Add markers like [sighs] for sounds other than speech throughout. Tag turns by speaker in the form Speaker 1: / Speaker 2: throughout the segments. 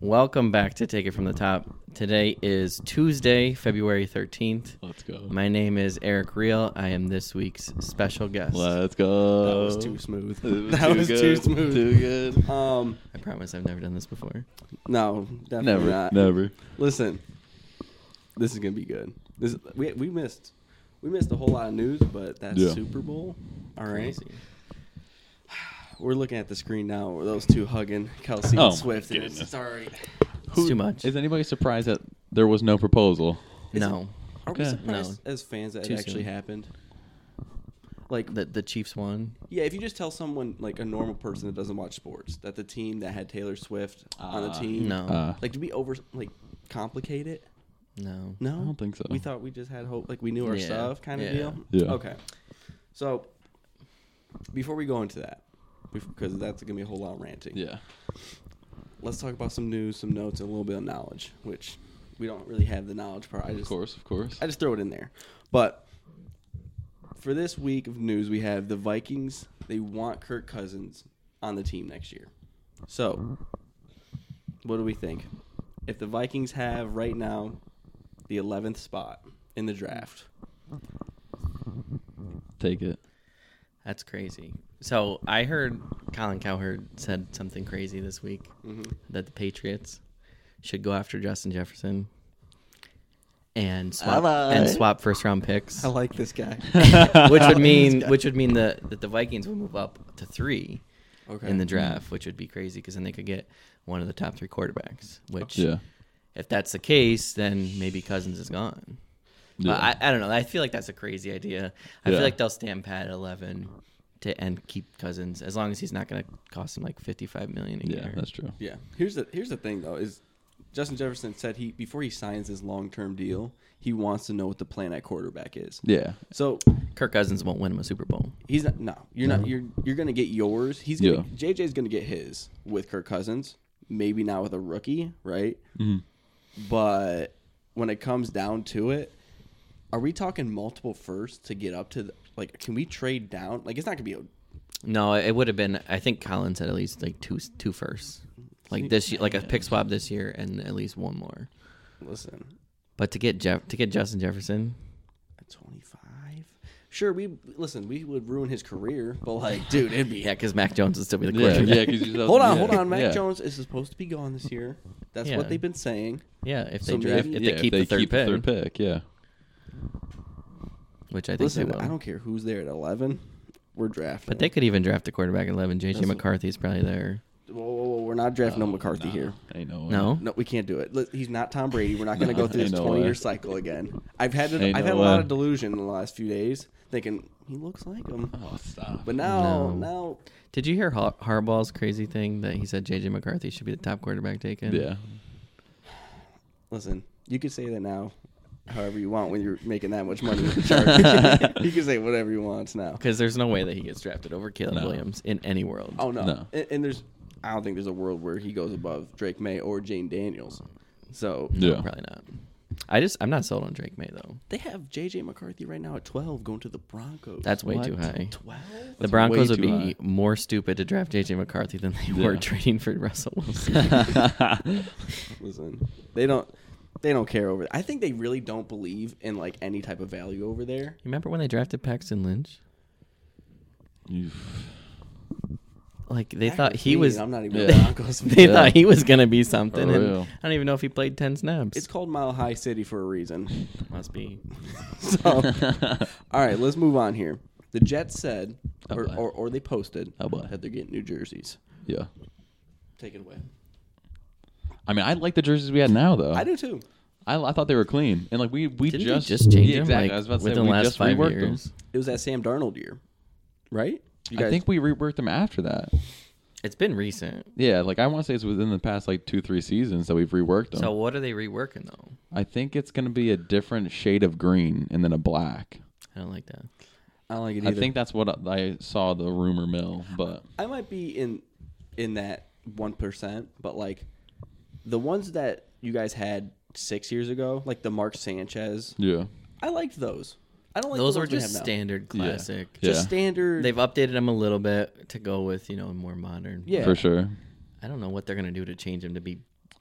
Speaker 1: Welcome back to Take It From the Top. Today is Tuesday, February 13th.
Speaker 2: Let's go.
Speaker 1: My name is Eric Real. I am this week's special guest.
Speaker 2: Let's go.
Speaker 3: That was
Speaker 2: [laughs]
Speaker 3: too smooth.
Speaker 2: It Oh. was
Speaker 3: [laughs] that was too
Speaker 2: good.
Speaker 3: smooth.
Speaker 2: Too good.
Speaker 3: Um,
Speaker 1: I promise I've never done this before.
Speaker 3: no, [laughs] definitely
Speaker 2: Never.
Speaker 3: not.
Speaker 2: Never.
Speaker 3: Listen, this is gonna be good. This we we missed we missed a whole lot of news, but that
Speaker 2: Yeah.
Speaker 3: Super Bowl. All right,
Speaker 1: Crazy.
Speaker 3: we're looking at the screen now. Where those two hugging, Kelsey
Speaker 2: Oh, my
Speaker 3: and Swift. And it's
Speaker 2: goodness.
Speaker 3: just already.
Speaker 1: It's too much.
Speaker 2: Is anybody surprised that there was no proposal?
Speaker 1: No.
Speaker 3: Are we
Speaker 2: Yeah.
Speaker 3: surprised as fans that
Speaker 1: Too
Speaker 3: it actually
Speaker 1: soon.
Speaker 3: happened? Like,
Speaker 1: The, the Chiefs won.
Speaker 3: yeah, if you just tell someone like a normal person that doesn't watch sports that the team that had Taylor Swift on the
Speaker 2: Uh,
Speaker 3: team,
Speaker 1: No.
Speaker 2: Uh,
Speaker 3: like, did we over like complicate it?
Speaker 1: no.
Speaker 3: No,
Speaker 2: I don't think so.
Speaker 3: We thought we just had hope, like we knew our
Speaker 1: Yeah,
Speaker 3: stuff, kind of
Speaker 1: yeah.
Speaker 3: deal.
Speaker 2: Yeah.
Speaker 3: Okay. So before we go into that, because that's gonna be a whole lot of ranting.
Speaker 2: yeah.
Speaker 3: Let's talk about some news, some notes, and a little bit of knowledge, which we don't really have the knowledge part. I
Speaker 2: Of
Speaker 3: just,
Speaker 2: course. Of course.
Speaker 3: I just throw it in there. But for this week of news, we have the Vikings. They want Kirk Cousins on the team next year. So, what do we think? If the Vikings have right now the 11th spot in the draft,
Speaker 2: Take it.
Speaker 1: That's crazy. So I heard Colin Cowherd said something crazy this week
Speaker 3: Mm-hmm.
Speaker 1: that the Patriots should go after Justin Jefferson and swap
Speaker 3: Alright.
Speaker 1: and swap first round picks,
Speaker 3: like this [laughs] guy.
Speaker 1: [laughs] which
Speaker 2: [laughs]
Speaker 1: would mean which would mean the, that the Vikings would move up to three
Speaker 3: okay.
Speaker 1: in the draft, which would be crazy because then they could get one of the top three quarterbacks. Which,
Speaker 2: Yeah.
Speaker 1: if that's the case, then maybe Cousins is gone.
Speaker 2: Yeah.
Speaker 1: But I, I don't know. I feel like that's a crazy idea. I
Speaker 2: Yeah.
Speaker 1: feel like they'll stand pat at eleven to and keep Cousins as long as he's not going to cost him like fifty five million a
Speaker 2: yeah.
Speaker 1: year.
Speaker 2: That's true.
Speaker 3: yeah. Here's the here's the thing though is Justin Jefferson said he before he signs his long term deal, he wants to know what the plan at quarterback is.
Speaker 2: Yeah.
Speaker 3: So
Speaker 1: Kirk Cousins won't win him a Super Bowl.
Speaker 3: He's not. No, you're not. You're you're gonna get yours. He's gonna, JJ's gonna get his with Kirk Cousins. Maybe not with a rookie, right? But when it comes down to it, are we talking multiple firsts to get up to the, like? Can we trade down? Like, it's not gonna be. A,
Speaker 1: No, it would have been. I think Colin said at least like two two firsts, like this year, like a pick swap this year, and at least one more.
Speaker 3: listen,
Speaker 1: But to get Jeff to get Justin Jefferson,
Speaker 3: at twenty five. Sure, we listen. We would ruin his career, but like, dude, it'd be
Speaker 1: yeah, because Mac Jones would still be the
Speaker 2: Yeah.
Speaker 1: quarterback.
Speaker 2: Yeah. 'cause you-
Speaker 3: [laughs] Hold on,
Speaker 2: yeah.
Speaker 3: hold on. Mac
Speaker 2: Yeah.
Speaker 3: Jones is supposed to be gone this year. That's
Speaker 1: Yeah.
Speaker 3: what they've been saying.
Speaker 1: [laughs] Yeah, if they
Speaker 3: So
Speaker 1: draft,
Speaker 3: maybe-
Speaker 1: if
Speaker 2: Yeah,
Speaker 1: they keep the third pick,
Speaker 2: third pick. Yeah.
Speaker 1: which I think
Speaker 3: Listen,
Speaker 1: they will.
Speaker 3: I don't care who's there at eleven. We're drafting.
Speaker 1: but they could even draft a quarterback at eleven. JJ McCarthy's probably there.
Speaker 3: Whoa, whoa, whoa, we're not drafting no, McCarthy
Speaker 2: Nah,
Speaker 3: here.
Speaker 2: Ain't no. way.
Speaker 1: No,
Speaker 3: No, we can't do it. Look, He's not Tom Brady. We're not
Speaker 1: [laughs]
Speaker 3: going to
Speaker 2: No,
Speaker 3: go through this
Speaker 2: ain't no
Speaker 3: 20
Speaker 2: way.
Speaker 3: year cycle again. I've had it,
Speaker 2: Ain't
Speaker 3: I've
Speaker 2: no
Speaker 3: had a lot
Speaker 2: way.
Speaker 3: of delusion in the last few days, thinking he looks like him.
Speaker 2: Oh, stop.
Speaker 3: But
Speaker 1: No.
Speaker 3: now, now,
Speaker 1: Did you hear Har- Harbaugh's crazy thing that he said JJ McCarthy should be the top quarterback taken?
Speaker 2: yeah.
Speaker 3: listen, you can say that now, however you want when you're making that much money. With the
Speaker 1: [laughs]
Speaker 3: [laughs] Chargers. he can say whatever he wants now.
Speaker 1: Because there's no way that he gets drafted over Caleb
Speaker 2: No.
Speaker 1: Williams in any world.
Speaker 3: Oh no,
Speaker 2: No.
Speaker 3: And, and there's, I don't think there's a world where he goes above Drake May or Jane Daniels. So
Speaker 1: No,
Speaker 2: Yeah.
Speaker 1: Probably not. I just, I'm not sold on Drake May, though.
Speaker 3: they have J.J. McCarthy right now at 12 going to the Broncos.
Speaker 1: That's way
Speaker 2: What?
Speaker 1: too high.
Speaker 3: 12.
Speaker 1: The Broncos
Speaker 2: way
Speaker 1: would be
Speaker 2: too high.
Speaker 1: more stupid to draft JJ McCarthy than they were
Speaker 2: Yeah.
Speaker 1: [laughs] trading for Russell
Speaker 2: [laughs]
Speaker 3: [laughs]
Speaker 1: Wilson.
Speaker 3: Listen, they don't they don't care over. I think they really don't believe in like any type of value over there.
Speaker 1: You remember when they drafted Paxton Lynch?
Speaker 2: You've-
Speaker 1: Like they
Speaker 3: I
Speaker 1: thought
Speaker 3: heard
Speaker 1: he
Speaker 3: Keenan,
Speaker 1: was.
Speaker 3: I'm
Speaker 1: [laughs]
Speaker 3: not even a
Speaker 2: Yeah.
Speaker 3: Broncos. fan.
Speaker 1: They
Speaker 2: Yeah.
Speaker 1: thought he was gonna be something.
Speaker 2: For
Speaker 1: And
Speaker 2: real.
Speaker 1: I don't even know if he played ten snaps.
Speaker 3: It's called Mile High City for a reason. [laughs]
Speaker 1: Must be.
Speaker 3: So,
Speaker 2: [laughs]
Speaker 3: all right, let's move on here. The Jets said, or,
Speaker 2: Oh, boy.
Speaker 3: or, or they posted
Speaker 2: Oh, boy.
Speaker 3: that they're getting new jerseys.
Speaker 2: yeah.
Speaker 3: Take it away.
Speaker 2: I mean, I like the jerseys we had now, though.
Speaker 3: I do too.
Speaker 2: I, I thought they were clean, and like we we
Speaker 1: Didn't
Speaker 2: just
Speaker 1: they just change
Speaker 2: yeah,
Speaker 1: him
Speaker 2: exactly.
Speaker 1: like
Speaker 2: I was about to say
Speaker 1: within
Speaker 2: we
Speaker 1: the last
Speaker 2: just
Speaker 1: five
Speaker 2: reworked
Speaker 1: years?
Speaker 2: them.
Speaker 3: It was that Sam Darnold year, right? You
Speaker 2: I think we reworked them after that.
Speaker 1: It's been recent.
Speaker 2: Yeah, like I want to say it's within the past like two three seasons that we've reworked them.
Speaker 1: So what are they reworking though?
Speaker 2: I think it's gonna be a different shade of green and then a black.
Speaker 1: I don't like that.
Speaker 3: I don't like it
Speaker 2: I
Speaker 3: either.
Speaker 2: think that's what I saw the rumor mill, but
Speaker 3: I might be in in that one percent, but like the ones that you guys had six years ago, like the Mark Sanchez,
Speaker 2: yeah,
Speaker 3: I liked those. I don't like
Speaker 1: Those
Speaker 3: the
Speaker 1: were
Speaker 3: ones we
Speaker 1: just
Speaker 3: have now.
Speaker 1: standard classic.
Speaker 2: Yeah.
Speaker 3: Just standard.
Speaker 1: They've updated them a little bit to go with you know more modern.
Speaker 3: yeah,
Speaker 2: for sure.
Speaker 1: I don't know what they're gonna do to change them to be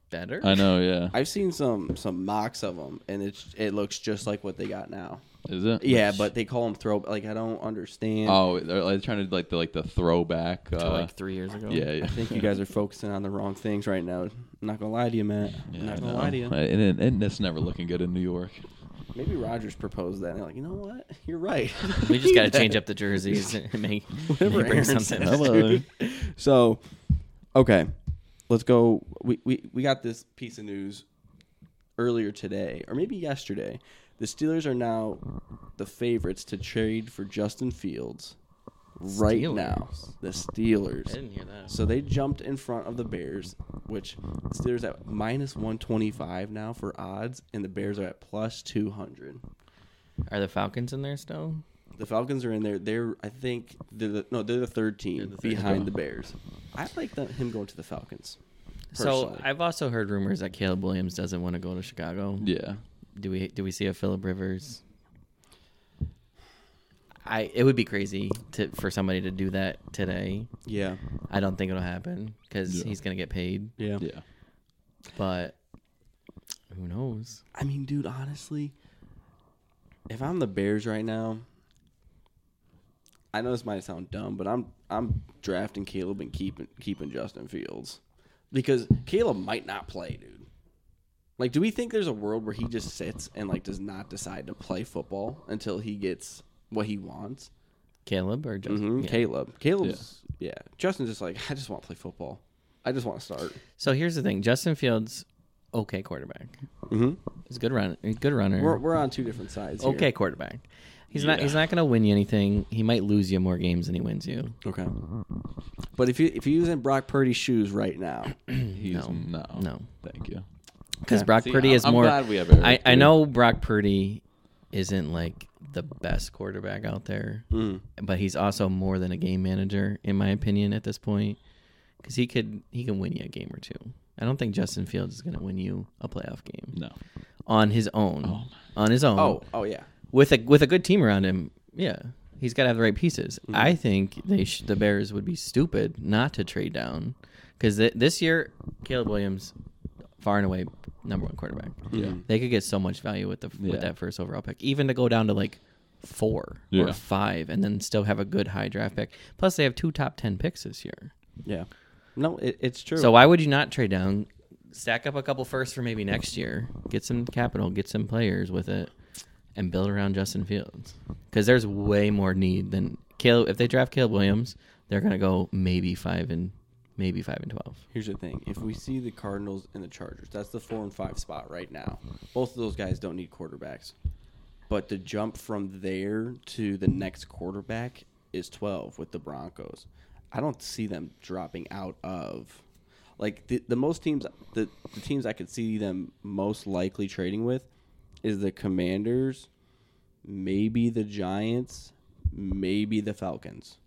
Speaker 1: better.
Speaker 2: I know. Yeah.
Speaker 3: I've seen some some mocks of them, and it's it looks just like what they got now.
Speaker 2: Is it?
Speaker 3: Yeah, but they call them throw. Like I don't understand.
Speaker 2: Oh, they're like trying to like the like the throwback.
Speaker 1: to
Speaker 2: uh,
Speaker 1: like three years ago.
Speaker 2: yeah. yeah.
Speaker 3: I
Speaker 2: [laughs]
Speaker 3: think you guys are focusing on the wrong things right now. I'm not gonna lie to you, Matt.
Speaker 2: Yeah,
Speaker 3: I'm
Speaker 2: I
Speaker 3: not gonna
Speaker 2: know.
Speaker 3: lie to you.
Speaker 2: Uh, And, and, and it's never looking good in New York.
Speaker 3: Maybe Rogers proposed that. And they're like, you know what? You're right.
Speaker 1: We just got
Speaker 2: [laughs]
Speaker 1: to
Speaker 3: [laughs]
Speaker 1: change up the jerseys [laughs] and make,
Speaker 3: Whatever
Speaker 1: make bring [laughs]
Speaker 3: Aaron
Speaker 1: something.
Speaker 3: says, dude. [laughs] So, okay, let's go. We, we we got this piece of news earlier today, or maybe yesterday. The Steelers are now the favorites to trade for Justin Fields right now.
Speaker 1: Steelers.
Speaker 3: The
Speaker 1: I
Speaker 3: Steelers.
Speaker 1: didn't hear that.
Speaker 3: So they jumped in front of the Bears, which Steelers at minus one twenty five now for odds, and the Bears are at plus two hundred.
Speaker 1: Are the Falcons in there still?
Speaker 3: The Falcons are in there. They're I think they're the, no they're the third team
Speaker 1: the third
Speaker 3: behind
Speaker 1: team.
Speaker 3: the Bears. I like them, him going to the Falcons.
Speaker 1: So
Speaker 3: personally.
Speaker 1: I've also heard rumors that Caleb Williams doesn't want to go to Chicago.
Speaker 2: Yeah.
Speaker 1: Do we do we see a Philip Rivers? I it would be crazy to for somebody to do that today.
Speaker 3: yeah
Speaker 1: I don't think it'll happen because
Speaker 2: Yeah.
Speaker 1: he's gonna get paid.
Speaker 3: yeah
Speaker 2: Yeah.
Speaker 1: But who knows?
Speaker 3: I mean, dude, honestly, if I'm the Bears right now, I know this might sound dumb, but I'm I'm drafting Caleb and keeping keeping Justin Fields because Caleb might not play, dude. Like, do we think there's a world where he just sits and like does not decide to play football until he gets what he wants?
Speaker 1: Caleb or just
Speaker 2: Mm-hmm.
Speaker 3: Mhm,
Speaker 1: yeah.
Speaker 3: Caleb, Caleb's yeah. Justin's just like [laughs] I just want to play football. I just want to start.
Speaker 1: So here's the thing: Justin Fields, okay quarterback,
Speaker 3: Mm-hmm.
Speaker 1: he's a good runner, good runner,
Speaker 3: We're we're on two different sides. here.
Speaker 1: okay quarterback. He's not
Speaker 2: Yeah.
Speaker 1: he's not gonna win you anything. He might lose you more games than he wins you.
Speaker 3: Okay. But if you if you're using Brock Purdy's shoes right now,
Speaker 2: He's
Speaker 1: No.
Speaker 2: no.
Speaker 1: No.
Speaker 2: Thank you.
Speaker 1: Because
Speaker 3: Okay.
Speaker 1: Brock
Speaker 2: See,
Speaker 1: Purdy
Speaker 2: I'm-
Speaker 1: is
Speaker 2: I'm
Speaker 1: more.
Speaker 2: glad we have Eric
Speaker 1: I, I
Speaker 2: here.
Speaker 1: know Brock Purdy isn't like the best quarterback out there,
Speaker 3: Mm-hmm.
Speaker 1: but he's also more than a game manager, in my opinion, at this point. Because he could he can win you a game or two. I don't think Justin Fields is going to win you a playoff game
Speaker 2: No. Oh
Speaker 1: on his own. On his own.
Speaker 3: oh oh yeah,
Speaker 1: with a with a good team around him, yeah, he's got to have the right pieces.
Speaker 2: Mm-hmm.
Speaker 1: I think they sh- the Bears would be stupid not to trade down because th- this year Caleb Williams, far and away number one quarterback.
Speaker 2: Yeah.
Speaker 1: They could get so much value with the
Speaker 2: Mm-hmm. Yeah.
Speaker 1: with that first overall pick, even to go down to like four
Speaker 2: Yeah.
Speaker 1: or five, and then still have a good high draft pick. Plus, they have two top ten picks this year.
Speaker 3: yeah. No, it, it's true.
Speaker 1: So why would you not trade down? Stack up a couple firsts for maybe next year. Get some capital, get some players with it, and build around Justin Fields because there's way more need than Caleb. If they draft Caleb Williams, they're gonna go maybe five and maybe five and twelve.
Speaker 3: here's the thing: if we see the Cardinals and the Chargers, that's the four and five spot right now. Both of those guys don't need quarterbacks, but to jump from there to the next quarterback is twelve with the Broncos. I don't see them dropping out of. Like the, the most teams, the, the teams I could see them most likely trading with is the Commanders, maybe the Giants, maybe the Falcons.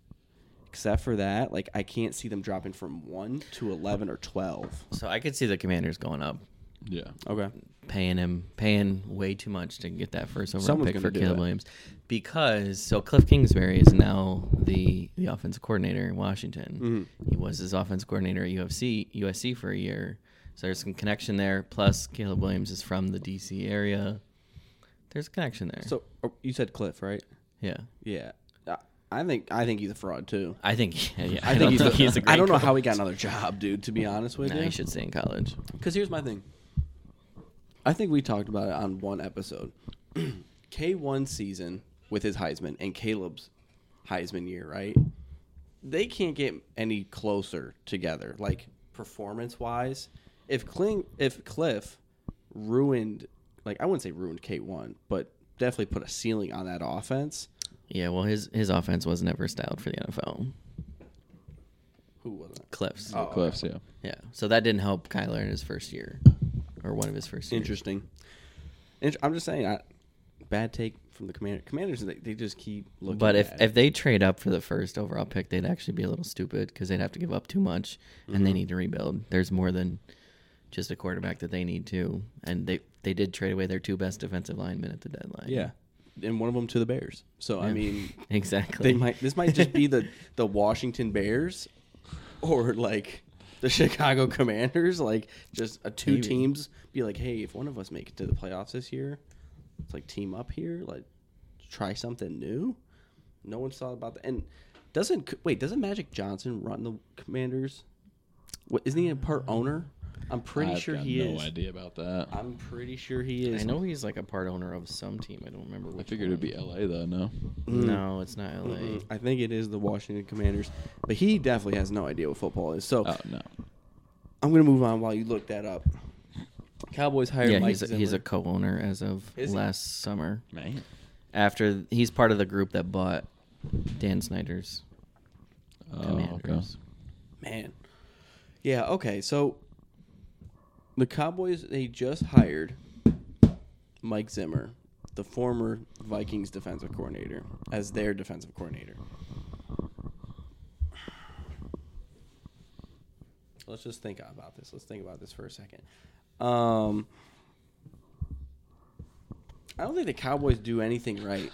Speaker 3: Except for that, like I can't see them dropping from one to eleven or twelve.
Speaker 1: So I could see the Commanders going up,
Speaker 2: Yeah.
Speaker 3: Okay.
Speaker 1: paying him, paying way too much to get that first overall
Speaker 3: Someone's
Speaker 1: pick
Speaker 3: gonna
Speaker 1: for
Speaker 3: do
Speaker 1: Caleb
Speaker 3: that.
Speaker 1: Williams because so Cliff Kingsbury is now the the offensive coordinator in Washington.
Speaker 3: Mm-hmm.
Speaker 1: He was his offensive coordinator at UFC USC for a year. So there's some connection there. Plus Caleb Williams is from the DC area. There's a connection there.
Speaker 3: So oh, you said Cliff, right?
Speaker 1: yeah.
Speaker 3: Yeah. I- I think I think he's a fraud too.
Speaker 1: I think [laughs] yeah, yeah.
Speaker 3: I, think he's,
Speaker 1: don't
Speaker 3: a,
Speaker 1: think
Speaker 3: [laughs] I don't know
Speaker 1: coach.
Speaker 3: how he got another job, dude. To be honest with
Speaker 1: Nah, he
Speaker 3: you,
Speaker 1: should stay in college.
Speaker 3: because here's my thing. I think we talked about it on one episode. [clears throat] K one season with his Heisman and Caleb's Heisman year, right? They can't get any closer together, like performance wise. If Kling, if Cliff ruined, like I wouldn't say ruined K one, but definitely put a ceiling on that offense.
Speaker 1: Yeah, well his his offense was never styled for the NFL.
Speaker 3: Who was it?
Speaker 1: Cliffs.
Speaker 3: Oh,
Speaker 2: Cliffs. Yeah.
Speaker 1: Yeah. So that didn't help Kyler in his first year, or one of his first years.
Speaker 3: Interesting. Int- I'm just saying, I, bad take from the commander. Commanders, they, they just keep looking.
Speaker 1: But if,
Speaker 3: bad.
Speaker 1: if they trade up for the first overall pick, they'd actually be a little stupid because they'd have to give up too much, and
Speaker 3: Mm-hmm.
Speaker 1: they need to rebuild. There's more than just a quarterback that they need to, and they they did trade away their two best defensive linemen at the deadline.
Speaker 3: yeah, and one of them to the Bears. So I
Speaker 1: Yeah. [laughs]
Speaker 3: mean,
Speaker 1: exactly.
Speaker 3: they might. This might just be the the Washington Bears, or like the Chicago Commanders, like just a two
Speaker 1: Maybe.
Speaker 3: teams be like, hey, if one of us make it to the playoffs this year, it's like team up here, like try something new. No one's thought about that. And doesn't wait, doesn't Magic Johnson run the Commanders? What, isn't he a part owner? I'm pretty
Speaker 2: I've
Speaker 3: sure
Speaker 2: got
Speaker 3: he
Speaker 2: no
Speaker 3: is.
Speaker 2: idea about that. I,
Speaker 3: I'm pretty sure he
Speaker 1: [laughs]
Speaker 3: is.
Speaker 1: I know he's like a part owner of some team. I don't remember which.
Speaker 2: figured it'd be L.A. though. No.
Speaker 1: No, it's not LA.
Speaker 3: Mm, I think it is the Washington Commanders, but he definitely has no idea what football is. So
Speaker 1: Uh,
Speaker 2: Oh no.
Speaker 3: I'm gonna move on while you look that up. Cowboys hired
Speaker 1: Yeah,
Speaker 3: Mike
Speaker 1: he's a, he's a
Speaker 3: Zimmer.
Speaker 1: co-owner as of
Speaker 3: Is he?
Speaker 1: last summer.
Speaker 2: Man.
Speaker 1: After he's part of the group that bought Dan Snyder's
Speaker 2: Oh, okay.
Speaker 1: Commanders.
Speaker 3: man. Yeah. Okay. So the Cowboys they just hired Mike Zimmer, the former Vikings defensive coordinator, as their defensive coordinator. Let's just think about this. Let's think about this for a second. Um, I don't think the Cowboys do anything right.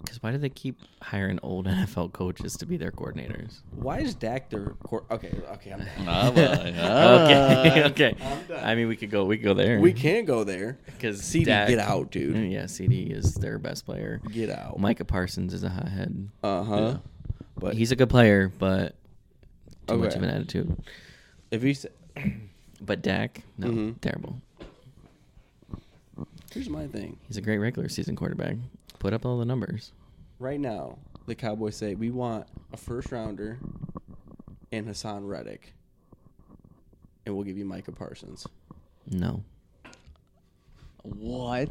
Speaker 1: Because why do they keep hiring old [laughs] NFL coaches to be their coordinators?
Speaker 3: Why is Dak their cor- okay? Okay, I'm done.
Speaker 2: Ah,
Speaker 1: [laughs]
Speaker 2: boy.
Speaker 1: okay,
Speaker 2: Ah.
Speaker 1: okay.
Speaker 3: I'm done.
Speaker 1: I mean, we could go. We could go there.
Speaker 3: We can go there
Speaker 1: because
Speaker 3: CD, get out, dude.
Speaker 1: Yeah, CD is their best player.
Speaker 3: Get out.
Speaker 1: Micah Parsons is a hothead.
Speaker 3: Uh huh.
Speaker 2: Yeah.
Speaker 3: But
Speaker 1: He's a good player, but too much
Speaker 3: Okay.
Speaker 1: of an attitude.
Speaker 3: if he's
Speaker 1: But Dak, no,
Speaker 2: Mm-hmm.
Speaker 3: Mhm.
Speaker 1: terrible.
Speaker 3: here's my thing
Speaker 1: He's a great regular season quarterback. Put up all the numbers.
Speaker 3: right now, the Cowboys say we want a first rounder and Hassan Reddick, and we'll give you Micah Parsons.
Speaker 1: No,
Speaker 2: What?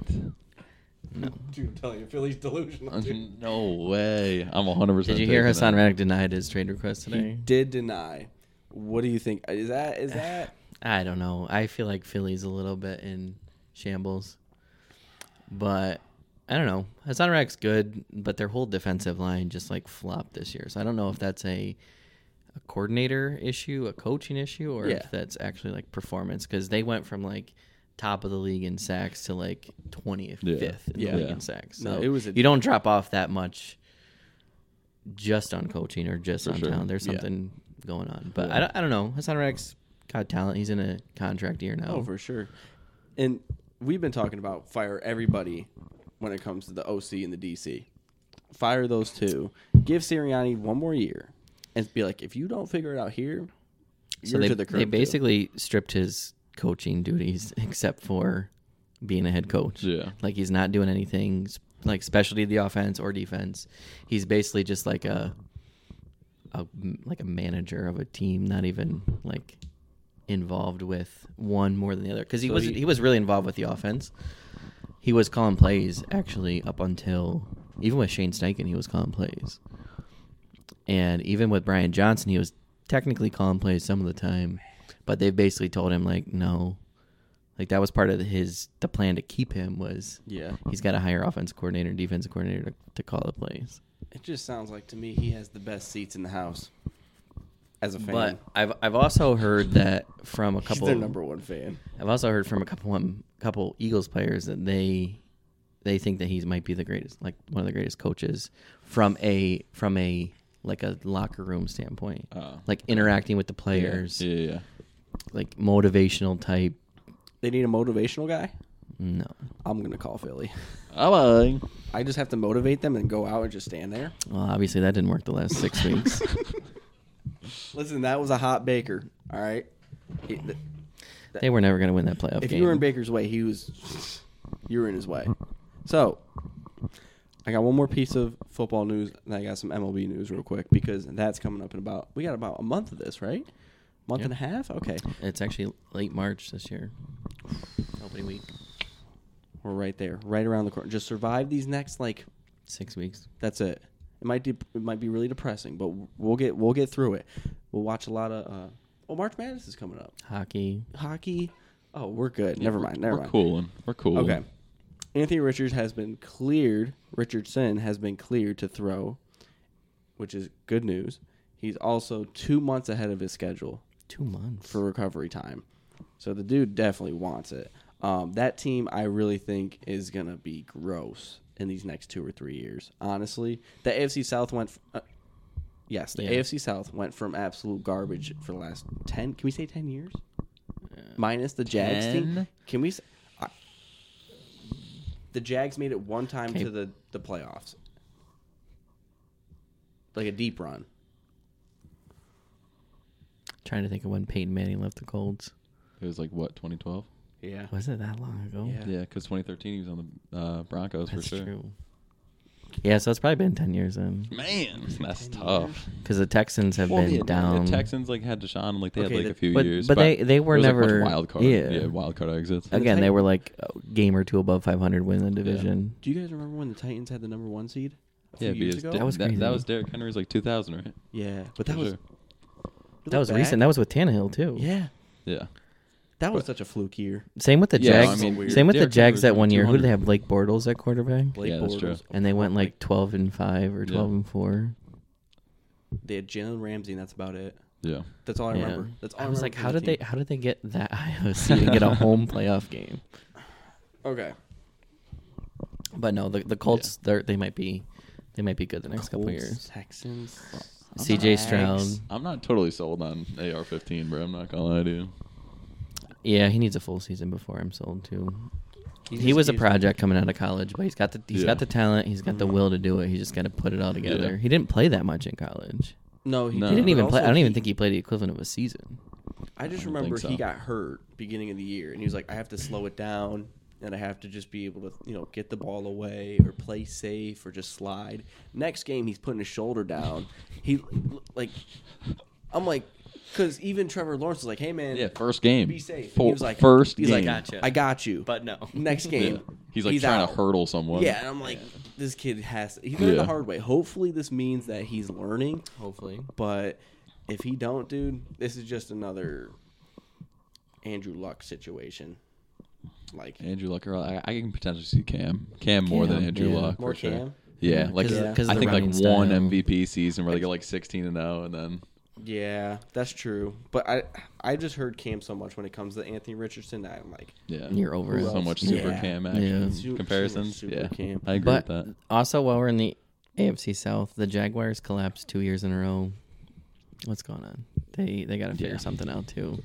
Speaker 1: no.
Speaker 3: Dude, I'm telling you, Philly's delusional.
Speaker 2: No way. I'm 100. percent
Speaker 1: Did you hear Hassan Reddick denied his trade request
Speaker 3: He
Speaker 1: today?
Speaker 3: did deny. What do you think? Is that is that?
Speaker 1: I don't know. I feel like Philly's a little bit in shambles. But I don't know. Hassan Reddick's good, but their whole defensive line just like flopped this year. So I don't know if that's a a coordinator issue, a coaching issue, or
Speaker 3: Yeah.
Speaker 1: if that's actually like performance because they went from like top of the league in sacks to like 25th
Speaker 2: Yeah.
Speaker 1: in
Speaker 3: Yeah.
Speaker 1: the league
Speaker 2: Yeah.
Speaker 1: in sacks.
Speaker 3: No,
Speaker 1: So
Speaker 3: it was a-
Speaker 1: you don't drop off that much just on coaching or just on
Speaker 2: sure.
Speaker 1: talent. There's
Speaker 3: Yeah.
Speaker 1: something going on. But I, don't, I don't know. Hassan Reddick's got talent. He's in a contract year now.
Speaker 3: Oh, for sure. And we've been talking about fire everybody when it comes to the OC and the DC. Fire those two. Give Sirianni one more year and be like, if you don't figure it out here,
Speaker 1: so
Speaker 3: you're
Speaker 1: they,
Speaker 3: to the curb.
Speaker 1: they
Speaker 3: too.
Speaker 1: basically stripped his coaching duties [laughs] except for being a head coach.
Speaker 2: Yeah.
Speaker 1: Like he's not doing anything s- like specialty the offense or defense. He's basically just like a, a like a manager of a team, not even like involved with one more than the other because he
Speaker 3: So
Speaker 1: was
Speaker 3: he-
Speaker 1: he, was really involved with the offense. He was calling plays actually up until even with Shane Steichen, he was calling plays, and even with Brian Johnson, he was technically calling plays some of the time, but they basically told him like no, like that was part of his the plan to keep him was
Speaker 3: Yeah.
Speaker 1: he's got to hire offense coordinator, defensive coordinator to, to call the plays.
Speaker 3: It just sounds like to me he has the best seats in the house as a fan.
Speaker 1: But I've I've also heard that from a
Speaker 3: He's
Speaker 1: couple
Speaker 3: their number one fan.
Speaker 1: I've also heard from a couple um, couple Eagles players that they they think that he might be the greatest, like one of the greatest coaches from a from a like a locker room standpoint,
Speaker 2: Oh.
Speaker 1: like interacting with the players,
Speaker 2: Yeah, yeah. yeah.
Speaker 1: like motivational type.
Speaker 3: They need a motivational guy.
Speaker 1: No,
Speaker 3: I'm going to call Philly. [laughs]
Speaker 2: I like.
Speaker 3: I just have to motivate them and go out and just stand there.
Speaker 1: well, obviously that didn't work the last six
Speaker 3: [laughs]
Speaker 1: weeks.
Speaker 3: Listen, that was a hot baker. All right. He- th-
Speaker 1: They were never going to win that playoff.
Speaker 3: if
Speaker 1: game.
Speaker 3: you were in Baker's way, he was you were in his way. So I got one more piece of football news, and I got some MLB news real quick because that's coming up in about we got about a month of this, right? Month
Speaker 1: Yeah.
Speaker 3: and a half. Okay,
Speaker 1: it's actually late March this year, opening week,
Speaker 3: we're right there, right around the corner. Just survive these next like
Speaker 1: six weeks.
Speaker 3: that's it. It might de- it might be really depressing, but we'll get we'll get through it. We'll watch a lot of. Uh, well, March Madness is coming up.
Speaker 1: Hockey.
Speaker 3: Hockey. Oh, we're good. Never mind. Never
Speaker 2: We're
Speaker 3: mind.
Speaker 2: cooling. We're cooling.
Speaker 3: Okay. Anthony Richards has been cleared. Richardson has been cleared to throw, which is good news. He's also two months ahead of his schedule
Speaker 1: Two months.
Speaker 3: for recovery time. So the dude definitely wants it. Um, that team, I really think, is going to be gross in these next two or three years. Honestly, the AFC South went. F- uh, Yes, the
Speaker 1: Yeah.
Speaker 3: AFC South went from absolute garbage for the last ten. Can we say ten years? Minus the Jags team.
Speaker 2: 10?
Speaker 3: Can we? s I the Jags made it one time
Speaker 1: Okay.
Speaker 3: to the the playoffs, like a deep run.
Speaker 1: Trying to think of when Peyton Manning left the Colts.
Speaker 2: It was like what 2012.
Speaker 3: Yeah.
Speaker 1: Was it that long ago?
Speaker 3: Yeah.
Speaker 2: Yeah, because 2013 he was on the uh, Broncos
Speaker 1: that's
Speaker 2: for sure.
Speaker 1: true. Yeah, so it's probably been ten years then,
Speaker 2: Man, that's tough.
Speaker 1: because the Texans have
Speaker 2: Well,
Speaker 1: been
Speaker 2: the, the
Speaker 1: down.
Speaker 2: Texans like had Deshaun, like they
Speaker 3: Okay,
Speaker 2: had like
Speaker 3: the-
Speaker 2: a few
Speaker 1: but-
Speaker 2: years,
Speaker 1: but they- they were
Speaker 2: it was, like, a bunch of
Speaker 1: never-
Speaker 2: wild card.
Speaker 1: yeah.
Speaker 2: wild card exits.
Speaker 1: Again,
Speaker 3: Titan-
Speaker 1: they were like a game or two above 500 win the division.
Speaker 3: Do you guys remember when the Titans had the number one seed? A few
Speaker 2: yeah,
Speaker 3: years
Speaker 2: because
Speaker 3: ago.
Speaker 2: that
Speaker 1: was
Speaker 2: was that,
Speaker 1: crazy.
Speaker 2: that was Derrick Henry's like 2000, right?
Speaker 3: yeah, but that
Speaker 2: For
Speaker 3: was
Speaker 2: sure.
Speaker 1: That was recent. That was with Tannehill too.
Speaker 3: yeah,
Speaker 2: yeah.
Speaker 3: that was such a fluke year.
Speaker 1: Same with the
Speaker 2: Yeah,
Speaker 1: Jags.
Speaker 2: I mean,
Speaker 1: same with the
Speaker 2: Derrick
Speaker 1: Jags
Speaker 2: Henry's
Speaker 1: that
Speaker 2: like
Speaker 1: one year. Who did
Speaker 2: 200.
Speaker 1: they have? Blake Bortles at quarterback,
Speaker 3: Blake
Speaker 2: Yeah, that's true.
Speaker 3: Bortles,
Speaker 1: and they went
Speaker 3: like-
Speaker 1: like 12 and five or 12 and four.
Speaker 3: They had Jalen Ramsey, and that's about it.
Speaker 2: Yeah.
Speaker 3: That's all I
Speaker 1: Yeah.
Speaker 3: remember. That's all I,
Speaker 1: I was like,
Speaker 3: remember from
Speaker 1: how
Speaker 3: the
Speaker 1: did
Speaker 3: team.
Speaker 1: they? How did they get that [laughs] Iowa seed and get
Speaker 3: [laughs]
Speaker 1: a home playoff game?
Speaker 3: Okay.
Speaker 1: But no, the the Colts. They're, they might be, they might be good the next couple years.
Speaker 3: Texans.
Speaker 1: C.J. Stroud.
Speaker 2: I'm not totally sold on AR-15, bro. I'm not gonna lie to you.
Speaker 1: Yeah, he needs a full season before I'm sold too. he was a project coming out of college, but he's got the he's
Speaker 2: Yeah.
Speaker 1: got the talent. He's got the will to do it. He's just got to put it all together. He didn't play that much in college.
Speaker 3: No, he,
Speaker 2: No.
Speaker 1: He didn't
Speaker 2: But
Speaker 1: even
Speaker 3: also
Speaker 1: play. I don't even
Speaker 3: he-
Speaker 1: think he played the equivalent of a season.
Speaker 3: I just
Speaker 2: don't
Speaker 3: remember
Speaker 2: think so.
Speaker 3: he got hurt beginning of the year, and he was like, I have to slow it down, and I have to just be able to, you know, get the ball away or play safe or just slide. Next game, he's putting his
Speaker 2: [laughs]
Speaker 3: shoulder down. He like, I'm like, because even Trevor Lawrence is like, Hey man,
Speaker 2: Yeah, first game.
Speaker 3: be safe.
Speaker 2: Fo-
Speaker 3: he was like,
Speaker 2: first
Speaker 3: he's
Speaker 2: game.
Speaker 3: like, I got you.
Speaker 1: But no.
Speaker 2: [laughs]
Speaker 3: next
Speaker 2: Yeah.
Speaker 3: game,
Speaker 2: He's like trying
Speaker 3: out.
Speaker 2: to hurdle someone.
Speaker 3: Yeah, and I'm like, this kid has. He learned the
Speaker 2: Yeah.
Speaker 3: hard way. Hopefully, this means that he's learning.
Speaker 1: Hopefully,
Speaker 3: But if he don't, dude, this is just another Andrew Luck situation. Like
Speaker 2: Andrew Luck. or- I, I can potentially see Cam. Cam more than
Speaker 1: Cam,
Speaker 2: Andrew
Speaker 1: yeah.
Speaker 2: Luck
Speaker 3: more
Speaker 2: for sure.
Speaker 3: Cam.
Speaker 2: Yeah, like
Speaker 1: 'Cause-
Speaker 2: I
Speaker 1: 'cause of the
Speaker 2: think like
Speaker 1: running
Speaker 2: one
Speaker 1: style.
Speaker 2: MVP season where they go like 16 and 0, and then
Speaker 3: Yeah, that's true. But I I just heard Cam so much when it comes to Anthony Richardson that I'm like,
Speaker 2: yeah,
Speaker 1: You're over it.
Speaker 2: so much
Speaker 3: Yeah.
Speaker 2: super Cam action
Speaker 1: Yeah.
Speaker 3: Su-
Speaker 2: comparisons.
Speaker 3: super
Speaker 2: yeah,
Speaker 3: Cam.
Speaker 2: I agree
Speaker 1: but
Speaker 2: with that.
Speaker 1: also while we're in the AFC South, the Jaguars collapsed two years in a row. What's going on? They they got to figure
Speaker 2: Yeah.
Speaker 1: something out too.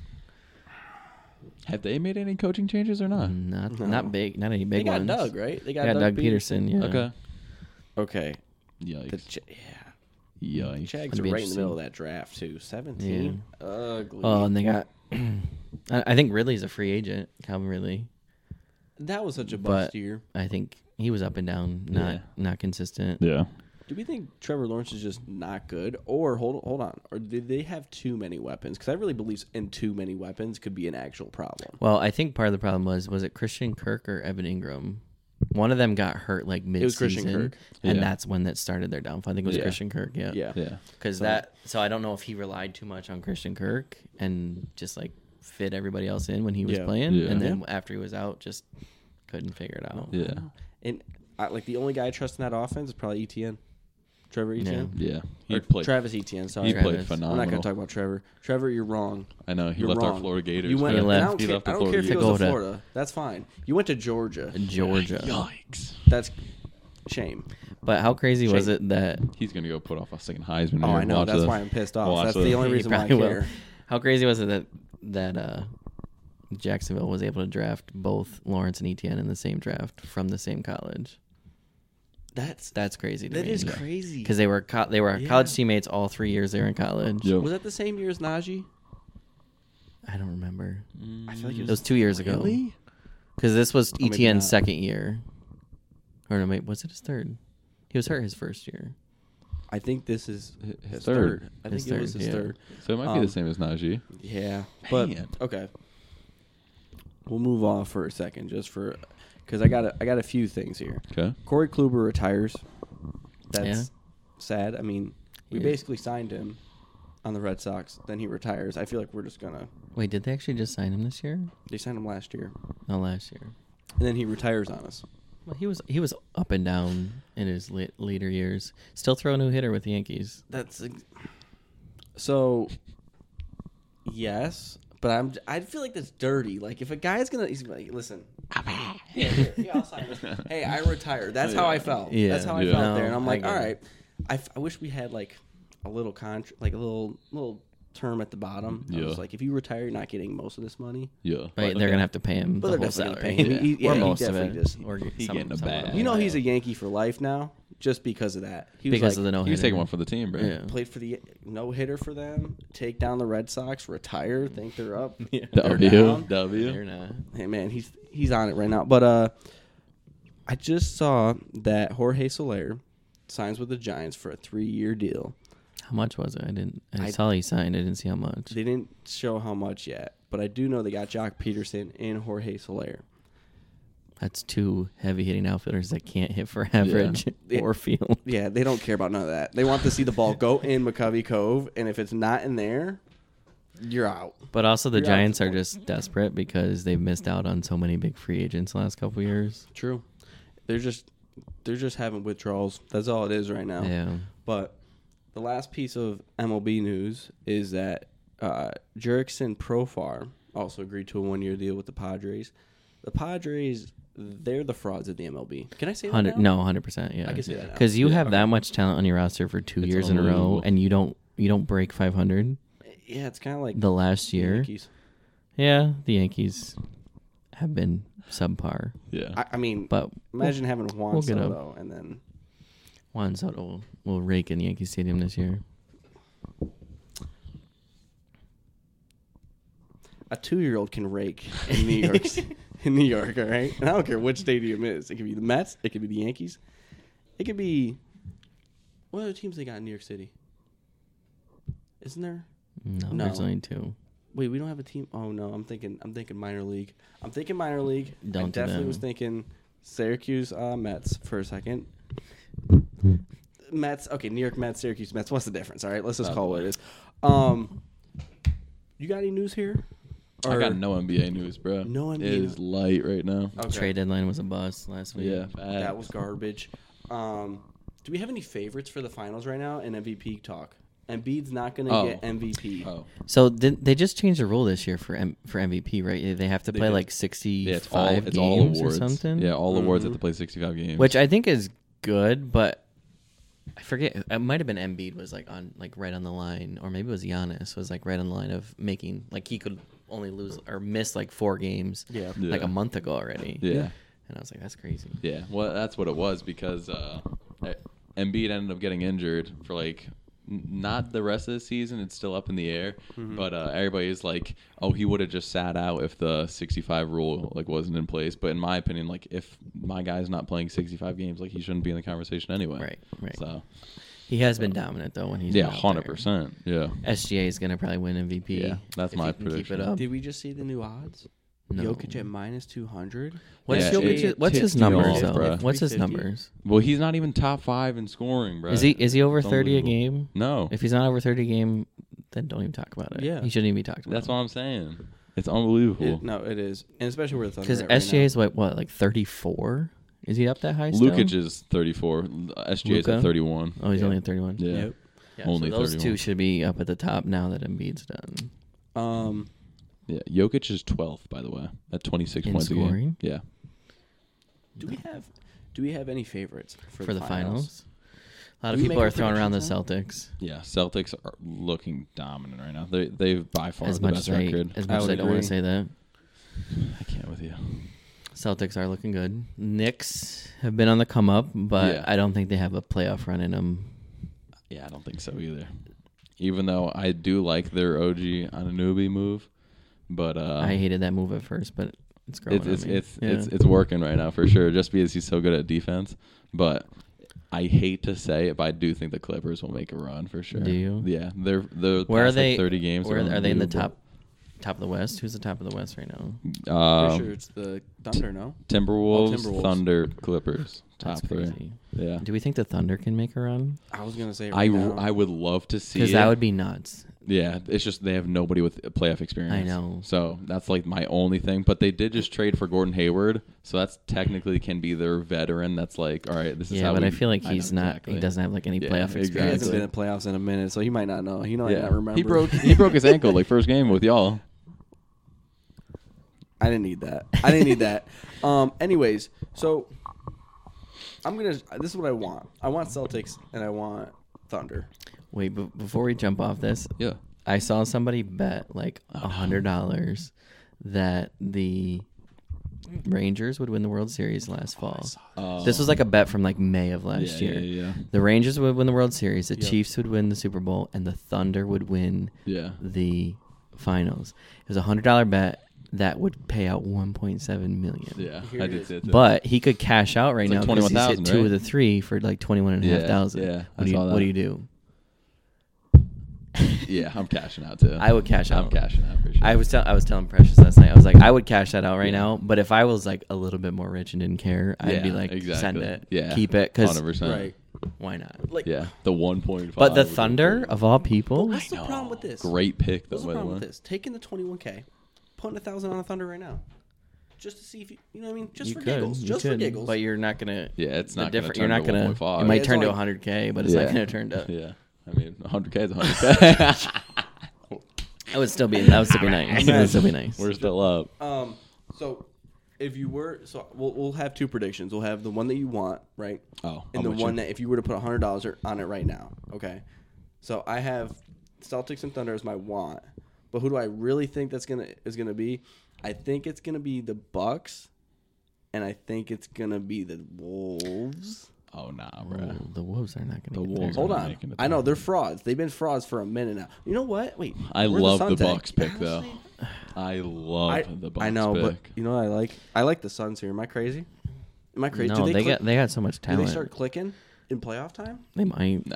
Speaker 2: Have they made any coaching changes or not?
Speaker 3: Mm-hmm.
Speaker 1: Not
Speaker 3: No.
Speaker 1: not big, not any
Speaker 3: they
Speaker 1: big
Speaker 3: got
Speaker 1: ones.
Speaker 3: Doug right. They
Speaker 1: They
Speaker 3: got,
Speaker 1: got Doug Peterson. Yeah.
Speaker 2: Okay.
Speaker 3: Okay, the
Speaker 2: Yikes.
Speaker 3: Ch- yeah. The
Speaker 2: Yikes.
Speaker 3: Jags
Speaker 1: Gonna
Speaker 3: are
Speaker 1: be
Speaker 3: right in the
Speaker 1: interesting.
Speaker 3: middle of that draft too. Seventeen, ugly.
Speaker 1: Oh, and they got. [clears throat] I I think Ridley's a free agent. Calvin Ridley.
Speaker 3: that was such a
Speaker 1: but-
Speaker 3: bust year.
Speaker 1: I think he was up and down, not
Speaker 2: Yeah.
Speaker 1: not consistent.
Speaker 2: Yeah.
Speaker 3: Do we think Trevor Lawrence is just not good, or hold hold on, or did they have too many weapons? Because I really believe in too many weapons could be an actual problem.
Speaker 1: Well, I think part of the problem was was it Christian Kirk or Evan Ingram? One of them got hurt like mid
Speaker 3: was Christian
Speaker 1: season,
Speaker 3: Kirk.
Speaker 1: and
Speaker 2: Yeah.
Speaker 1: that's when that started their downfall. I think it was
Speaker 2: Yeah.
Speaker 1: Christian Kirk. Yeah,
Speaker 3: Yeah,
Speaker 2: Yeah.
Speaker 1: Because that, so I don't know if he relied too much on Christian Kirk and just like fit everybody else in when he was
Speaker 3: Yeah.
Speaker 1: playing,
Speaker 2: Yeah.
Speaker 1: and then after he was out, just couldn't figure it out.
Speaker 2: Yeah.
Speaker 3: and I, like the only guy I trust in that offense is probably Etn, Trevor Etn,
Speaker 2: Yeah.
Speaker 3: or
Speaker 2: He played.
Speaker 3: Travis Etn. Sorry,
Speaker 2: he played
Speaker 1: Travis. I'm
Speaker 2: phenomenal.
Speaker 3: I'm not going to talk about Trevor. Trevor, you're wrong.
Speaker 2: I know he
Speaker 3: You're
Speaker 2: left
Speaker 3: wrong.
Speaker 2: our Florida Gators.
Speaker 3: You went.
Speaker 2: but-
Speaker 1: He
Speaker 3: I
Speaker 1: left.
Speaker 3: don't,
Speaker 2: He
Speaker 3: care,
Speaker 2: left the
Speaker 3: I don't
Speaker 2: Florida
Speaker 3: care if he
Speaker 2: Gators.
Speaker 3: goes to
Speaker 1: Dakota.
Speaker 3: Florida. That's fine. You went to Georgia.
Speaker 1: Georgia.
Speaker 2: Yikes.
Speaker 3: That's shame.
Speaker 1: But how crazy was
Speaker 3: Shame.
Speaker 1: it that
Speaker 2: He's gonna go put off a second Heisman.
Speaker 3: Oh,
Speaker 2: here.
Speaker 3: I know.
Speaker 2: Watch
Speaker 3: That's
Speaker 2: this.
Speaker 3: why I'm pissed off.
Speaker 2: Watch
Speaker 3: That's
Speaker 2: this.
Speaker 3: the only
Speaker 1: He
Speaker 3: reason why I
Speaker 1: probably will.
Speaker 3: care.
Speaker 1: How crazy was it that that uh, Jacksonville was able to draft both Lawrence and Etienne in the same draft from the same college?
Speaker 3: That's
Speaker 1: That's crazy. To
Speaker 3: that
Speaker 1: me.
Speaker 3: is crazy.
Speaker 1: because they were co- they were
Speaker 3: Yeah.
Speaker 1: college teammates all three years they were in college.
Speaker 2: Yep.
Speaker 3: Was that the same year as Najee?
Speaker 1: I don't remember.
Speaker 3: I
Speaker 2: Mm.
Speaker 3: feel like
Speaker 1: It was two years ago. Because this was
Speaker 3: Mm. Oh, maybe
Speaker 1: Etienne's
Speaker 3: not.
Speaker 1: second year. Or no, wait, was it his third? He was hurt his first year.
Speaker 3: I think this is his,
Speaker 2: his
Speaker 3: third.
Speaker 2: third.
Speaker 3: I
Speaker 1: His
Speaker 3: think it was
Speaker 1: third,
Speaker 3: his
Speaker 1: yeah.
Speaker 3: third.
Speaker 2: So it might be
Speaker 3: Um,
Speaker 2: the same as Najee.
Speaker 3: Yeah, but
Speaker 2: Man.
Speaker 3: okay. We'll move off for a second, just for because I got a, I got a few things here.
Speaker 2: Okay.
Speaker 3: Corey Kluber retires. That's
Speaker 1: Yeah.
Speaker 3: sad. I mean, we
Speaker 1: Yeah.
Speaker 3: basically signed him on the Red Sox. Then he retires. I feel like we're just gonna.
Speaker 1: Wait, did they actually just sign him this year?
Speaker 3: They signed him last year,
Speaker 1: No, last year.
Speaker 3: and then he retires on us.
Speaker 1: Well, he was he was up and down in his lit- later years. Still throw new hitter with the Yankees.
Speaker 3: That's ex- so. Yes, but I'm. I feel like that's dirty. Like if a guy's gonna, he's gonna be like, listen. Yeah, here, yeah, I'll sign this.
Speaker 1: [laughs]
Speaker 3: hey, I retired. That's how I felt.
Speaker 1: Yeah.
Speaker 3: That's how I
Speaker 2: Yeah.
Speaker 3: felt
Speaker 1: No,
Speaker 3: there, and I'm
Speaker 1: I
Speaker 3: like,
Speaker 1: get
Speaker 3: all
Speaker 1: it.
Speaker 3: right. I, f- I wish we had like a little contract, like a little little term at the bottom. I
Speaker 2: Yeah.
Speaker 3: was like, if you retire, you're not getting most of this money.
Speaker 2: Yeah.
Speaker 1: But they're gonna have to pay him
Speaker 3: But
Speaker 1: the
Speaker 3: they're
Speaker 1: whole
Speaker 3: definitely
Speaker 1: salary,
Speaker 3: gonna pay him. He- yeah,
Speaker 1: or
Speaker 3: he
Speaker 1: most of it,
Speaker 3: definitely does.
Speaker 1: or
Speaker 2: He
Speaker 1: some,
Speaker 2: getting a
Speaker 1: some of
Speaker 2: bag.
Speaker 1: it.
Speaker 3: You know, he's a Yankee for life now, just because of that. He was
Speaker 1: because
Speaker 3: like,
Speaker 1: of the no.
Speaker 2: He was taking one for the team, bro.
Speaker 1: Yeah.
Speaker 3: played for the no hitter for them. Take down the Red Sox. Retire. Think
Speaker 1: [laughs]
Speaker 3: they're up.
Speaker 2: W
Speaker 3: They're down.
Speaker 2: W.
Speaker 1: They're not.
Speaker 3: Hey man, he's he's on it right now. But uh, I just saw that Jorge Soler signs with the Giants for a three-year deal.
Speaker 1: How much was it? I didn't. I, saw he signed. I didn't see how much.
Speaker 3: They didn't show how much yet, but I do know they got Jock Peterson and Jorge Soler.
Speaker 1: That's two heavy hitting outfielders that can't hit for average
Speaker 3: Yeah.
Speaker 1: or field.
Speaker 3: Yeah, they don't care about none of that. They want to see the ball go in McCovey Cove, and if it's not in there, you're out.
Speaker 1: But also the
Speaker 3: You're out.
Speaker 1: Giants are just desperate because they've missed out on so many big free agents the last couple years.
Speaker 3: True. They're just they're just having withdrawals. That's all it is right now.
Speaker 1: Yeah.
Speaker 3: But the last piece of MLB news is that uh, Jerickson Profar also agreed to a one-year deal with the Padres. The Padres, they're the frauds of the MLB. Can I say that
Speaker 1: Hundred
Speaker 3: now?
Speaker 1: no, hundred percent. Yeah,
Speaker 3: I can see that now.
Speaker 1: because you have that much talent on your roster for two years in a row,
Speaker 2: unbelievable.
Speaker 1: and you don't you don't break five hundred
Speaker 3: Yeah, it's kind of like
Speaker 1: the last year.
Speaker 3: Yankees.
Speaker 1: Yeah, the Yankees have been subpar,
Speaker 2: Yeah.
Speaker 3: I, I mean,
Speaker 1: but
Speaker 3: imagine having Juan
Speaker 1: we'll get 'em.
Speaker 3: Soto and then
Speaker 1: Juan Soto will, will rake in Yankee Stadium this year.
Speaker 3: a two-year-old can rake in New
Speaker 1: [laughs]
Speaker 3: York. in New York, all right. And I don't care which stadium it is. It could be the Mets. It could be the Yankees. It could be what other teams they got in New York City. Isn't there?
Speaker 1: No,
Speaker 3: No.
Speaker 1: there's only two.
Speaker 3: Wait, we don't have a team. Oh no, I'm thinking. I'm thinking minor league. I'm thinking minor league.
Speaker 1: Don't
Speaker 3: I
Speaker 1: do
Speaker 3: definitely
Speaker 1: them.
Speaker 3: was thinking Syracuse uh, Mets for a second. Mets. Okay, New York Mets, Syracuse Mets. What's the difference? All right, let's
Speaker 2: Oh,
Speaker 3: just call it what it is. Um, you got any news here?
Speaker 2: I
Speaker 3: Or-
Speaker 2: got no NBA news, bro.
Speaker 3: No
Speaker 2: It
Speaker 3: NBA.
Speaker 2: is light right now.
Speaker 3: Okay.
Speaker 1: Trade deadline was a bust last week.
Speaker 2: Yeah.
Speaker 3: Oh, That
Speaker 2: facts.
Speaker 3: was garbage. Um, do we have any favorites for the finals right now? And MVP talk. Embiid's not going to
Speaker 2: Oh.
Speaker 3: get MVP.
Speaker 2: Oh.
Speaker 1: So did, they just changed the rule this year for M, for MVP, right? They have to play
Speaker 2: did.
Speaker 1: like sixty
Speaker 2: Yeah,
Speaker 1: five
Speaker 2: it's all
Speaker 1: games
Speaker 2: it's all
Speaker 1: or
Speaker 2: awards.
Speaker 1: something.
Speaker 2: Yeah, all awards
Speaker 3: Mm-hmm.
Speaker 2: have to play 65 games.
Speaker 1: which I think is good, but I forget. It might have been Embiid was like on like right on the line, or maybe it was Giannis was like right on the line of making like he could only lose or miss like four games.
Speaker 3: Yeah.
Speaker 1: like
Speaker 2: Yeah.
Speaker 1: a month ago already.
Speaker 2: Yeah.
Speaker 1: and I was like, that's crazy.
Speaker 2: Yeah, well, that's what it was because uh, Embiid ended up getting injured for like n- not the rest of the season. It's still up in the air,
Speaker 1: Mm-hmm.
Speaker 2: but uh, everybody's like, "Oh, he would have just sat out if the 65 rule like wasn't in place." But in my opinion, like if my guy's not playing 65 games, like he shouldn't be in the conversation anyway.
Speaker 1: Right, right.
Speaker 2: So
Speaker 1: He has been dominant though when he's
Speaker 2: yeah,
Speaker 1: been out
Speaker 2: hundred percent. Yeah,
Speaker 1: there. SGA is gonna probably win MVP.
Speaker 2: Yeah, that's
Speaker 1: if
Speaker 2: my
Speaker 1: he can
Speaker 2: prediction.
Speaker 1: Keep it up.
Speaker 3: Did we just see the new odds?
Speaker 1: No.
Speaker 3: Jokic at minus 200?
Speaker 1: What's
Speaker 2: Yeah,
Speaker 1: Jokic's-
Speaker 2: it
Speaker 1: what's his
Speaker 2: ticked me
Speaker 1: numbers though?
Speaker 2: off, bro.
Speaker 1: What's his
Speaker 3: 350?
Speaker 1: numbers?
Speaker 2: Well, he's not even top five in scoring, bro.
Speaker 1: Is he is he over
Speaker 2: It's
Speaker 1: thirty a
Speaker 2: unbelievable.
Speaker 1: game?
Speaker 2: No,
Speaker 1: If he's not over thirty a game, then don't even talk about it.
Speaker 3: Yeah.
Speaker 1: he shouldn't even be talked about.
Speaker 2: that's what I'm saying. It's unbelievable.
Speaker 3: It- no, it is. And especially where the Thunder
Speaker 1: Because
Speaker 3: at right
Speaker 1: SGA is what, what, like 34? Is he up that high still?
Speaker 2: Lukic is 34. SGA is
Speaker 1: Luka?
Speaker 2: at 31.
Speaker 1: Oh, he's
Speaker 3: Yeah.
Speaker 1: only at 31.
Speaker 2: Yeah.
Speaker 3: Yep.
Speaker 1: Yeah, so
Speaker 2: Only
Speaker 1: those
Speaker 2: 31.
Speaker 1: two should be up at the top now that Embiid's done.
Speaker 3: now. Um,
Speaker 2: Yeah. Jokic is 12th, by the way, at 26
Speaker 1: In
Speaker 2: points a game.
Speaker 1: scoring?
Speaker 2: Yeah.
Speaker 3: do we have do we have any favorites for,
Speaker 1: For the finals? A lot
Speaker 3: Do
Speaker 1: of
Speaker 3: we
Speaker 1: people
Speaker 3: make
Speaker 1: are
Speaker 3: our
Speaker 1: throwing around the
Speaker 3: predictions
Speaker 1: Celtics
Speaker 2: Yeah. Celtics are looking dominant right now. They, they've by far
Speaker 1: as
Speaker 2: the
Speaker 1: much
Speaker 2: best
Speaker 1: as I,
Speaker 2: record.
Speaker 1: as
Speaker 3: I
Speaker 1: much as
Speaker 3: would
Speaker 1: I don't want
Speaker 3: agree.
Speaker 1: to say that.
Speaker 2: I can't with you.
Speaker 1: Celtics are looking good. Knicks have been on the come up, but
Speaker 2: Yeah.
Speaker 1: I don't think they have a playoff run in them.
Speaker 2: Yeah, I don't think so either. Even though I do like their OG Anunoby move, but uh,
Speaker 1: I hated that move at first, but it's growing
Speaker 2: it's it's
Speaker 1: on me.
Speaker 2: it's,
Speaker 1: Yeah.
Speaker 2: it's it's working right now for sure. Just because he's so good at defense, but I hate to say it, but I do think the Clippers will make a run for sure.
Speaker 1: Do you?
Speaker 2: Yeah, they're they're
Speaker 1: Where are
Speaker 2: past, like,
Speaker 1: they?
Speaker 2: Thirty games.
Speaker 1: Where, are they in the top
Speaker 2: unbelievable.
Speaker 1: top of the West? Who's the top of the West right now?
Speaker 2: Um,
Speaker 3: Pretty sure it's the Thunder, no?
Speaker 2: Timberwolves,
Speaker 3: Oh, Timberwolves.
Speaker 2: Thunder, Clippers, top
Speaker 1: That's
Speaker 2: three.
Speaker 1: crazy.
Speaker 2: Yeah,
Speaker 1: Do we think the Thunder can make a run?
Speaker 3: I was going to say
Speaker 2: I,
Speaker 3: right now.
Speaker 2: I would love to see
Speaker 1: Because that
Speaker 2: it.
Speaker 1: would be nuts.
Speaker 2: Yeah, it's just they have nobody with playoff experience.
Speaker 1: I know.
Speaker 2: So that's like my only thing. But they did just trade for Gordon Hayward, so that's technically can be their veteran. That's like, all right, this is
Speaker 1: yeah,
Speaker 2: how.
Speaker 1: but
Speaker 2: we-
Speaker 1: I feel like
Speaker 2: know
Speaker 1: he's not.
Speaker 2: exactly.
Speaker 1: He doesn't have like any
Speaker 2: Yeah,
Speaker 1: playoff
Speaker 2: exactly.
Speaker 1: experience.
Speaker 3: he hasn't been in the playoffs in a minute, so he might not know. He might not remember.
Speaker 2: he
Speaker 3: [laughs]
Speaker 2: broke he broke his ankle like first game with y'all.
Speaker 3: I didn't need that. I didn't
Speaker 2: [laughs]
Speaker 3: need that. Um. Anyways, so I'm gonna. This is what I want. I want Celtics and I want Thunder.
Speaker 1: Wait, but before we jump off this,
Speaker 2: Yeah.
Speaker 1: I saw somebody bet like
Speaker 2: Uh-huh.
Speaker 1: a hundred dollars that the Rangers would win the World Series last
Speaker 2: Oh,
Speaker 1: fall. this was like
Speaker 2: Um,
Speaker 1: a bet from like May of last
Speaker 2: Yeah,
Speaker 1: year.
Speaker 2: yeah, yeah.
Speaker 1: The Rangers would win the World Series, the Chiefs would win the Super Bowl, and the Thunder would win
Speaker 2: Yeah.
Speaker 1: the finals. It was a hundred dollar bet that would pay out one point seven million.
Speaker 2: Yeah.
Speaker 3: Here
Speaker 2: I
Speaker 3: it
Speaker 2: did
Speaker 3: is.
Speaker 2: see it too.
Speaker 1: But he could cash out right
Speaker 2: It's like
Speaker 1: now because he's hit
Speaker 2: 21,000,
Speaker 1: two
Speaker 2: right?
Speaker 1: of the three for like twenty one and a half
Speaker 2: Yeah,
Speaker 1: thousand.
Speaker 2: yeah, I
Speaker 1: What do you
Speaker 2: saw
Speaker 1: what do
Speaker 2: that.
Speaker 1: you do?
Speaker 2: yeah, I'm cashing out too.
Speaker 1: I would cash
Speaker 2: I'm
Speaker 1: out.
Speaker 2: cashing out for sure.
Speaker 1: I was tell- I was telling Precious last night. I was like, I would cash that out right now. But if I was like a little bit more rich and didn't care, I'd be
Speaker 2: Yeah,
Speaker 1: like, send
Speaker 2: exactly.
Speaker 1: it,
Speaker 2: Yeah.
Speaker 1: keep it, because
Speaker 2: 100%.
Speaker 3: Right.
Speaker 1: why not?
Speaker 3: Like,
Speaker 2: Yeah. The 1.5.
Speaker 1: But the
Speaker 2: would be
Speaker 1: Thunder of all people,
Speaker 3: what's the problem with this?
Speaker 2: Great pick. That
Speaker 3: What's the
Speaker 2: went
Speaker 3: problem with
Speaker 2: one.
Speaker 3: this? Taking the 21k, putting a thousand on the Thunder right now, just to see if you, you know what I mean. Just
Speaker 1: you
Speaker 3: for
Speaker 1: could,
Speaker 3: giggles.
Speaker 1: you
Speaker 3: just for
Speaker 1: could,
Speaker 3: giggles.
Speaker 1: but you're not gonna.
Speaker 2: Yeah, it's
Speaker 1: the
Speaker 2: not
Speaker 1: different.
Speaker 2: different.
Speaker 1: You're not gonna. It
Speaker 2: 1.5.
Speaker 1: might
Speaker 3: Yeah,
Speaker 1: turn
Speaker 3: it's
Speaker 1: to
Speaker 3: only-
Speaker 1: 100k, but it's
Speaker 2: Yeah.
Speaker 1: not gonna
Speaker 2: [laughs]
Speaker 1: turn to.
Speaker 2: Yeah. I mean, 100K is
Speaker 1: [laughs]
Speaker 2: 100K.
Speaker 1: That would still be. That would still
Speaker 3: [laughs]
Speaker 1: be nice. That would [laughs] still be nice.
Speaker 2: We're still up.
Speaker 3: um, so if you were, so we'll, we'll have two predictions. We'll have the one that you want, right?
Speaker 2: Oh, I'm
Speaker 3: and the
Speaker 2: with you.
Speaker 3: one that if you were to put hundred dollars on it right now, okay. So I have Celtics and Thunder as my want, but who do I really think that's gonna is gonna be? I think it's gonna be the Bucks, and I think it's gonna be the Wolves.
Speaker 2: Oh, nah,
Speaker 1: Oh,
Speaker 2: bro.
Speaker 1: the Wolves are not gonna. get
Speaker 2: Wolves
Speaker 1: there.
Speaker 2: are-
Speaker 3: Hold
Speaker 2: not
Speaker 3: on,
Speaker 2: making it
Speaker 3: I know they're frauds. They've been frauds for a minute now. You know what? Wait,
Speaker 2: I
Speaker 3: we're
Speaker 2: love the,
Speaker 3: Suns, eh?
Speaker 2: Bucks pick, though.
Speaker 3: Honestly,
Speaker 2: I love
Speaker 3: I,
Speaker 2: the Bucks
Speaker 3: I know,
Speaker 2: pick.
Speaker 3: but you know what I like? I like the Suns here. Am I crazy? Am I crazy?
Speaker 1: No,
Speaker 3: do
Speaker 1: they,
Speaker 3: they, click,
Speaker 1: got they got so much
Speaker 3: do
Speaker 1: talent.
Speaker 3: they start clicking in playoff time?
Speaker 1: They might. No,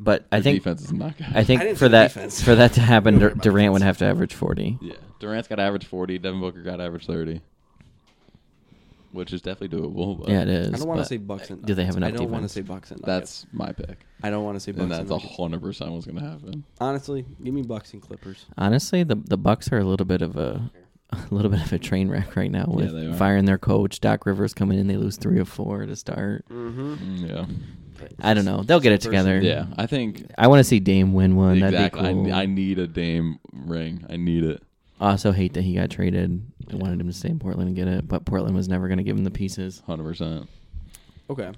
Speaker 1: but I think
Speaker 2: defense is not good.
Speaker 1: I think
Speaker 3: I didn't
Speaker 1: for
Speaker 3: say
Speaker 1: that
Speaker 3: defense.
Speaker 1: for that to happen,
Speaker 3: [laughs] Don't worry
Speaker 1: Dur-
Speaker 3: about
Speaker 1: Durant would have
Speaker 3: defense.
Speaker 1: to average 40.
Speaker 2: [laughs] Yeah, Durant's got average forty. Devin Booker got average thirty, which is definitely doable. But
Speaker 1: Yeah, it is.
Speaker 3: I don't want to
Speaker 1: but
Speaker 3: say Bucks and
Speaker 1: Do they have
Speaker 3: Nuggets.
Speaker 1: enough
Speaker 3: I don't want to
Speaker 1: defense?
Speaker 3: say Bucks and Nuggets.
Speaker 2: That's my pick,
Speaker 3: I don't want to say Bucks
Speaker 2: and
Speaker 3: and,
Speaker 2: that's a
Speaker 3: Nuggets.
Speaker 2: hundred percent what's gonna happen.
Speaker 3: Honestly, give me Bucks and Clippers.
Speaker 1: Honestly, the the Bucks are a little bit of a [laughs] a little bit of a train wreck right now with
Speaker 2: they are.
Speaker 1: firing their coach. Doc Rivers coming in, they lose three or four to start.
Speaker 3: Mm-hmm.
Speaker 2: Mm, Yeah,
Speaker 1: I don't know. They'll get it
Speaker 3: Person-
Speaker 1: together.
Speaker 2: yeah. I think
Speaker 1: I want to see Dame win one.
Speaker 2: exactly. I-
Speaker 1: That'd be cool.
Speaker 2: I,
Speaker 1: I,
Speaker 2: need a Dame ring. I need it.
Speaker 1: also hate that he got traded. I wanted him to stay in Portland and get it, but Portland was never going to give him the pieces.
Speaker 2: Hundred percent.
Speaker 3: Okay.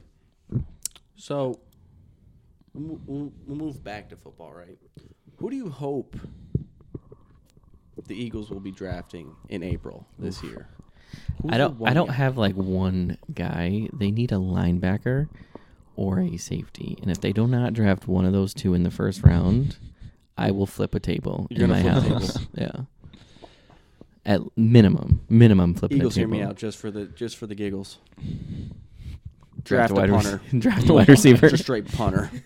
Speaker 3: So we'll, we'll we'll move back to football, right? Who do you hope the Eagles will be drafting in April this year? Who's
Speaker 1: I
Speaker 3: the
Speaker 1: don't.
Speaker 3: one
Speaker 1: I don't
Speaker 3: guy?
Speaker 1: have like one guy. They need a linebacker or a safety, and if they do not draft one of those two in the first round, I will flip a table
Speaker 3: You're
Speaker 1: in my
Speaker 3: gonna flip a
Speaker 1: house. [laughs] yeah. At minimum, minimum flipping
Speaker 3: Eagles.
Speaker 1: a
Speaker 3: Hear
Speaker 1: table.
Speaker 3: me out, just for the just for the giggles.
Speaker 1: Draft,
Speaker 3: Draft
Speaker 1: a
Speaker 3: a
Speaker 1: wide
Speaker 3: punter.
Speaker 1: receiver. [laughs] draft a wide receiver.
Speaker 3: Just straight punter. [laughs]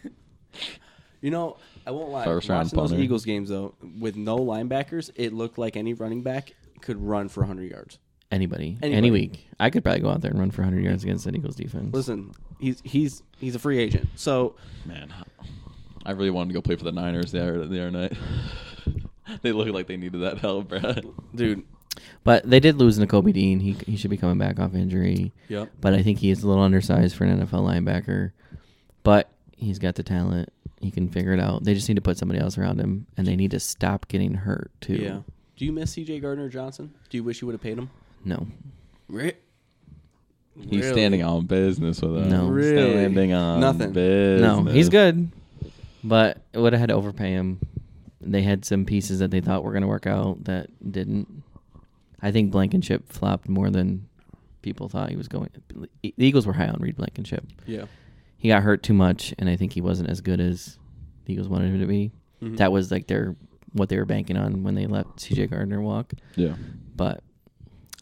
Speaker 3: You know, I won't lie.
Speaker 2: First round
Speaker 3: watching those
Speaker 2: punter.
Speaker 3: Eagles games though, with no linebackers, it looked like any running back could run for 100 yards.
Speaker 1: Anybody, any
Speaker 3: Anybody.
Speaker 1: week, I could probably go out there and run for 100 yards against that Eagles defense.
Speaker 3: Listen, he's he's he's a free agent. So
Speaker 2: Man, I really wanted to go play for the Niners the other, the other night. [laughs] they look like they needed that help, bro.
Speaker 3: dude.
Speaker 1: But they did lose N'Kobe Dean. He he should be coming back off injury.
Speaker 3: Yep.
Speaker 1: But I think he is a little undersized for an NFL linebacker. But he's got the talent. He can figure it out. They just need to put somebody else around him, and they need to stop getting hurt too.
Speaker 3: Yeah. Do you miss C.J. Gardner Johnson? Do you wish you would have paid him?
Speaker 1: No.
Speaker 2: He's standing on business with us.
Speaker 1: No.
Speaker 3: Really?
Speaker 2: Standing on
Speaker 3: Nothing.
Speaker 2: Business.
Speaker 1: No. He's good, but it would have had to overpay him. They had some pieces that they thought were going to work out that didn't. I think Blankenship flopped more than people thought he was going. The Eagles were high on Reed Blankenship.
Speaker 3: Yeah.
Speaker 1: he got hurt too much, and I think he wasn't as good as the Eagles wanted him to be.
Speaker 3: Mhm.
Speaker 1: That was like their what they were banking on when they let C.J. Gardner walk.
Speaker 2: Yeah.
Speaker 1: But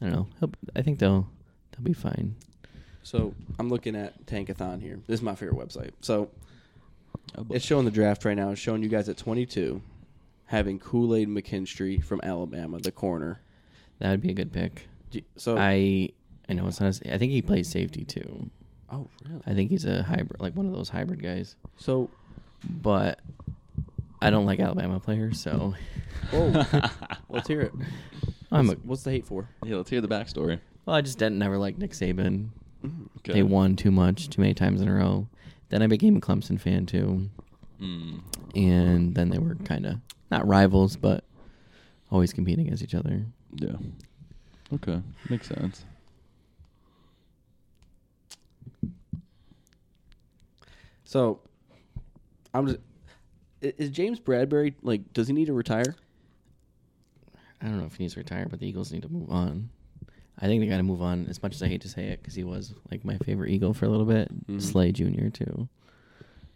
Speaker 1: I don't know. He'll, I think they'll they'll be fine.
Speaker 3: So I'm looking at Tankathon here. This is my favorite website. So
Speaker 1: Oh,
Speaker 3: it's showing the draft right now. It's showing you guys at 22 having Kool Aid McKinstry from Alabama, the corner.
Speaker 1: That would be a good pick.
Speaker 3: Do you- So
Speaker 1: I I know it's not. A, I think he plays safety too.
Speaker 3: oh really?
Speaker 1: I think he's a hybrid, like one of those hybrid guys.
Speaker 3: So
Speaker 1: But I don't like Alabama players, so
Speaker 2: [laughs]
Speaker 3: whoa,
Speaker 1: Oh.
Speaker 3: let's hear it.
Speaker 1: I'm a.
Speaker 3: What's- what's the hate for?
Speaker 2: Yeah, let's hear the backstory.
Speaker 1: Well, I just didn't never like Nick Saban.
Speaker 2: Okay.
Speaker 1: They won too much, too many times in a row. Then I became a Clemson fan too.
Speaker 2: Mm.
Speaker 1: and then they were kind of not rivals, but always competing against each other.
Speaker 2: Yeah. Okay, makes sense.
Speaker 3: So I'm just i- is James Bradbury like? Does he need to retire?
Speaker 1: I don't know if he needs to retire, but the Eagles need to move on. I think they got to move on. As much as I hate to say it, because he was like my favorite Eagle for a little bit, Slay Jr. too.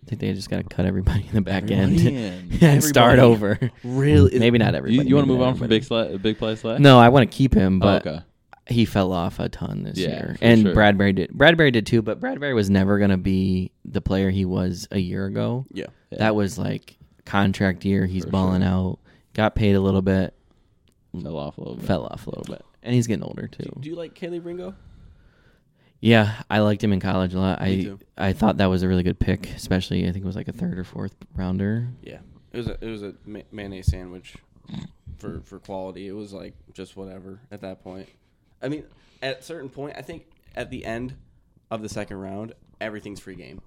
Speaker 1: I think they just got to cut everybody [laughs] in the back
Speaker 2: Everybody
Speaker 1: end
Speaker 2: in.
Speaker 1: [laughs] and start over.
Speaker 3: Really?
Speaker 1: [laughs]
Speaker 3: Is-
Speaker 1: Maybe not everybody.
Speaker 2: You, you want to
Speaker 1: maybe
Speaker 2: move
Speaker 1: not
Speaker 2: on from
Speaker 1: everybody.
Speaker 2: big sla- big play slash?
Speaker 1: No, I want to keep him,
Speaker 2: Oh,
Speaker 1: but
Speaker 2: okay.
Speaker 1: he fell off a ton this
Speaker 2: Yeah,
Speaker 1: year,
Speaker 2: for
Speaker 1: and
Speaker 2: sure.
Speaker 1: Bradbury did. Bradbury did too, but Bradbury was never gonna be the player he was a year ago.
Speaker 3: Yeah.
Speaker 1: That was like contract year. He's
Speaker 2: For
Speaker 1: balling out. Got paid a little bit.
Speaker 2: Fell off a little bit.
Speaker 1: Fell off a little bit, and he's getting older too.
Speaker 3: Do you like Kelly Ringo?
Speaker 1: Yeah, I liked him in college a lot. I
Speaker 3: too.
Speaker 1: I thought that was a really good pick, especially I think it was like a third or fourth
Speaker 3: [laughs]
Speaker 1: rounder.
Speaker 3: Yeah. It was a it was a ma- mayonnaise sandwich for for quality. It was like just whatever at that point. I mean, at a certain point, I think at the end of the second round, everything's free game.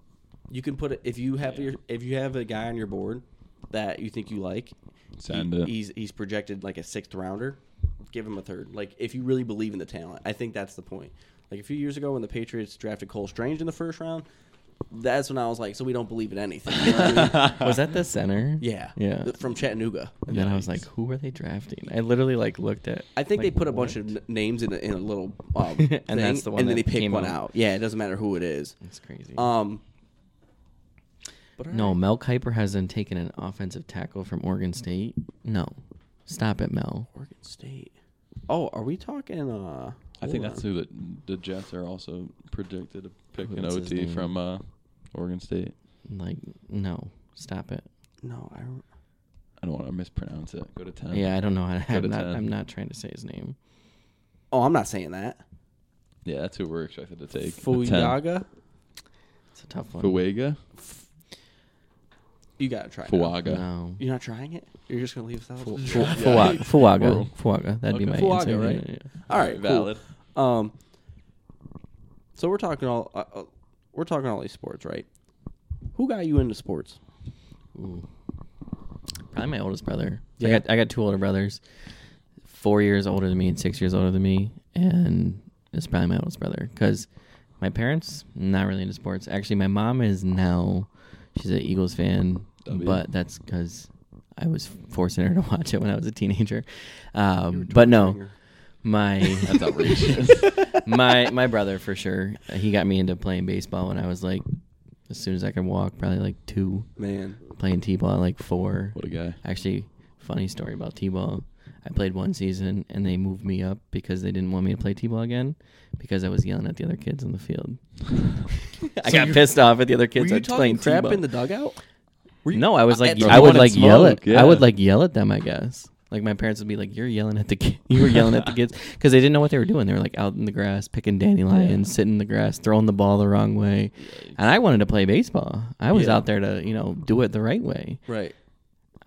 Speaker 3: You can put it if you have your if you have a guy on your board that you think you like.
Speaker 2: Send
Speaker 3: he-
Speaker 2: it.
Speaker 3: He's he's projected like a sixth rounder. Give him a third. Like if you really believe in the talent, I think that's the point. Like a few years ago when the Patriots drafted Cole Strange in the first round, that's when I was like, so we don't believe in anything. You know what I mean?
Speaker 2: [laughs]
Speaker 1: Was that the center?
Speaker 3: Yeah.
Speaker 1: Yeah.
Speaker 3: Th- From Chattanooga.
Speaker 1: And then I was like, who were they drafting? I literally like looked at.
Speaker 3: I think
Speaker 1: like,
Speaker 3: they put a bunch
Speaker 1: what?
Speaker 3: of n- names in a, in a little um,
Speaker 1: [laughs] And
Speaker 3: thing,
Speaker 1: that's the one
Speaker 3: and then
Speaker 1: that
Speaker 3: they pick
Speaker 1: came
Speaker 3: one
Speaker 1: out.
Speaker 3: out. Yeah, it doesn't matter who it is.
Speaker 1: It's crazy.
Speaker 3: Um, but
Speaker 1: No, Mel Kiper hasn't taken an offensive tackle from Oregon State. No. Stop it, Mel.
Speaker 3: Oregon State. Oh, are we talking? Uh,
Speaker 2: I think
Speaker 3: hold
Speaker 2: that's
Speaker 3: on.
Speaker 2: who the, the Jets are also predicted to pick an
Speaker 1: What's his
Speaker 2: OT
Speaker 1: name?
Speaker 2: from uh, Oregon State.
Speaker 1: Like, no. Stop it.
Speaker 3: No, I. rem-
Speaker 2: I don't want to mispronounce it. Uh, Go to 10.
Speaker 1: Yeah, I don't know. How,
Speaker 2: to
Speaker 1: I'm not.
Speaker 2: 10.
Speaker 1: I'm not trying to say his name.
Speaker 3: Oh, I'm not saying that.
Speaker 2: Yeah, that's who we're expected to take. A 10.
Speaker 3: Fuyaga.
Speaker 1: It's a tough one.
Speaker 2: Fuega?
Speaker 3: You gotta try. it now.
Speaker 2: Fuaga.
Speaker 1: No.
Speaker 3: You're not trying it. You're just gonna leave us out.
Speaker 1: Fu- Fuaga. Fuaga.
Speaker 2: Whoa.
Speaker 1: Fuaga. That'd be my
Speaker 2: Okay.
Speaker 3: Fuaga,
Speaker 1: answer.
Speaker 3: right?
Speaker 1: Yeah, yeah.
Speaker 3: All right, cool.
Speaker 2: Valid.
Speaker 3: Um. So we're talking all uh, uh, we're talking all these sports, right? Who got you into sports?
Speaker 1: Ooh. Probably my oldest brother. I
Speaker 3: Yeah.
Speaker 1: got I got two older brothers, four years older than me and six years older than me, and it's probably my oldest brother because my parents not really into sports. Actually, my mom is now. She's an Eagles fan,
Speaker 2: W.
Speaker 1: but that's because I was forcing her to [laughs] watch it when I was a teenager. Um, but no, my
Speaker 2: [laughs] That's outrageous.
Speaker 1: [laughs] my my brother for sure. He got me into playing baseball when I was like, as soon as I could walk, probably like two
Speaker 3: Man,
Speaker 1: playing t-ball at like four.
Speaker 2: what a guy. [laughs]
Speaker 1: Actually, funny story about t-ball. I played one season and they moved me up because they didn't want me to play t-ball again because I was yelling at the other kids in the field. [laughs] I
Speaker 3: So
Speaker 1: got
Speaker 3: you-
Speaker 1: pissed off at the other kids.
Speaker 3: were
Speaker 1: I
Speaker 3: you
Speaker 1: was playing
Speaker 3: talking crap
Speaker 1: t-ball.
Speaker 3: in the dugout? Were you-
Speaker 1: no, I was like,
Speaker 3: at
Speaker 1: I
Speaker 3: the-
Speaker 1: would
Speaker 2: You
Speaker 1: like
Speaker 2: wanted
Speaker 1: yell
Speaker 2: smoke,
Speaker 1: at, I would
Speaker 2: yeah.
Speaker 1: like yell at them. I guess. Like my parents would be like, "You're yelling at the kid. [laughs] You were yelling at the
Speaker 3: [laughs]
Speaker 1: kids because they didn't know what they were doing. They were like out in the grass picking dandelions, sitting in the grass, throwing the ball the wrong way. And I wanted to play baseball. I was
Speaker 3: Yeah.
Speaker 1: out there to you know do it the right way.
Speaker 3: Right.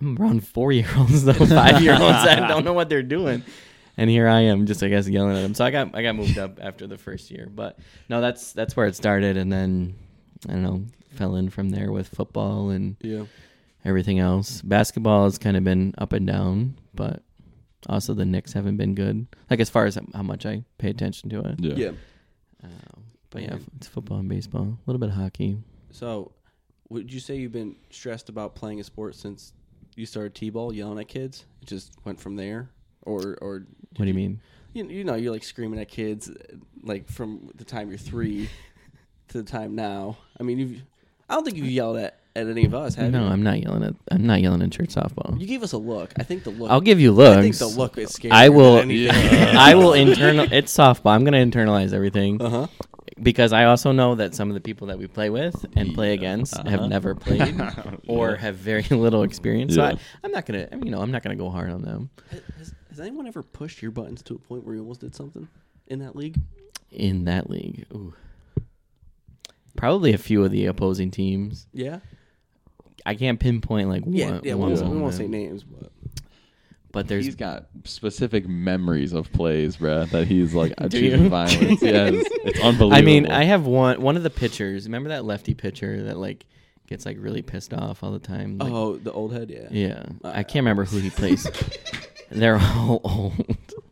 Speaker 1: I'm around four year olds [laughs] though, five year olds that don't know what they're doing. And here I am, just I guess yelling at them. So I got I got moved up after the first year, but no, that's that's where it started, and then I don't know, fell in from there with football and
Speaker 3: Yeah.
Speaker 1: everything else. Basketball has kind of been up and down, but also the Knicks haven't been good. Like as far as how much I pay attention to it.
Speaker 2: Yeah.
Speaker 3: Yeah.
Speaker 1: Uh, but yeah, it's football and baseball, a little bit of hockey.
Speaker 3: So, would you say you've been stressed about playing a sport since you started t-ball, yelling at kids? It just went from there, or or did
Speaker 1: What do you mean?
Speaker 3: You, you know, you're like screaming at kids, uh, like from the time
Speaker 1: [laughs]
Speaker 3: you're three to the time now. I mean, you've I don't think you've yelled at at any of us, have
Speaker 1: No,
Speaker 3: you?
Speaker 1: I'm not yelling at I'm not yelling at church softball.
Speaker 3: You gave us a look. I think the look.
Speaker 1: I'll give you
Speaker 3: I
Speaker 1: looks.
Speaker 3: think the look is scary.
Speaker 1: I will-
Speaker 2: Yeah.
Speaker 1: [laughs] I will internal. It's softball. I'm gonna internalize
Speaker 3: [laughs]
Speaker 1: everything
Speaker 3: Uh huh.
Speaker 1: because I also know that some of the people that we play with and play
Speaker 2: Yeah.
Speaker 1: against
Speaker 2: Uh-huh.
Speaker 1: have never
Speaker 3: [laughs]
Speaker 1: played or
Speaker 2: Yeah.
Speaker 1: have very [laughs] little experience. So
Speaker 2: Yeah.
Speaker 1: I, I'm not gonna. I mean, you know, I'm not gonna go hard on them.
Speaker 3: Has, has anyone ever pushed your buttons to a point where you almost did something in that league?
Speaker 1: in that league. Ooh. Probably a few of the opposing teams.
Speaker 3: Yeah.
Speaker 1: I can't pinpoint like
Speaker 3: Yeah.
Speaker 1: one.
Speaker 3: yeah.
Speaker 1: one
Speaker 3: we, won't, we
Speaker 1: moment,
Speaker 3: won't say names, but
Speaker 1: But there's
Speaker 2: he's got specific memories of plays, bruh, that he's like, I
Speaker 1: [laughs] Do
Speaker 2: choose
Speaker 1: you? [laughs]
Speaker 2: violence. yeah, it's, it's unbelievable.
Speaker 1: I mean, I have one one of the pitchers. Remember that lefty pitcher that like gets like really pissed off all the time? Like,
Speaker 3: oh, the old head. Yeah.
Speaker 1: Yeah. I
Speaker 3: Uh,
Speaker 1: can't remember
Speaker 3: [laughs]
Speaker 1: who he plays. They're all old. [laughs]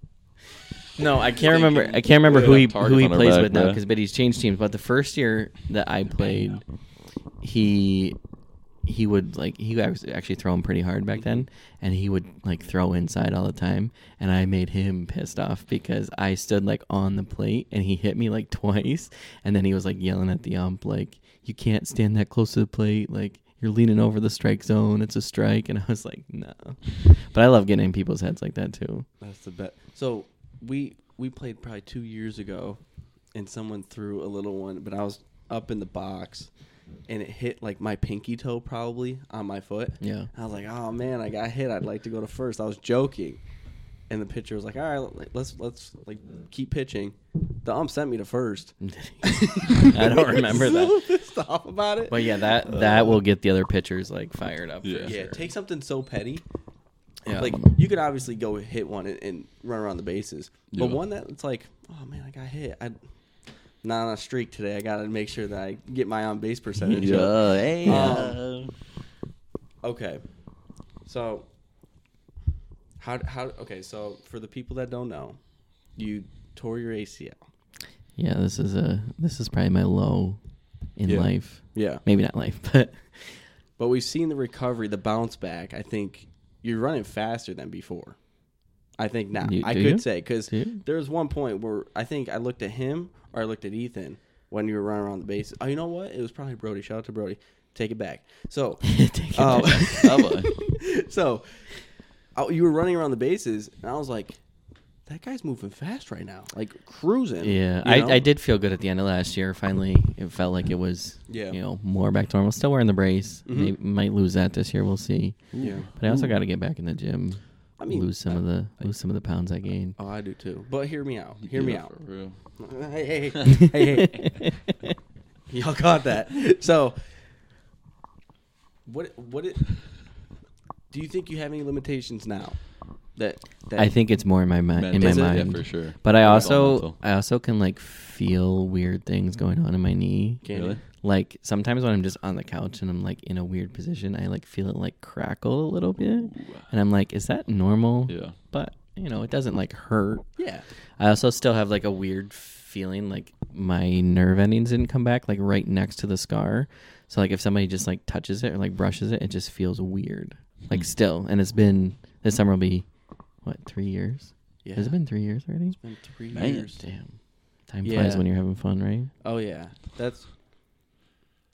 Speaker 1: No, I can't remember. I can't remember who
Speaker 2: put
Speaker 1: he
Speaker 2: up
Speaker 1: who he
Speaker 2: targets on our
Speaker 1: plays
Speaker 2: back,
Speaker 1: with now
Speaker 2: bruh.
Speaker 1: because but he's changed teams. But the first year that I played, he he would like he was actually throwing pretty hard back then, and he would like throw inside all the time, and I made him pissed off because I stood like on the plate and he hit me like [laughs] twice, and then he was like yelling at the ump like you can't stand that close to the plate like. You're leaning over the strike zone. It's a strike, and I was like, no. But I love getting in people's heads like that too. [laughs]
Speaker 3: That's the bet. So we we played probably two years ago, and someone threw a little one, but I was up in the box, and it hit like my pinky toe probably on my foot.
Speaker 1: Yeah.
Speaker 3: I was like, oh man, I got hit. I'd like to go to first. I was joking, and the pitcher was like, all right, like, let's let's like keep pitching. The ump sent me to first.
Speaker 1: [laughs] I don't remember
Speaker 3: so
Speaker 1: that.
Speaker 3: [laughs] pissed off about it.
Speaker 1: But yeah, that that will get the other pitchers like fired up. for
Speaker 2: Yeah.
Speaker 3: Yeah,
Speaker 1: sure.
Speaker 3: take something so petty.
Speaker 1: Yeah.
Speaker 3: Like you could obviously go hit one and, and run around the bases, but
Speaker 2: Yeah.
Speaker 3: one that it's like, oh man, I got hit. I not on a streak today. I got to make sure that I get my on base percentage. up.
Speaker 2: hey.
Speaker 3: Um, Okay. So how how okay? So for the people that don't know, you tore your ACL.
Speaker 1: yeah, this is a this is probably my low in
Speaker 2: Yeah.
Speaker 1: life.
Speaker 3: Yeah,
Speaker 1: Maybe not life, [laughs] but
Speaker 3: but we've seen the recovery, the bounce back. I think you're running faster than before. I think now
Speaker 1: You-
Speaker 3: I
Speaker 1: do
Speaker 3: could
Speaker 1: you?
Speaker 3: say because
Speaker 1: Do you?
Speaker 3: there was one point where I think I looked at him or I looked at Ethan when you were running around the bases. Oh, you know what? It was probably Brody. Shout out to Brody. Take it back. So,
Speaker 1: [laughs] take it
Speaker 3: [laughs] um,
Speaker 1: back.
Speaker 3: so oh, you were running around the bases, and I was like, that guy's moving fast right now, like cruising.
Speaker 1: yeah,
Speaker 3: you know?
Speaker 1: I, I did feel good at the end of last year. Finally, it felt like it was
Speaker 3: Yeah. Mm-hmm.
Speaker 1: you know more back to normal. Still wearing the brace. May- might lose that this year. We'll see.
Speaker 3: Yeah.
Speaker 1: But I also got to get back in the gym.
Speaker 3: I mean,
Speaker 1: lose some of the lose some of the pounds I gained.
Speaker 3: Oh, I do too. But hear me out. Hear me
Speaker 2: Yeah,
Speaker 3: out. [laughs]
Speaker 2: for real.
Speaker 3: hey, hey, hey, hey,
Speaker 1: [laughs]
Speaker 3: hey. [laughs] Y'all caught that. So, what, what, it, do you think you have any limitations now? That, that
Speaker 1: I think it's more in my mind. In my
Speaker 2: Mental. Yeah,
Speaker 1: mind,
Speaker 2: for sure.
Speaker 1: But I
Speaker 2: It's all
Speaker 1: also
Speaker 2: mental.
Speaker 1: I also can like feel weird things going on in my knee.
Speaker 3: Can
Speaker 2: Really?
Speaker 1: Like sometimes when I'm just on the couch and I'm like in a weird position, I like feel it like crackle a little bit, and I'm like, is that normal?
Speaker 2: Yeah.
Speaker 1: But you know, it doesn't like hurt.
Speaker 3: Yeah.
Speaker 1: I also still have like a weird feeling like my nerve endings didn't come back like right next to the scar. So like if somebody just like touches it or like brushes it, it just feels weird.
Speaker 3: Hmm.
Speaker 1: Like still, and it's been this summer will be what three years?
Speaker 3: Yeah.
Speaker 1: Has it been three years already?
Speaker 3: Been three
Speaker 2: Man.
Speaker 3: years.
Speaker 1: Damn, time
Speaker 3: Yeah.
Speaker 1: flies when you're having fun, right?
Speaker 3: Oh yeah, that's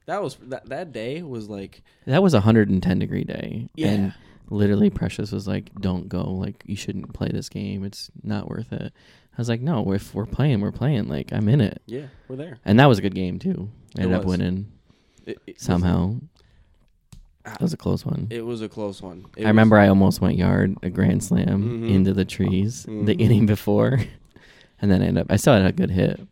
Speaker 3: that was that that day was like
Speaker 1: That was a hundred and ten degree day,
Speaker 3: Yeah.
Speaker 1: and literally Precious was like, "Don't go, like you shouldn't play this game. It's not worth it." I was like, "No, if we're playing, we're playing. Like I'm in it."
Speaker 3: yeah, we're there
Speaker 1: And that was a good game too. I
Speaker 3: It
Speaker 1: ended up
Speaker 3: was.
Speaker 1: winning
Speaker 3: It- it was-
Speaker 1: somehow.
Speaker 3: Ah.
Speaker 1: That was a close one.
Speaker 3: It was a close one. It
Speaker 1: I remember I almost went yard a grand slam
Speaker 3: Mhm.
Speaker 1: into the trees the
Speaker 3: Mhm.
Speaker 1: inning before, [laughs] and then I ended up. I still had a good hit.
Speaker 3: was-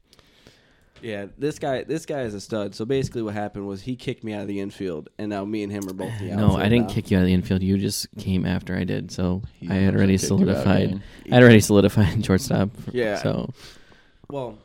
Speaker 3: yeah, this guy this guy is a stud. So basically, what happened was he kicked me out of the infield, and now me and him are both in the
Speaker 1: [sighs]
Speaker 3: outfield.
Speaker 1: No, I didn't
Speaker 3: now.
Speaker 1: kick you out of the infield. You just came after I did. So
Speaker 2: He
Speaker 1: I had
Speaker 2: must
Speaker 1: already
Speaker 2: have kicked you out
Speaker 1: solidified.
Speaker 2: again.
Speaker 1: I had already solidified [laughs] shortstop.
Speaker 3: Yeah.
Speaker 1: So
Speaker 3: Well,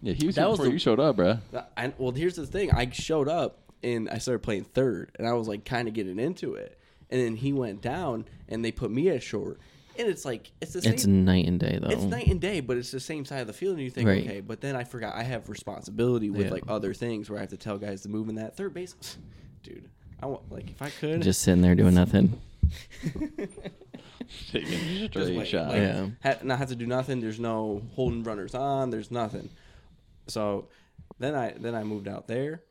Speaker 2: Yeah, he was
Speaker 3: That
Speaker 2: here
Speaker 3: was
Speaker 2: before
Speaker 3: the-
Speaker 2: you showed up, bruh. [laughs]
Speaker 3: I, well, here's the thing. I showed up and I started playing third, and I was like kind of getting into it, and then he went down, and they put me at short, and it's like it's the same.
Speaker 1: it's night and day, though.
Speaker 3: It's night and day, but it's the same side of the field, and you think,
Speaker 1: Right.
Speaker 3: okay, but then I forgot I have responsibility with
Speaker 1: Yeah.
Speaker 3: like other things where I have to tell guys to move in that third base. [sighs] Dude, I want like if I
Speaker 1: [laughs]
Speaker 3: could
Speaker 1: Just sitting there doing nothing.
Speaker 2: Taking
Speaker 3: just
Speaker 2: straight
Speaker 3: wait,
Speaker 2: shot.
Speaker 3: like,
Speaker 1: Yeah.
Speaker 3: ha- not have to do nothing. There's no holding runners on. There's nothing. So then I then I moved out there,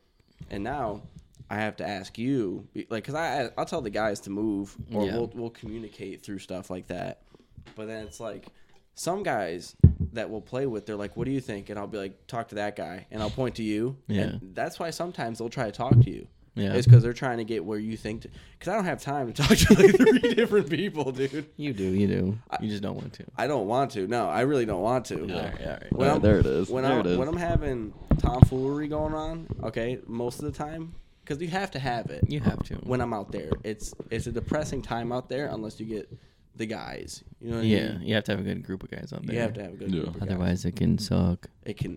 Speaker 3: and now I have to ask you be- like because I I'll tell the guys to move or
Speaker 1: Yeah.
Speaker 3: we'll we'll communicate through stuff like that, but then it's like. Some guys that we'll play with, they're like, "What do you think?" And I'll be like, "Talk to that guy," and I'll point to you.
Speaker 1: Yeah.
Speaker 3: And that's why sometimes they'll try to talk to you.
Speaker 1: Yeah.
Speaker 3: It's because they're trying to get where you think. Because I don't have time to talk to like [laughs] three different people, dude.
Speaker 1: You do. You do. You just don't want to.
Speaker 3: I don't want to. No, I really don't want to.
Speaker 1: All right, all right.
Speaker 3: When
Speaker 2: Yeah,
Speaker 3: I'm-
Speaker 2: there it is.
Speaker 3: When
Speaker 2: There
Speaker 3: I'm
Speaker 2: it is.
Speaker 3: when I'm having tomfoolery going on, okay, most of the time, because you have to have it.
Speaker 1: You have to.
Speaker 3: When I'm out there, it's it's a depressing time out there unless you get the guys. You know what I
Speaker 1: yeah,
Speaker 3: mean?
Speaker 1: you have to have a good group of guys on there.
Speaker 3: You have to have a good.
Speaker 2: Yeah.
Speaker 3: group of guys.
Speaker 1: Otherwise, it can suck.
Speaker 3: it can.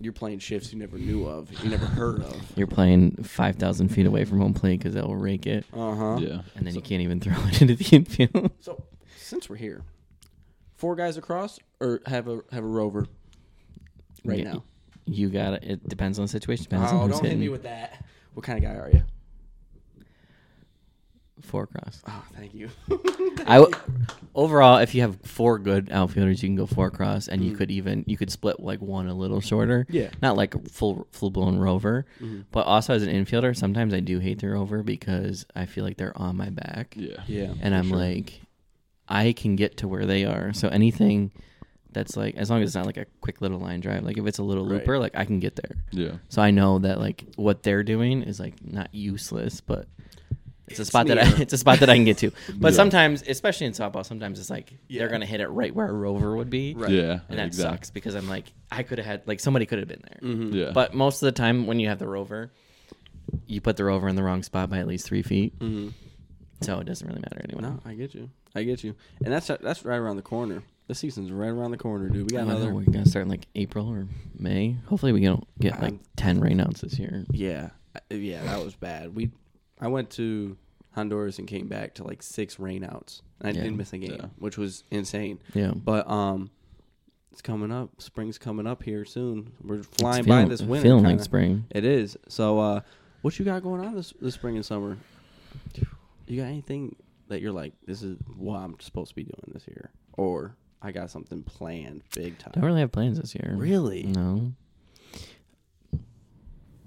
Speaker 3: You're playing shifts you never knew of, you never heard of.
Speaker 2: [laughs]
Speaker 1: You're playing five thousand feet away from home plate because they'll rake it,
Speaker 3: Uh huh.
Speaker 2: Yeah.
Speaker 1: and then you can't even [laughs] throw it into the infield. [laughs]
Speaker 3: So since we're here, four guys across or have a have a rover right
Speaker 1: Yeah,
Speaker 3: now.
Speaker 1: You got to It depends on the situation. Depends on
Speaker 3: Oh,
Speaker 1: who's
Speaker 3: don't hit
Speaker 1: hitting.
Speaker 3: me with that. What kind of guy are you?
Speaker 1: Four across.
Speaker 3: Oh, thank you.
Speaker 1: I w- overall, if you have four good outfielders, you can go four across, and you could even you could split like one a little shorter.
Speaker 3: Mm. Yeah. Mm-hmm.
Speaker 1: not like a full full blown rover, but also as an infielder, sometimes I do hate the rover because I feel like they're on my back,
Speaker 2: Yeah.
Speaker 3: yeah.
Speaker 1: and I'm like, I can get to where they are. So anything that's like, as long as it's not like a quick little line drive, like if it's a little
Speaker 3: Right.
Speaker 1: looper, like I can get there.
Speaker 2: Yeah.
Speaker 1: So I know that like what they're doing is like not useless, but it's a
Speaker 3: It's
Speaker 1: spot that I, [laughs]
Speaker 3: near.
Speaker 1: it's a spot that I can get
Speaker 3: [laughs]
Speaker 1: to. But
Speaker 2: Yeah.
Speaker 1: sometimes, especially in softball, sometimes it's like
Speaker 3: Yeah.
Speaker 1: they're gonna hit it right where a rover would be,
Speaker 3: Right.
Speaker 2: Yeah.
Speaker 1: and that
Speaker 2: exact-
Speaker 1: sucks because I'm like I could have had like somebody could have been there.
Speaker 3: Mm-hmm.
Speaker 2: Yeah.
Speaker 1: But most of the time, when you have the rover, you put the rover in the wrong spot by at least three feet,
Speaker 3: Mm-hmm.
Speaker 1: so it doesn't really matter anyway.
Speaker 3: No, I get you. I get you. And that's that's right around the corner. The season's right around the corner, dude. We
Speaker 1: I
Speaker 3: got
Speaker 1: don't know,
Speaker 3: another.
Speaker 1: We're gonna start in like April or May. Hopefully, we don't get like
Speaker 3: Um,
Speaker 1: ten rainouts this year.
Speaker 3: Yeah, Uh, yeah, that was bad. We, I went to Honduras and came back to like six rainouts, and I
Speaker 1: Yeah.
Speaker 3: didn't miss a game,
Speaker 2: Yeah.
Speaker 3: which was insane.
Speaker 1: Yeah,
Speaker 3: But um, it's coming up. Spring's coming up here soon. We're
Speaker 1: It's
Speaker 3: flying by
Speaker 1: feeling-
Speaker 3: this winter.
Speaker 1: feeling like
Speaker 3: kinda.
Speaker 1: spring.
Speaker 3: It is. So, uh, what you got going on this this spring and summer? You got anything that you're like, this is what I'm supposed to be doing this year, or I got something planned big time?
Speaker 1: Don't really have plans this year.
Speaker 3: Really?
Speaker 1: No.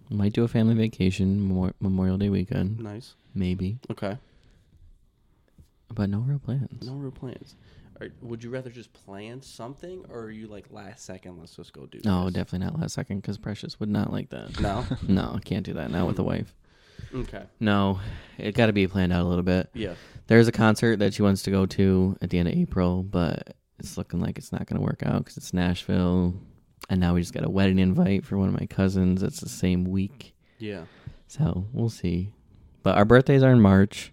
Speaker 1: Might do a family vacation Memor- Memorial Day weekend,
Speaker 3: Nice.
Speaker 1: maybe,
Speaker 3: Okay.
Speaker 1: but no real plans.
Speaker 3: No real plans. Are, would you rather just plan something, or are you like last second? Let's just go do.
Speaker 1: No,
Speaker 3: this?
Speaker 1: definitely not last second because Precious would not like that.
Speaker 2: [laughs]
Speaker 3: No.
Speaker 1: [laughs] no, can't do that now with the wife.
Speaker 3: okay.
Speaker 1: No, it got to be planned out a little bit.
Speaker 3: Yeah.
Speaker 1: There's a concert that she wants to go to at the end of April, but it's looking like it's not going to work out because it's Nashville, and now we just got a wedding invite for one of my cousins. It's the same week.
Speaker 3: Yeah.
Speaker 1: So we'll see. But our birthdays are in March,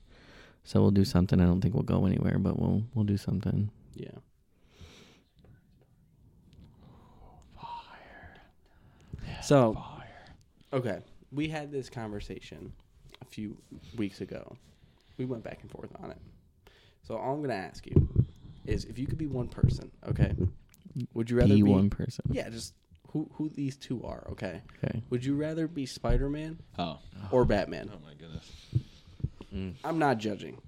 Speaker 1: so we'll do something. I don't think we'll go anywhere, but we'll we'll do something.
Speaker 3: Yeah. So, okay, we had this conversation a few weeks ago. We went back and forth on it. So all I'm going to ask you is if you could be one person, okay? Would you rather
Speaker 1: Be
Speaker 3: be
Speaker 1: one person.
Speaker 3: Yeah, just who who these two are, okay?
Speaker 1: Okay.
Speaker 3: Would you rather be Spider-Man
Speaker 2: Oh.
Speaker 3: or Batman?
Speaker 2: Oh my goodness.
Speaker 3: I'm not judging.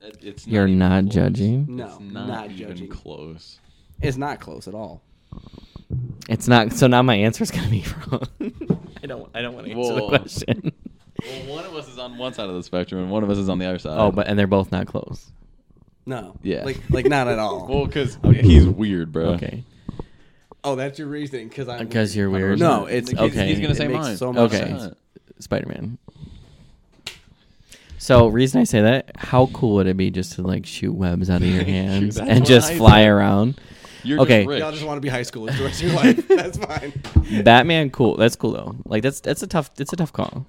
Speaker 2: It, it's
Speaker 1: You're
Speaker 2: even
Speaker 1: not
Speaker 2: close.
Speaker 1: judging.
Speaker 3: No,
Speaker 2: It's
Speaker 3: not,
Speaker 2: not, even
Speaker 3: judging.
Speaker 2: close.
Speaker 3: It's not close at all.
Speaker 1: It's not. So now my answer's gonna be [laughs] wrong. I don't. I don't want to answer the
Speaker 2: Whoa. Uh,
Speaker 1: question.
Speaker 2: Well, one of us is on one side of the spectrum and one of us is on the other side.
Speaker 1: oh, but and they're both not close.
Speaker 3: No.
Speaker 2: Yeah.
Speaker 3: Like like not at all.
Speaker 2: [laughs] well, because he's weird, bro.
Speaker 1: Okay.
Speaker 3: oh, that's your reasoning cuz I'm
Speaker 1: Because you're weird.
Speaker 3: No, it's
Speaker 1: Like, Okay.
Speaker 2: He's, he's gonna
Speaker 3: It
Speaker 2: say
Speaker 3: makes
Speaker 2: mine.
Speaker 3: so much
Speaker 1: Okay.
Speaker 3: sense.
Speaker 1: Spider Man. So reason I say that, how cool would it be just to like shoot webs out of your hands
Speaker 2: That's
Speaker 1: and
Speaker 2: what
Speaker 1: just
Speaker 2: I
Speaker 1: fly
Speaker 2: said.
Speaker 1: around?
Speaker 2: You're
Speaker 1: Okay.
Speaker 2: Just rich.
Speaker 3: Y'all just want to be high schoolers the rest of
Speaker 2: [laughs]
Speaker 3: your life. [laughs] That's fine.
Speaker 1: Batman, cool. That's cool though. Like that's that's a tough it's a tough call.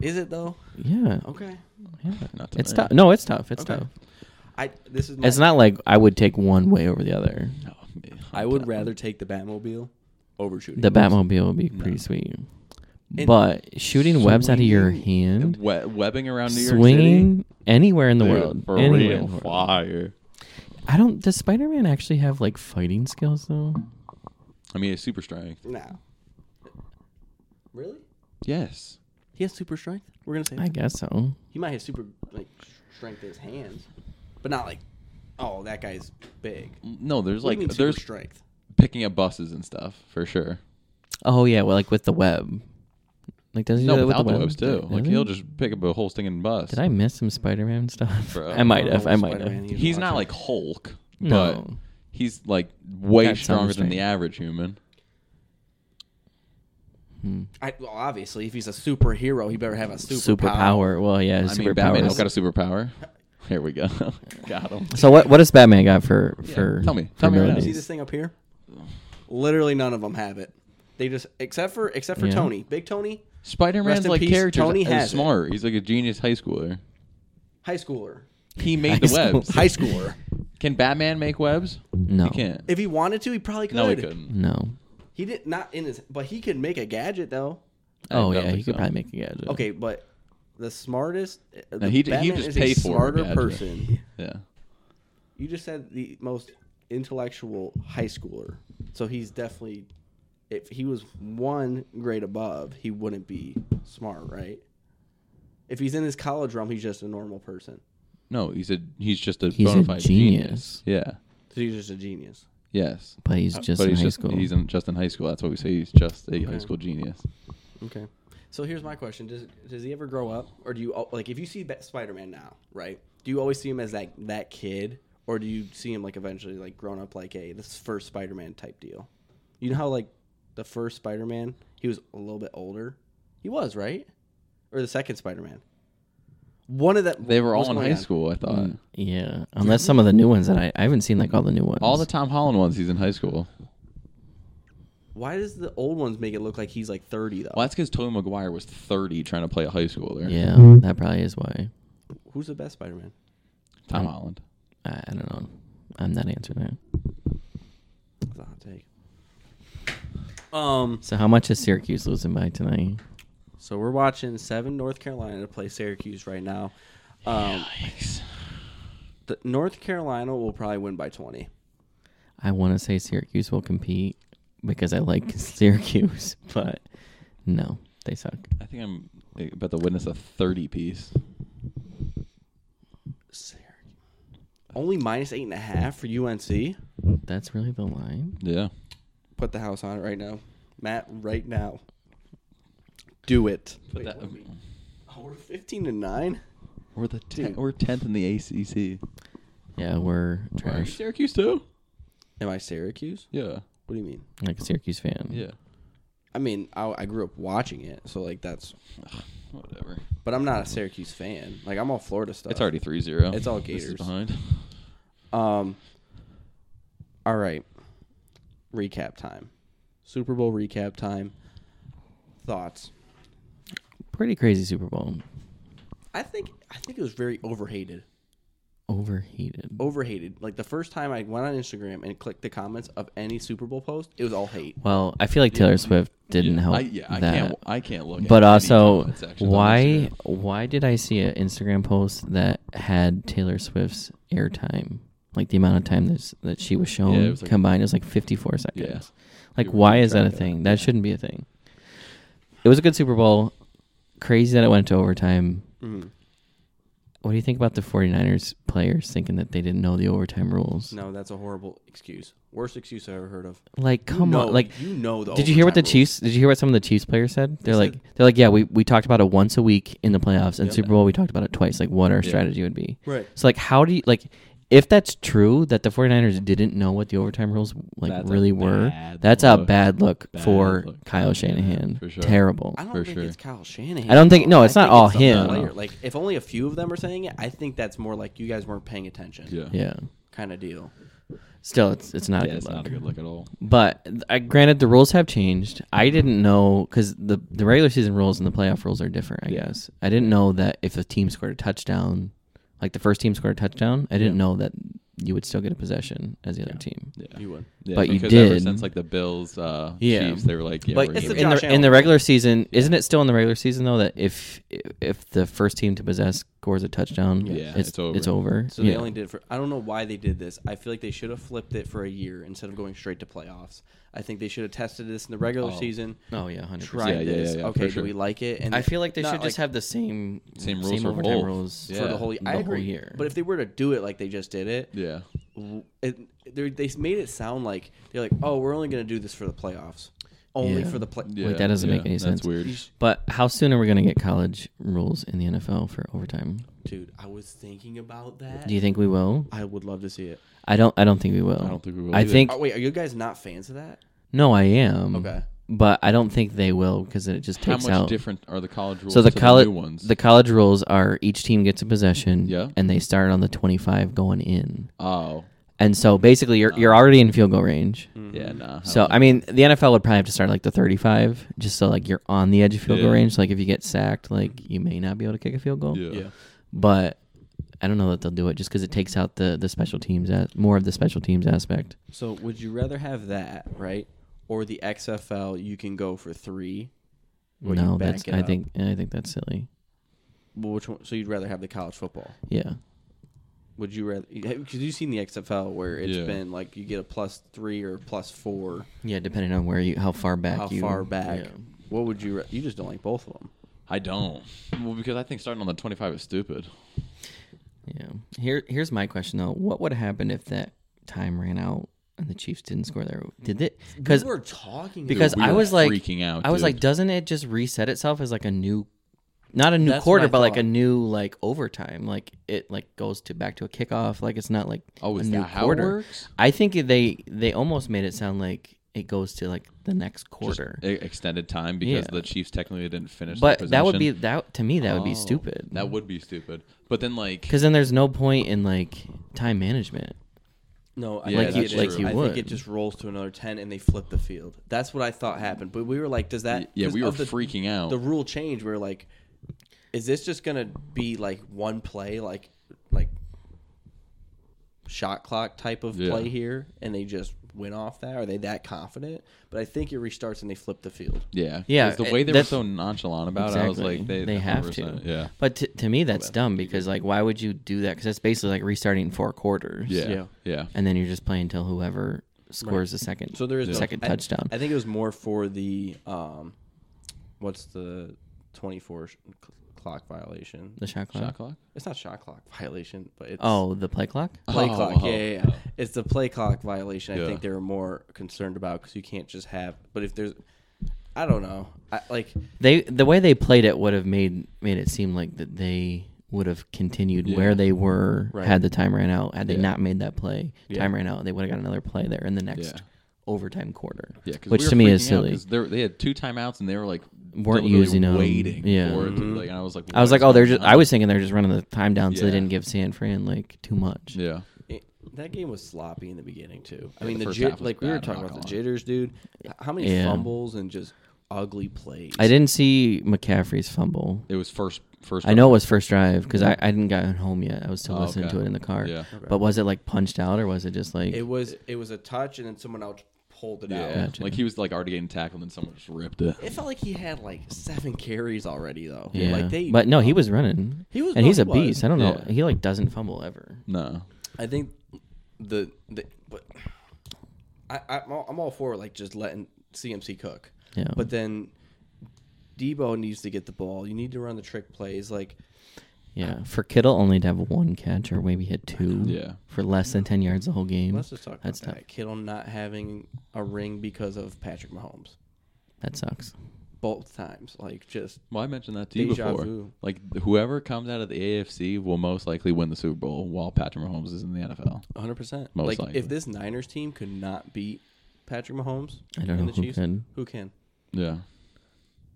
Speaker 3: Is it though?
Speaker 1: Yeah.
Speaker 3: Okay.
Speaker 1: yeah.
Speaker 2: Not to
Speaker 1: It's
Speaker 2: me.
Speaker 1: tough. No, it's tough. It's
Speaker 3: Oh, Okay.
Speaker 1: tough.
Speaker 3: I this is my,
Speaker 1: It's not like I would take one way over the other.
Speaker 2: No, man.
Speaker 3: I would rather take the Batmobile over shooting.
Speaker 1: The
Speaker 3: webs.
Speaker 1: Batmobile would be pretty sweet.
Speaker 3: And
Speaker 1: But shooting webs out of your hand,
Speaker 2: We- webbing around New York City.
Speaker 1: swinging anywhere in the
Speaker 2: Dude,
Speaker 1: world,
Speaker 2: for
Speaker 1: anywhere
Speaker 2: real,
Speaker 1: in the world.
Speaker 2: fire.
Speaker 1: I don't. Does Spider Man actually have like fighting skills though?
Speaker 2: I mean, it's super strength.
Speaker 3: No. Really?
Speaker 2: Yes.
Speaker 3: He has super strength? We're going to say
Speaker 1: I
Speaker 3: that.
Speaker 1: guess so.
Speaker 3: he might have super like strength in his hands, but not like oh, that guy's big.
Speaker 2: No, there's
Speaker 3: What do you mean
Speaker 2: like
Speaker 3: super
Speaker 2: there's
Speaker 3: strength.
Speaker 2: picking up buses and stuff for sure.
Speaker 1: Oh yeah, well like with the web. Like does he
Speaker 2: No,
Speaker 1: do that with
Speaker 2: without
Speaker 1: the,
Speaker 2: the
Speaker 1: web?
Speaker 2: webs too.
Speaker 1: Does
Speaker 2: Like
Speaker 1: he?
Speaker 2: he'll just pick up a whole stinging bus.
Speaker 1: Did I miss some Spider Man stuff?
Speaker 2: Bro.
Speaker 1: I might have.
Speaker 3: Oh,
Speaker 1: I might
Speaker 3: Spider-Man,
Speaker 1: have.
Speaker 3: he's
Speaker 2: He's not
Speaker 3: watching.
Speaker 2: like Hulk,
Speaker 1: No.
Speaker 2: but he's like way
Speaker 1: Got some
Speaker 2: stronger than the
Speaker 1: strength.
Speaker 2: average human.
Speaker 1: Hmm.
Speaker 3: I, well, obviously, if he's a superhero, he better have a super
Speaker 1: superpower. Well, yeah,
Speaker 2: I mean, Batman's
Speaker 1: superpowers.
Speaker 2: got a superpower. [laughs] Here we go. got
Speaker 1: [laughs]
Speaker 2: him.
Speaker 1: so what? What does Batman got for for?
Speaker 2: tell me.
Speaker 1: for
Speaker 2: Tell me right now.
Speaker 1: abilities?
Speaker 3: See this thing up here? Literally, none of them have it. They just, except for except for
Speaker 1: Yeah.
Speaker 3: Tony, Big Tony,
Speaker 2: Spider
Speaker 3: Rest
Speaker 2: Man's
Speaker 3: in
Speaker 2: like
Speaker 3: peace,
Speaker 2: character
Speaker 3: Tony has
Speaker 2: is
Speaker 3: it.
Speaker 2: smart. He's like a genius high schooler. [laughs]
Speaker 3: high schooler,
Speaker 2: He
Speaker 1: High
Speaker 2: made the
Speaker 1: school-
Speaker 2: webs.
Speaker 3: high schooler.
Speaker 2: Can Batman make webs?
Speaker 1: No.
Speaker 2: He can't.
Speaker 3: if he wanted to, he probably could.
Speaker 2: no, he couldn't.
Speaker 1: No.
Speaker 3: He did not in his, but he could make a gadget though.
Speaker 2: I
Speaker 1: Oh
Speaker 2: don't
Speaker 1: yeah, he
Speaker 2: think
Speaker 1: could
Speaker 2: so.
Speaker 1: probably make a gadget.
Speaker 3: Okay, but the smartest, uh, the
Speaker 2: he j- he
Speaker 3: Batman
Speaker 2: just
Speaker 3: is a
Speaker 2: paid for it,
Speaker 3: smarter
Speaker 2: gadget.
Speaker 3: person.
Speaker 2: Yeah.
Speaker 3: You just said the most intellectual high schooler. So he's definitely if he was one grade above, he wouldn't be smart, right? If he's in his college realm, he's just a normal person.
Speaker 2: No, he's a he's just a
Speaker 1: He's a
Speaker 2: bona fide
Speaker 1: genius.
Speaker 2: genius. Yeah.
Speaker 3: So he's just a genius.
Speaker 2: Yes.
Speaker 1: But he's just
Speaker 2: Uh, but
Speaker 1: in
Speaker 2: he's
Speaker 1: high
Speaker 2: just
Speaker 1: school.
Speaker 2: he's in, just in high school. That's why we say he's just a
Speaker 3: Okay.
Speaker 2: high school genius.
Speaker 3: Okay. So here's my question: Does does he ever grow up, or do you al- like if you see Ba- Spider-Man now, right? Do you always see him as that that kid, or do you see him like eventually like grown up, like hey, this is first Spider-Man type deal? You know how like the first Spider-Man, he was a little bit older. He was right, or the second Spider-Man. One of that
Speaker 2: They were
Speaker 3: what's
Speaker 2: all in
Speaker 3: going
Speaker 2: high
Speaker 3: on?
Speaker 2: school, I thought.
Speaker 1: yeah, unless some of the new ones that I, I haven't seen, like all the new ones.
Speaker 2: All the Tom Holland ones, he's in high school.
Speaker 3: Why does the old ones make it look like he's like thirty though?
Speaker 2: Well, that's because Tobey Maguire was 30 trying to play a high schooler.
Speaker 1: yeah, that probably is why.
Speaker 3: Who's the best Spider-Man?
Speaker 2: Tom Holland.
Speaker 1: I, I don't know. I'm not answering that.
Speaker 3: That's a hot take. Um.
Speaker 1: So how much is Syracuse losing by tonight?
Speaker 3: So we're watching seven North Carolina to play Syracuse right now. Um, the North Carolina will probably win by twenty.
Speaker 1: I want to say Syracuse will compete because I like [laughs] Syracuse, but no, they suck.
Speaker 2: I think I'm about to witness a 30 piece.
Speaker 3: Syracuse. Only minus eight and a half for UNC.
Speaker 1: That's really the line.
Speaker 2: Yeah.
Speaker 3: Put the house on it right now, Matt. Right now. Do it.
Speaker 2: But that,
Speaker 3: Oh, we're fifteen to nine.
Speaker 2: we're the
Speaker 3: Dude.
Speaker 2: ten, we're 10th in the ACC.
Speaker 1: Yeah, we're
Speaker 2: Are you
Speaker 1: trash.
Speaker 2: Syracuse too?
Speaker 3: Am I Syracuse?
Speaker 2: Yeah.
Speaker 3: What do you mean?
Speaker 1: Like a Syracuse fan.
Speaker 2: Yeah.
Speaker 3: I mean I, I grew up watching it, so like that's.
Speaker 2: Whatever.
Speaker 3: But I'm not a Syracuse fan. Like I'm all Florida stuff.
Speaker 2: It's already 3 0.
Speaker 3: It's all
Speaker 2: This
Speaker 3: Gators.
Speaker 2: is behind.
Speaker 3: Um. All right. Recap time. Super Bowl recap time. Thoughts.
Speaker 1: Pretty crazy Super Bowl.
Speaker 3: I think I think it was very overhated.
Speaker 1: Overheated.
Speaker 2: Oh.
Speaker 3: Overhated. Like the first time I went on Instagram and clicked the comments of any Super Bowl post, it was all hate.
Speaker 1: Well, I feel like Taylor Swift didn't help
Speaker 2: I, yeah, I
Speaker 1: that.
Speaker 2: can't, I can't look
Speaker 1: but
Speaker 2: at any
Speaker 1: also,
Speaker 2: comment sections on
Speaker 1: why
Speaker 2: Instagram.
Speaker 1: why did I see an Instagram post that had Taylor Swift's airtime, like the amount of time that's, that she was shown
Speaker 2: Yeah, it was like-
Speaker 1: combined? It was like fifty four seconds.
Speaker 2: Yeah.
Speaker 1: Like,
Speaker 2: You were
Speaker 1: why
Speaker 2: keeping
Speaker 1: is that
Speaker 2: track
Speaker 1: a
Speaker 2: of that,
Speaker 1: thing? That shouldn't be a thing. It was a good Super Bowl. Crazy that it went to overtime. What do you think about the 49ers players thinking that they didn't know the overtime rules?
Speaker 3: No, that's a horrible excuse. Worst excuse I've ever heard of.
Speaker 1: Like, come
Speaker 3: know-
Speaker 1: on! Like,
Speaker 3: you know the
Speaker 1: Did you hear what the
Speaker 3: overtime rules.
Speaker 1: Chiefs? Did you hear what some of the Chiefs players said? They're
Speaker 3: They
Speaker 1: like,
Speaker 3: said-
Speaker 1: they're like, yeah, we, we talked about it once a week in the playoffs and Super Bowl. We talked about it twice. Like, what our strategy would be.
Speaker 3: Right.
Speaker 1: So, like, how do you like? If that's true that the 49ers didn't know what the overtime rules like
Speaker 2: That's a
Speaker 1: really were,
Speaker 2: bad
Speaker 1: that's a
Speaker 2: look.
Speaker 1: bad look
Speaker 2: Bad
Speaker 1: for
Speaker 2: look.
Speaker 1: Kyle
Speaker 2: Yeah,
Speaker 1: Shanahan.
Speaker 2: for sure.
Speaker 1: Terrible.
Speaker 3: I don't
Speaker 2: For
Speaker 3: think
Speaker 2: sure.
Speaker 3: it's Kyle Shanahan.
Speaker 1: I don't think- no,
Speaker 3: I
Speaker 1: it's not
Speaker 3: think
Speaker 1: all
Speaker 3: the
Speaker 1: him.
Speaker 3: player. Like if only a few of them are saying it, I think that's more like you guys weren't paying attention.
Speaker 2: Yeah.
Speaker 1: Yeah.
Speaker 3: Kind of deal.
Speaker 1: Still, it's it's not
Speaker 2: Yeah,
Speaker 1: a good
Speaker 2: it's
Speaker 1: look.
Speaker 2: not a good look at all.
Speaker 1: But I, granted, the rules have changed. I didn't know because the the regular season rules and the playoff rules are different. I guess I didn't know that if a team scored a touchdown, like the first team scored a touchdown, I didn't know that you would still get a possession as the other team.
Speaker 2: Yeah.
Speaker 3: You would.
Speaker 2: Yeah,
Speaker 1: But you
Speaker 2: because Ever
Speaker 1: did.
Speaker 2: since like the Bills, uh,
Speaker 1: Yeah.
Speaker 2: Chiefs, they were like, yeah,
Speaker 3: But
Speaker 2: we're
Speaker 3: it's
Speaker 2: gonna-
Speaker 3: the
Speaker 1: In
Speaker 3: Josh
Speaker 1: the in
Speaker 3: Allen
Speaker 1: the
Speaker 3: thing.
Speaker 1: regular season, isn't it still in the regular season though that if if the first team to possess scores a touchdown,
Speaker 2: Yeah,
Speaker 1: it's,
Speaker 2: it's over.
Speaker 1: It's over.
Speaker 3: So they only did it for. I don't know why they did this. I feel like they should have flipped it for a year instead of going straight to playoffs. I think they should have tested this in the regular
Speaker 2: Oh.
Speaker 3: season.
Speaker 1: Oh yeah, hundred
Speaker 3: Tried
Speaker 1: percent.
Speaker 2: Yeah, yeah,
Speaker 3: this.
Speaker 2: yeah, yeah,
Speaker 3: okay,
Speaker 2: for
Speaker 3: do
Speaker 2: sure.
Speaker 3: we like it? And
Speaker 1: I feel like they
Speaker 3: not,
Speaker 1: should just have the same
Speaker 2: Same rules for
Speaker 1: overtime
Speaker 2: both.
Speaker 1: rules
Speaker 2: Yeah.
Speaker 3: for the whole.
Speaker 1: the
Speaker 3: I
Speaker 1: whole
Speaker 3: agree.
Speaker 1: year.
Speaker 3: But if they were to do it like they just did it,
Speaker 2: yeah,
Speaker 3: w- it they they made it sound like they're like, oh, we're only going to do this for the playoffs, only
Speaker 1: Yeah.
Speaker 3: for the play.
Speaker 2: yeah,
Speaker 1: that doesn't
Speaker 2: yeah,
Speaker 1: make any
Speaker 2: that's
Speaker 1: sense.
Speaker 2: Weird.
Speaker 3: You sh-
Speaker 1: But how soon are we going to get college rules in the NFL for overtime?
Speaker 3: Dude, I was thinking about that.
Speaker 1: Do you think we will?
Speaker 3: I would love to see it.
Speaker 1: I don't. I don't think we will. I
Speaker 2: don't think we will
Speaker 1: I
Speaker 2: either.
Speaker 1: think
Speaker 3: Oh wait, are you guys not fans of that?
Speaker 1: no. I am.
Speaker 3: Okay.
Speaker 1: But I don't think they will because it just
Speaker 2: How
Speaker 1: takes
Speaker 2: much
Speaker 1: out.
Speaker 2: different are the college rules?
Speaker 1: so the
Speaker 2: to
Speaker 1: college
Speaker 2: new ones.
Speaker 1: the college rules are each team gets a possession.
Speaker 2: Yeah.
Speaker 1: And they start on the twenty five going in.
Speaker 2: oh,
Speaker 1: And so basically you're you're already in field goal range.
Speaker 3: Mm-hmm.
Speaker 2: yeah, nah.
Speaker 1: So I mean the NFL would probably have to start like the thirty five just so like you're on the edge of field goal
Speaker 2: Yeah.
Speaker 1: range. Like if you get sacked, like you may not be able to kick a field goal.
Speaker 2: yeah.
Speaker 1: but I don't know that they'll do it just because it takes out the the special teams at more of the special teams aspect.
Speaker 3: So would you rather have that, right? Or the XFL you can go for three? or you
Speaker 1: no,
Speaker 3: back
Speaker 1: that's
Speaker 3: it
Speaker 1: I
Speaker 3: up?
Speaker 1: think I think that's silly.
Speaker 3: Well, which one, so you'd rather have the college football?
Speaker 1: Yeah,
Speaker 3: Would you rather? Because you've seen the XFL where it's
Speaker 2: Yeah.
Speaker 3: been like you get a plus three or plus four,
Speaker 1: yeah, depending on where you how far back
Speaker 3: how
Speaker 1: you
Speaker 3: far back?
Speaker 1: yeah.
Speaker 3: What would you? Ra- you just don't like both of them.
Speaker 2: I don't. Well, because I think starting on the 25 is stupid.
Speaker 1: Yeah. Here, here's my question though. What would happen if that time ran out and the Chiefs didn't score their? Did it? Because
Speaker 3: we were talking
Speaker 1: because
Speaker 2: we
Speaker 1: I
Speaker 2: were
Speaker 1: was like,
Speaker 2: freaking out,
Speaker 1: I was
Speaker 2: dude.
Speaker 1: like, doesn't it just reset itself as like a new, not a new
Speaker 2: That's what I
Speaker 1: quarter, but like a
Speaker 2: thought.
Speaker 1: new like overtime? Like it like goes to back to a kickoff. Like it's not like
Speaker 2: Oh,
Speaker 1: a
Speaker 2: is
Speaker 1: new
Speaker 2: that how it
Speaker 1: quarter.
Speaker 2: works?
Speaker 1: I think they they almost made it sound like it goes to like the next quarter.
Speaker 2: E- Extended time because
Speaker 1: Yeah.
Speaker 2: the Chiefs technically didn't finish. their
Speaker 1: but that would be
Speaker 2: possession.
Speaker 1: that to me. That would
Speaker 2: Oh,
Speaker 1: be stupid.
Speaker 2: That would be stupid. But then like
Speaker 1: Because then there's no point in like time management.
Speaker 3: No, I
Speaker 2: Yeah,
Speaker 3: think
Speaker 2: that's
Speaker 3: it,
Speaker 2: like
Speaker 3: just-
Speaker 2: you
Speaker 3: I
Speaker 1: would.
Speaker 3: think it just rolls to another ten and they flip the field. That's what I thought happened. But we were like, does that?
Speaker 2: yeah,
Speaker 3: 'cause
Speaker 2: we were
Speaker 3: of the,
Speaker 2: freaking
Speaker 1: Oh.
Speaker 2: out.
Speaker 3: The rule change. We were like, is this just gonna be like one play, like like shot clock type of
Speaker 2: Yeah.
Speaker 3: play here, and they just went off that? Are they that confident? But I think it restarts and they flip the field.
Speaker 2: yeah, 'cause
Speaker 1: Yeah,
Speaker 2: The
Speaker 1: it-
Speaker 2: way they were
Speaker 1: that's-
Speaker 2: so nonchalant about it, I was like, they,
Speaker 1: have to.
Speaker 2: 100%, Yeah,
Speaker 1: But to, to me, that's dumb because like, why would you do that? Because that's basically like restarting four quarters.
Speaker 2: yeah, yeah,
Speaker 3: Yeah.
Speaker 1: And then you're just playing till whoever scores the second.
Speaker 3: So there is no-
Speaker 1: second
Speaker 3: I-
Speaker 1: touchdown.
Speaker 3: I think it was more for the um, what's the twenty four sh- c- clock violation?
Speaker 1: the shot clock.
Speaker 2: Shot clock.
Speaker 3: It's not shot clock violation, but it's
Speaker 1: Oh, the play clock.
Speaker 3: play
Speaker 2: Oh,
Speaker 3: clock.
Speaker 2: oh,
Speaker 3: yeah, yeah, yeah.
Speaker 2: oh.
Speaker 3: It's the play clock violation.
Speaker 2: Yeah.
Speaker 3: I think they were more concerned about because you can't just have. But if there's, I don't know. I like
Speaker 1: They the way they played it would have made made it seem like that they would have continued
Speaker 2: Yeah.
Speaker 1: where they were
Speaker 3: Right.
Speaker 1: had the time ran out. Had they
Speaker 2: Yeah.
Speaker 1: not made that play,
Speaker 3: Yeah.
Speaker 1: time ran out. They would have got another play there in the next
Speaker 2: Yeah.
Speaker 1: overtime quarter.
Speaker 2: Yeah, 'cause
Speaker 1: which
Speaker 2: we were
Speaker 1: to me is
Speaker 2: freaking out
Speaker 1: silly.
Speaker 2: 'cause they were- they had two timeouts and they were like
Speaker 1: Weren't
Speaker 2: deliberately
Speaker 1: using 'em.
Speaker 2: waiting.
Speaker 1: Yeah.
Speaker 2: for it to, like, and I was like,
Speaker 1: I was
Speaker 2: what
Speaker 1: like,
Speaker 2: is
Speaker 1: oh, they're
Speaker 2: going
Speaker 1: just.
Speaker 2: on?
Speaker 1: I was thinking they're just running the time down so they
Speaker 2: Yeah.
Speaker 1: didn't give San Fran like too much.
Speaker 2: Yeah,
Speaker 3: it- that game was sloppy in the beginning too. I
Speaker 2: the
Speaker 3: mean the,
Speaker 2: first
Speaker 3: jit,
Speaker 2: half was
Speaker 3: like we were
Speaker 2: bad, I'm
Speaker 3: talking
Speaker 2: not
Speaker 3: about the
Speaker 2: gonna lie.
Speaker 3: jitters, dude. H- How many
Speaker 1: Yeah.
Speaker 3: fumbles and just ugly plays?
Speaker 1: I didn't see McCaffrey's fumble.
Speaker 2: it was first first.
Speaker 1: I know it was first drive because I, I didn't get home yet. I was still
Speaker 2: Oh,
Speaker 1: listening
Speaker 2: okay.
Speaker 1: to it in the car.
Speaker 2: Yeah.
Speaker 1: But was it like punched out or was it just like
Speaker 3: It was it was a touch and then someone else pulled it out.
Speaker 2: Yeah,
Speaker 1: Gotcha.
Speaker 2: like he was like already getting tackled and someone just ripped it.
Speaker 3: It felt like he had like seven carries already though.
Speaker 1: yeah?
Speaker 3: Like they
Speaker 1: but no, he was running.
Speaker 3: He was-
Speaker 1: and
Speaker 3: no,
Speaker 1: he's
Speaker 3: he
Speaker 1: a
Speaker 3: was.
Speaker 1: beast. I don't know.
Speaker 2: Yeah.
Speaker 1: He like doesn't fumble ever.
Speaker 2: No,
Speaker 3: I think the the but I I'm all, I'm all for like just letting CMC cook.
Speaker 1: Yeah.
Speaker 3: But then Debo needs to get the ball. You need to run the trick plays. Like
Speaker 2: [laughs]
Speaker 1: Yeah, for Kittle only to have one catch or maybe hit two.
Speaker 2: Yeah.
Speaker 1: for less than ten yards the whole game.
Speaker 3: let's just talk about
Speaker 1: That's
Speaker 3: that.
Speaker 1: tough.
Speaker 3: Kittle not having a ring because of Patrick Mahomes
Speaker 1: That sucks.
Speaker 3: both times. Like just
Speaker 2: well, I mentioned that to you
Speaker 3: Deja
Speaker 2: before.
Speaker 3: vu.
Speaker 2: Like whoever comes out of the AFC will most likely win the Super Bowl while Patrick Mahomes is in the NFL.
Speaker 3: 100. percent
Speaker 2: Most
Speaker 3: Like
Speaker 2: likely.
Speaker 3: if this Niners team could not beat Patrick Mahomes
Speaker 1: I don't know
Speaker 3: and the
Speaker 1: who
Speaker 3: Chiefs,
Speaker 1: could.
Speaker 3: who can?
Speaker 2: Yeah.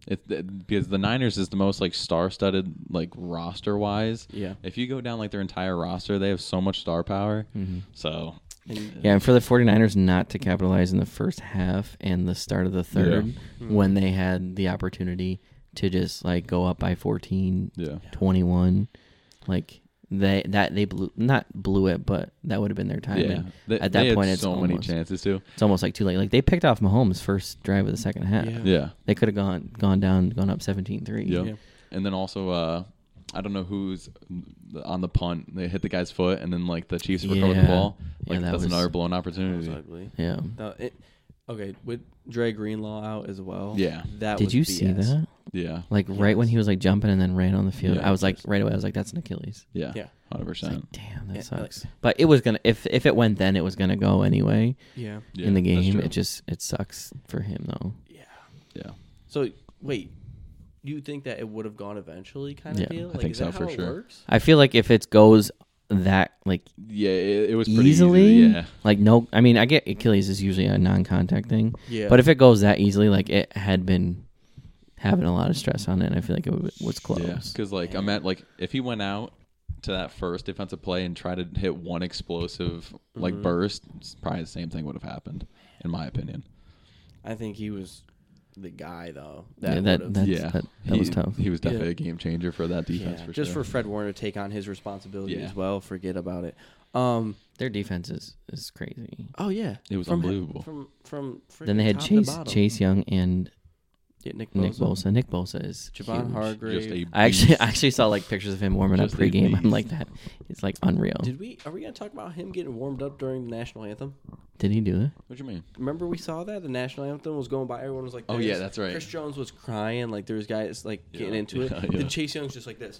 Speaker 2: It, it- because the Niners is the most like star-studded like roster-wise.
Speaker 3: Yeah.
Speaker 2: If you go down like their entire roster, they have so much star power. So
Speaker 3: Mm-hmm. And
Speaker 1: Mm-hmm.
Speaker 3: uh,
Speaker 1: Yeah, and for the 49ers not to capitalize in the first half and the start of the third when they had the opportunity to just like go up by 14,
Speaker 2: Yeah.
Speaker 1: 21. Like they that they blew not blew it, but that would have been their time.
Speaker 2: yeah,
Speaker 1: And
Speaker 2: They-
Speaker 1: at
Speaker 2: they
Speaker 1: that
Speaker 2: had
Speaker 1: point it's
Speaker 2: so
Speaker 1: almost,
Speaker 2: many chances too.
Speaker 1: It's almost like too late. Like they picked off Mahomes first drive of the second half.
Speaker 3: Yeah.
Speaker 2: Yeah.
Speaker 1: They could have gone gone down, gone up 17-3.
Speaker 2: Yeah.
Speaker 3: Yeah.
Speaker 2: And then also, uh, I don't know who's on the punt. They hit the guy's foot, and then like the Chiefs recover the
Speaker 1: Yeah.
Speaker 2: ball.
Speaker 1: Yeah,
Speaker 2: Like
Speaker 1: that
Speaker 2: that's
Speaker 1: was-
Speaker 2: another blown
Speaker 3: it was
Speaker 2: opportunity.
Speaker 3: ugly.
Speaker 1: Yeah.
Speaker 3: No, it, okay, with Dre Greenlaw out as well.
Speaker 2: Yeah.
Speaker 3: that
Speaker 1: Did
Speaker 3: was
Speaker 1: you see
Speaker 3: BS.
Speaker 1: that?
Speaker 2: yeah,
Speaker 1: Like right when he was like jumping and then ran on the field.
Speaker 2: Yeah.
Speaker 1: I was like right away I was like that's an Achilles.
Speaker 2: yeah,
Speaker 3: Yeah.
Speaker 2: hundred percent.
Speaker 1: Damn, that
Speaker 3: Yeah, like-
Speaker 1: sucks. but it was gonna if if it went then it was gonna go anyway
Speaker 3: Yeah.
Speaker 2: Yeah,
Speaker 1: in the
Speaker 2: that's
Speaker 1: game.
Speaker 2: true.
Speaker 1: It just it sucks for him though.
Speaker 3: Yeah.
Speaker 2: yeah,
Speaker 3: So wait, you think that it would have gone eventually, kind of
Speaker 1: Yeah,
Speaker 3: deal?
Speaker 1: I
Speaker 3: Like,
Speaker 2: think
Speaker 3: is
Speaker 2: so,
Speaker 3: that
Speaker 2: for
Speaker 3: how it
Speaker 2: sure.
Speaker 3: works?
Speaker 1: I feel like if it goes that like
Speaker 2: yeah. It, it was pretty
Speaker 1: easily,
Speaker 2: easy, yeah,
Speaker 1: like no, I mean I get Achilles is usually a non-contact thing,
Speaker 3: Yeah.
Speaker 1: but if it goes that easily, like it had been having a lot of stress on it. I feel like it w- was close.
Speaker 2: yeah. Because like I'm at like if he went out to that first defensive play and tried to hit one explosive like
Speaker 1: Mm-hmm.
Speaker 2: burst, it's probably the same thing would have happened, in my opinion.
Speaker 3: I think he was the guy though.
Speaker 1: Yeah,
Speaker 3: That
Speaker 1: that-
Speaker 3: would've-
Speaker 1: That's-
Speaker 2: yeah,
Speaker 1: that- that
Speaker 2: he,
Speaker 1: was tough.
Speaker 2: He was definitely
Speaker 3: Yeah.
Speaker 2: a game changer for that
Speaker 3: yeah,
Speaker 2: defense for
Speaker 3: just
Speaker 2: sure.
Speaker 3: for Fred Warner to take on his responsibility
Speaker 2: Yeah.
Speaker 3: as well. Forget about it. Um.
Speaker 1: Their defense is, is crazy.
Speaker 3: Oh yeah,
Speaker 2: It was
Speaker 3: From-
Speaker 2: unbelievable.
Speaker 3: From from
Speaker 1: Then they
Speaker 3: freaking
Speaker 1: had
Speaker 3: top to
Speaker 1: Chase
Speaker 3: bottom.
Speaker 1: Chase Young and
Speaker 3: Yeah, Nick
Speaker 1: Nick
Speaker 3: Bosa.
Speaker 1: Bosa. Nick Bosa is
Speaker 3: Javon
Speaker 1: huge.
Speaker 3: Hargrave.
Speaker 2: Just a
Speaker 1: I actually [laughs]
Speaker 2: beast.
Speaker 1: I actually saw like pictures of him warming up
Speaker 2: Just a
Speaker 1: pregame.
Speaker 2: beast.
Speaker 1: I'm like that. It's like unreal. Did,
Speaker 3: Did we? Are we gonna talk about him getting warmed up during the national anthem?
Speaker 1: he do it?
Speaker 2: What do you mean?
Speaker 3: Remember we saw that the national anthem was going by. Everyone was like,
Speaker 2: Oh, yeah,
Speaker 3: this.
Speaker 2: that's right.
Speaker 3: Chris Jones was crying. Like there was guys like getting
Speaker 2: Yeah,
Speaker 3: into
Speaker 2: [laughs]
Speaker 3: it.
Speaker 2: yeah, yeah.
Speaker 3: Then Chase Young's just like this.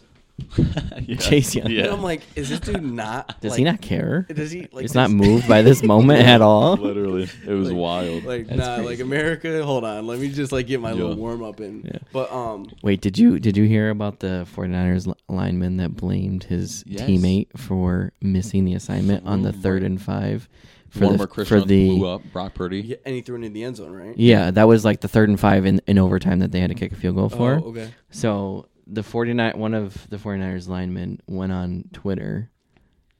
Speaker 2: [laughs] yeah.
Speaker 1: Chase Young.
Speaker 2: Yeah.
Speaker 3: And I'm like, is this dude not?
Speaker 1: Does
Speaker 3: like,
Speaker 1: he not care?
Speaker 3: Does he? Like,
Speaker 1: He's not
Speaker 3: does-
Speaker 1: moved by
Speaker 3: [laughs]
Speaker 1: this moment at all.
Speaker 2: Literally, it was wild.
Speaker 3: Like
Speaker 1: That's
Speaker 3: nah, like
Speaker 1: crazy.
Speaker 3: America. Hold on, let me just like get my
Speaker 2: Yeah.
Speaker 3: little warm up in.
Speaker 1: Yeah.
Speaker 3: But um,
Speaker 1: Wait, did you did you hear about the 49ers li- lineman that blamed his
Speaker 2: Yes.
Speaker 1: teammate for missing the assignment on the third and five for
Speaker 2: Former
Speaker 1: the
Speaker 2: Chris
Speaker 1: for
Speaker 2: Jones
Speaker 1: the
Speaker 2: blew up Brock Purdy.
Speaker 3: yeah, and he threw it in the end zone, right?
Speaker 1: Yeah, that was like the third and five in, in overtime that they had to kick a field goal for.
Speaker 3: Oh, okay.
Speaker 1: So the 49 one of the 49ers linemen went on Twitter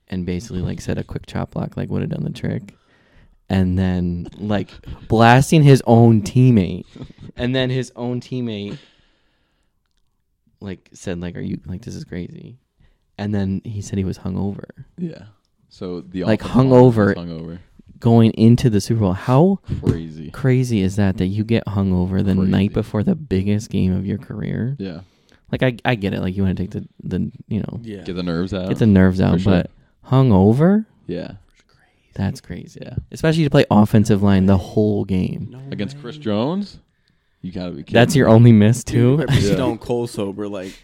Speaker 1: and basically like said a quick chop block like would have done the trick. And then like blasting his own teammate. And then his own teammate like said like are you like this is crazy. And then he said he was hungover
Speaker 2: Yeah. So the
Speaker 1: Like,
Speaker 2: offensive line was
Speaker 1: hungover.
Speaker 2: hungover,
Speaker 1: going into the Super Bowl. How
Speaker 2: crazy.
Speaker 1: crazy is that that you get hungover the
Speaker 2: Crazy.
Speaker 1: night before the biggest game of your career?
Speaker 2: Yeah.
Speaker 1: Like I, I get it. Like you want to take the, the you know
Speaker 3: Yeah.
Speaker 2: Get the nerves out.
Speaker 1: get the nerves out,
Speaker 2: Oh, sure.
Speaker 1: but hungover,
Speaker 2: yeah.
Speaker 1: that's crazy.
Speaker 2: Yeah.
Speaker 1: Especially to play offensive line the whole game.
Speaker 3: No
Speaker 2: Against
Speaker 3: way.
Speaker 2: Chris Jones, you gotta be. Kidding.
Speaker 1: That's your only miss
Speaker 3: Dude, [laughs]
Speaker 1: too.
Speaker 3: remember
Speaker 2: Yeah.
Speaker 3: Stone Cold sober. Like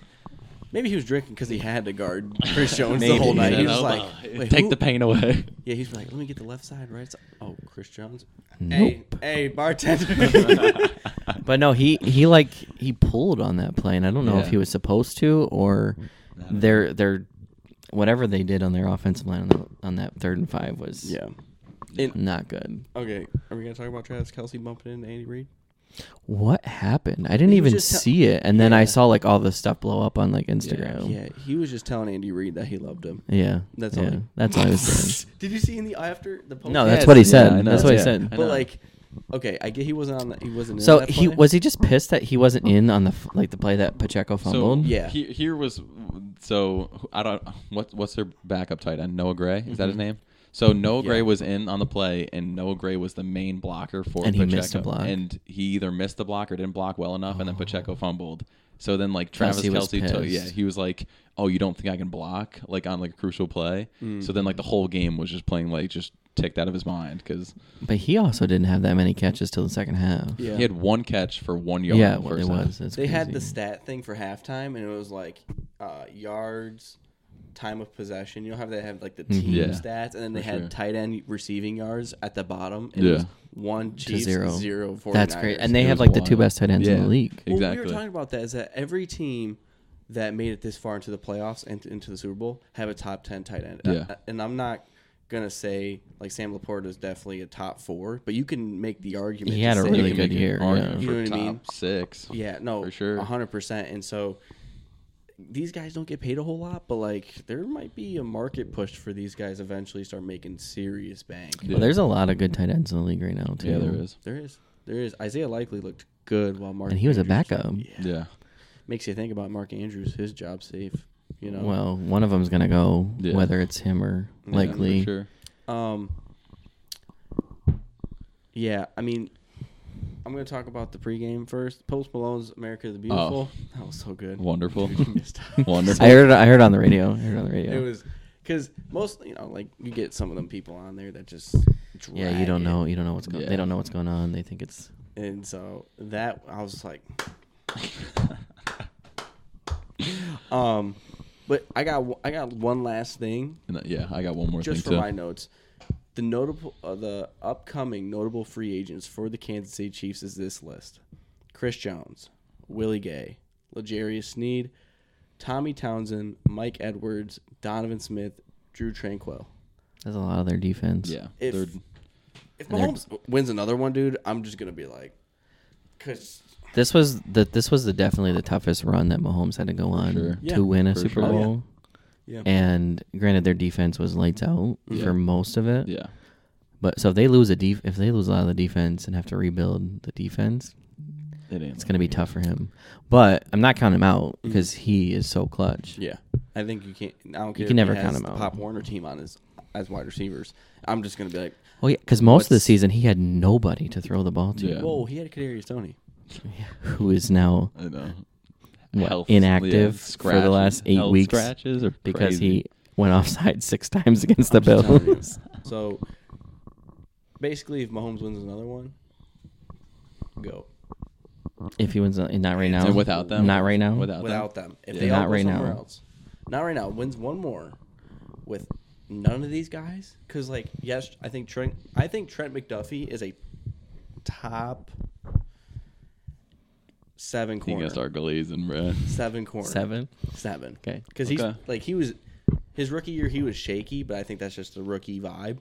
Speaker 3: maybe he was drinking because he had to guard
Speaker 2: [laughs]
Speaker 3: Chris Jones the whole
Speaker 1: Maybe,
Speaker 3: night.
Speaker 1: you
Speaker 3: He was
Speaker 1: know,
Speaker 3: like, Wait,
Speaker 2: take
Speaker 3: who-
Speaker 2: the pain away.
Speaker 3: Yeah, he's like, let me get the left side, right side. Oh, Chris Jones.
Speaker 1: Nope.
Speaker 3: Hey,
Speaker 2: [laughs]
Speaker 3: hey, bartender.
Speaker 1: [laughs]
Speaker 3: [laughs]
Speaker 1: But no, he he like he pulled on that play, and I don't know if
Speaker 2: Yeah. Mm-hmm.
Speaker 1: he was supposed to or their their whatever they did on their offensive line on, the, on that third and five was
Speaker 3: yeah. [laughs] And
Speaker 1: not good.
Speaker 3: okay, are we gonna talk about Travis Kelsey bumping into Andy Reid?
Speaker 1: What happened? I didn't
Speaker 3: He was
Speaker 1: even
Speaker 3: just tell-
Speaker 1: see it, and then I
Speaker 3: Yeah.
Speaker 1: saw like all the stuff blow up on like Instagram.
Speaker 3: Yeah, he was just telling Andy Reid that he loved him.
Speaker 1: Yeah,
Speaker 3: That's
Speaker 1: yeah.
Speaker 3: all he-
Speaker 1: That's
Speaker 3: [laughs]
Speaker 1: all I was doing.
Speaker 3: Did you see in the after the post?
Speaker 1: No, that's what he said. That's what he said.
Speaker 3: But like, okay, I get he wasn't on. He wasn't. In
Speaker 1: So
Speaker 3: that
Speaker 1: he
Speaker 3: play.
Speaker 1: was he just pissed that he wasn't in on the f- like the play that Pacheco
Speaker 2: So
Speaker 1: fumbled.
Speaker 3: Yeah.
Speaker 2: he- here was so I don't what what's their backup tight end Noah Gray is
Speaker 3: Mm-hmm.
Speaker 2: that his name? So Noah Gray was in on the play, and Noah Gray was the main blocker for
Speaker 1: And he
Speaker 2: Pacheco,
Speaker 1: missed a block.
Speaker 2: and he either missed the block or didn't block well enough, and then Pacheco fumbled. So then like Travis
Speaker 1: Kelsey was
Speaker 2: Kelsey, took, yeah,
Speaker 1: pissed.
Speaker 2: he was like, "Oh, you don't think I can block like on like a crucial play?"
Speaker 3: Mm.
Speaker 2: So then like the whole game was just playing like just ticked out of his mind because
Speaker 1: but he also didn't have that many catches till the second half.
Speaker 3: Yeah.
Speaker 2: he had one catch for one yard.
Speaker 1: yeah,
Speaker 2: in the
Speaker 1: well, it
Speaker 2: first half.
Speaker 1: was. It's
Speaker 3: they had the
Speaker 1: crazy.
Speaker 3: stat thing for halftime, and it was like uh, yards, time of possession. You know how they have like the
Speaker 1: Mm-hmm.
Speaker 3: team
Speaker 2: Yeah.
Speaker 3: stats, and then they
Speaker 2: For
Speaker 3: had
Speaker 2: sure.
Speaker 3: tight end receiving yards at the bottom. And
Speaker 2: Yeah.
Speaker 3: it was one Chiefs,
Speaker 1: zero.
Speaker 3: zero. zero
Speaker 1: That's great,
Speaker 3: 49ers.
Speaker 1: and they
Speaker 2: It
Speaker 1: have
Speaker 2: was
Speaker 1: like the two
Speaker 2: wild.
Speaker 1: best tight ends in
Speaker 2: Yeah.
Speaker 1: the league.
Speaker 2: It-
Speaker 3: Well, we
Speaker 2: Exactly.
Speaker 3: were talking about that is that every team that made it this far into the playoffs and into the Super Bowl have a top ten tight end.
Speaker 2: Yeah.
Speaker 3: Uh, And I'm not gonna say like Sam Laporta is definitely a top four, but you can make the argument.
Speaker 1: He
Speaker 3: to
Speaker 1: had a
Speaker 3: say-
Speaker 2: You
Speaker 1: really
Speaker 2: can
Speaker 1: good
Speaker 2: make an
Speaker 1: year,
Speaker 2: argument
Speaker 1: yeah.
Speaker 2: for
Speaker 3: You know what I
Speaker 2: top
Speaker 3: mean?
Speaker 2: six.
Speaker 3: Yeah, no,
Speaker 2: For sure.
Speaker 3: hundred percent. And so these guys don't get paid a whole lot, but like there might be a market push for these guys eventually start making serious bank.
Speaker 1: Well, there's a lot of good tight ends in the league right now too.
Speaker 2: Yeah, there is.
Speaker 3: There is, there is. Isaiah Likely looked good while Mark
Speaker 1: and he was a
Speaker 3: Andrews-
Speaker 1: backup.
Speaker 2: Yeah.
Speaker 3: Makes you think about Mark Andrews, his job safe. You know,
Speaker 1: Well, one of them's gonna go,
Speaker 2: Yeah.
Speaker 1: whether it's him or likely. [laughs]
Speaker 2: Yeah, for sure.
Speaker 3: Um. Yeah, I mean, I'm gonna talk about the pregame first. Post Malone's "America the Beautiful." That was so good.
Speaker 2: Oh. Wonderful.
Speaker 3: Dude, [laughs] you missed
Speaker 2: [laughs]
Speaker 3: out.
Speaker 2: Wonderful.
Speaker 1: I heard. I heard on the radio. I heard on the radio.
Speaker 3: It was because most, you know, like you get some of them people on there that just drag
Speaker 1: yeah, you don't
Speaker 3: it.
Speaker 1: know. You don't know what's going.
Speaker 2: Yeah.
Speaker 1: They don't know what's going on. They think it's.
Speaker 3: and so that I was just like,
Speaker 2: [laughs]
Speaker 3: um, but I got one- I got one last thing
Speaker 2: And that- yeah, I got one more
Speaker 3: just for
Speaker 2: thing too.
Speaker 3: my notes. The notable, uh, the upcoming notable free agents for the Kansas City Chiefs is this list: Chris Jones, Willie Gay, Legarius Sneed, Tommy Townsend, Mike Edwards, Donovan Smith, Drew Tranquil.
Speaker 1: That's a lot of their defense.
Speaker 2: Yeah,
Speaker 3: If-
Speaker 2: they're-
Speaker 3: If
Speaker 1: And they're-
Speaker 3: Mahomes wins another one, dude, I'm just gonna be like, cause
Speaker 1: This was the this was the definitely the toughest run that Mahomes had to go on
Speaker 2: sure.
Speaker 1: to
Speaker 3: Yeah,
Speaker 1: win a
Speaker 2: for
Speaker 1: Super
Speaker 2: sure.
Speaker 1: Bowl.
Speaker 2: Oh, yeah.
Speaker 3: yeah,
Speaker 1: And granted, their defense was lights out
Speaker 2: Yeah.
Speaker 1: for most of it.
Speaker 2: yeah,
Speaker 1: But so if they lose a def- if they lose a lot of the defense and have to rebuild the defense,
Speaker 2: it ain't.
Speaker 1: it's gonna be tough for him. But I'm not counting him out
Speaker 2: Mm.
Speaker 1: because he is so clutch.
Speaker 3: yeah. I think you can't. I don't care.
Speaker 1: can
Speaker 3: if he
Speaker 1: never count
Speaker 3: has
Speaker 1: him
Speaker 3: the
Speaker 1: out.
Speaker 3: Pop Warner team on his as wide receivers. I'm just gonna be like,
Speaker 1: Oh yeah, because most of the
Speaker 3: What's-
Speaker 1: season he had nobody to throw the ball to.
Speaker 2: Yeah.
Speaker 3: whoa, he had Kadarius Tony.
Speaker 1: who is now
Speaker 2: I know.
Speaker 1: What, inactive for the
Speaker 2: scratches,
Speaker 1: last eight
Speaker 2: health
Speaker 1: weeks
Speaker 2: Scratches or
Speaker 1: because he went offside [laughs] six times against the Bills. [laughs]
Speaker 3: So basically, if Mahomes wins another one, go
Speaker 1: If he wins, not right now.
Speaker 2: And without them?
Speaker 1: not right now.
Speaker 2: Without,
Speaker 3: without
Speaker 2: them.
Speaker 3: them. If
Speaker 2: Yeah.
Speaker 3: they all
Speaker 1: Not
Speaker 3: go
Speaker 1: right
Speaker 3: somewhere
Speaker 1: now.
Speaker 3: else, not right now. Wins one more with none of these guys because, like, yes, I think Trent. I think Trent McDuffie is a top seven
Speaker 2: He
Speaker 3: corner.
Speaker 2: gonna start glazing, bro. [laughs]
Speaker 3: Seven corner.
Speaker 1: Seven.
Speaker 3: Seven.
Speaker 1: Okay.
Speaker 3: Because he's
Speaker 2: Okay.
Speaker 3: like he was his rookie year. He was shaky, but I think that's just the rookie vibe.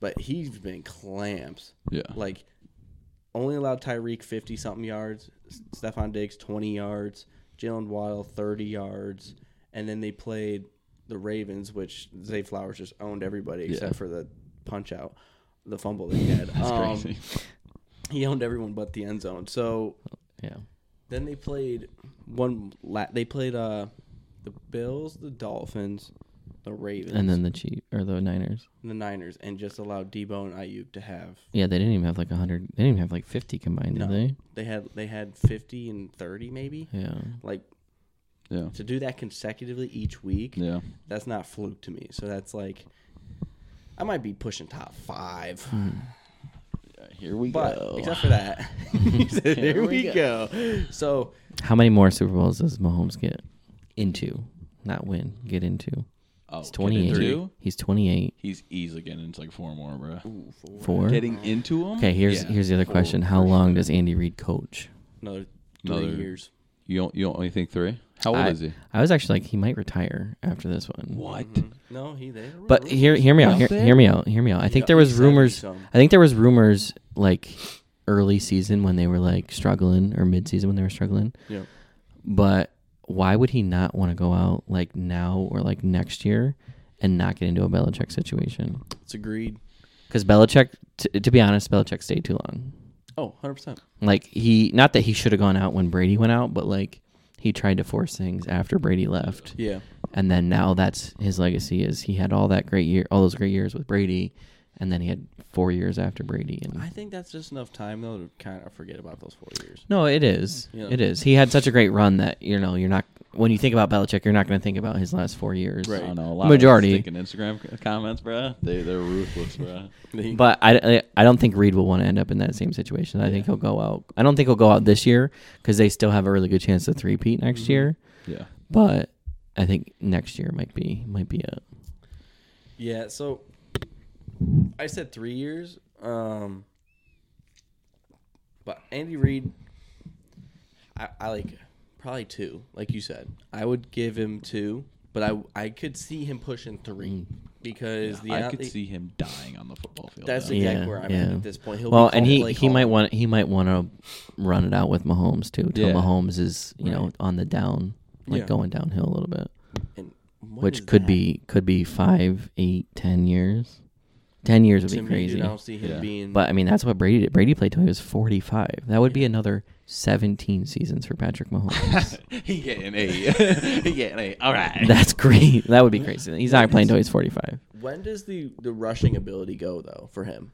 Speaker 3: But he's been clamps.
Speaker 2: Yeah.
Speaker 3: Like only allowed Tyreek fifty something yards, Stephon Diggs twenty yards, Jalen Waddle thirty yards, and then they played the Ravens, which Zay Flowers just owned everybody except for the punch out, the fumble that he
Speaker 2: [laughs]
Speaker 3: had.
Speaker 2: That's
Speaker 3: Um,
Speaker 2: crazy.
Speaker 3: He owned everyone but the end zone. So
Speaker 1: Yeah.
Speaker 3: then they played one. La- they played uh, the Bills, the Dolphins, the Ravens,
Speaker 1: And then the Chief or the Niners.
Speaker 3: the Niners, and just allowed Debo and Ayuk to have.
Speaker 1: Yeah, they didn't even have like hundred. They didn't even have like fifty combined,
Speaker 3: No.
Speaker 1: did
Speaker 3: They had they had fifty and thirty maybe.
Speaker 1: they? Yeah.
Speaker 3: Like
Speaker 2: Yeah.
Speaker 3: to do that consecutively each week.
Speaker 2: Yeah.
Speaker 3: That's not fluke to me. So that's like, I might be pushing top five,
Speaker 1: Hmm.
Speaker 2: Here we
Speaker 3: but
Speaker 2: go. [laughs]
Speaker 3: except [laughs]
Speaker 1: [laughs]
Speaker 3: for that, there we go. So
Speaker 1: How many more Super Bowls does Mahomes get into? Not win. Get into.
Speaker 2: oh,
Speaker 1: He's twenty
Speaker 2: getting
Speaker 1: eight.
Speaker 2: into-
Speaker 1: He's twenty eight.
Speaker 2: He's easily getting into like four more, bro.
Speaker 1: Four.
Speaker 2: Getting into him.
Speaker 1: Okay. Here's
Speaker 2: Yeah.
Speaker 1: here's the other
Speaker 2: Four.
Speaker 1: question. How long does Andy Reid coach?
Speaker 3: another three
Speaker 2: Another-
Speaker 3: years.
Speaker 2: You don't, you don't only think three? How old
Speaker 1: I,
Speaker 2: is he?
Speaker 1: I was actually like, he might retire after this
Speaker 3: Mm-hmm.
Speaker 1: one.
Speaker 2: What?
Speaker 3: No, he there. were
Speaker 1: But
Speaker 3: rumors.
Speaker 1: hear hear me out. Hear,
Speaker 2: Nothing?
Speaker 1: hear me out. Hear me out. I think
Speaker 3: Yeah,
Speaker 1: there was
Speaker 3: he's seventy
Speaker 1: rumors.
Speaker 3: some.
Speaker 1: I think there was rumors like early season when they were like struggling or mid season when they were struggling.
Speaker 3: Yeah.
Speaker 1: But why would he not want to go out like now or like next year and not get into a Belichick situation?
Speaker 3: It's agreed.
Speaker 1: Because Belichick, t- to be honest, Belichick stayed too long.
Speaker 3: Oh, 100 percent.
Speaker 1: Like he, not that he should have gone out when Brady went out, but like he tried to force things after Brady left.
Speaker 3: Yeah.
Speaker 1: and then now that's his legacy is he had all that great year all those great years with Brady and then he had 4 years after Brady and
Speaker 3: I think that's just enough time though to kind of forget about those four years.
Speaker 1: No, it is.
Speaker 3: Yeah.
Speaker 1: It is. He had such a great run that you know, you're not when you think about Belichick, you're not going to think about his last 4 years.
Speaker 2: I don't know. A lot
Speaker 1: Majority.
Speaker 2: Of thinking Instagram c- comments, bro. They they're ruthless, bro.
Speaker 3: [laughs]
Speaker 1: But I, I, I don't think Reed will want to end up in that same situation. I think he'll go out. I don't think he'll go out this year because they still have a really good chance to three-peat next
Speaker 3: Mm-hmm.
Speaker 1: year.
Speaker 2: Yeah.
Speaker 1: But I think next year might be might be a
Speaker 3: yeah. So I said three years. Um, but Andy Reid, I, I like probably two. Like you said, I would give him two, but I I could see him pushing
Speaker 1: Mm.
Speaker 3: three because the
Speaker 2: I could
Speaker 3: the-
Speaker 2: see him dying on the football field.
Speaker 3: That's
Speaker 2: though.
Speaker 3: the- exactly where I'm at at this point. He'll be
Speaker 1: well, and
Speaker 3: called
Speaker 1: he,
Speaker 3: play
Speaker 1: he might
Speaker 3: caller.
Speaker 1: want he might want to run it out with Mahomes too. Till
Speaker 2: Yeah.
Speaker 1: Mahomes is you know
Speaker 3: Right.
Speaker 1: on the down, like
Speaker 3: Yeah.
Speaker 1: going downhill a little bit,
Speaker 3: and what is
Speaker 1: which could
Speaker 3: that?
Speaker 1: be could be five, eight, ten years. Ten years would
Speaker 3: To
Speaker 1: be
Speaker 3: me,
Speaker 1: crazy.
Speaker 3: dude, I don't see him
Speaker 2: Yeah.
Speaker 3: being.
Speaker 1: But I mean, that's what Brady did. Brady played till he was forty-five. That would be another seventeen seasons for Patrick
Speaker 2: [laughs]
Speaker 3: [laughs]
Speaker 1: Mahomes. [laughs]
Speaker 2: he getting eight. he getting eight. All right.
Speaker 1: that's great. That would be crazy. He's not playing till he's forty-five.
Speaker 3: when does the the rushing ability go though for him?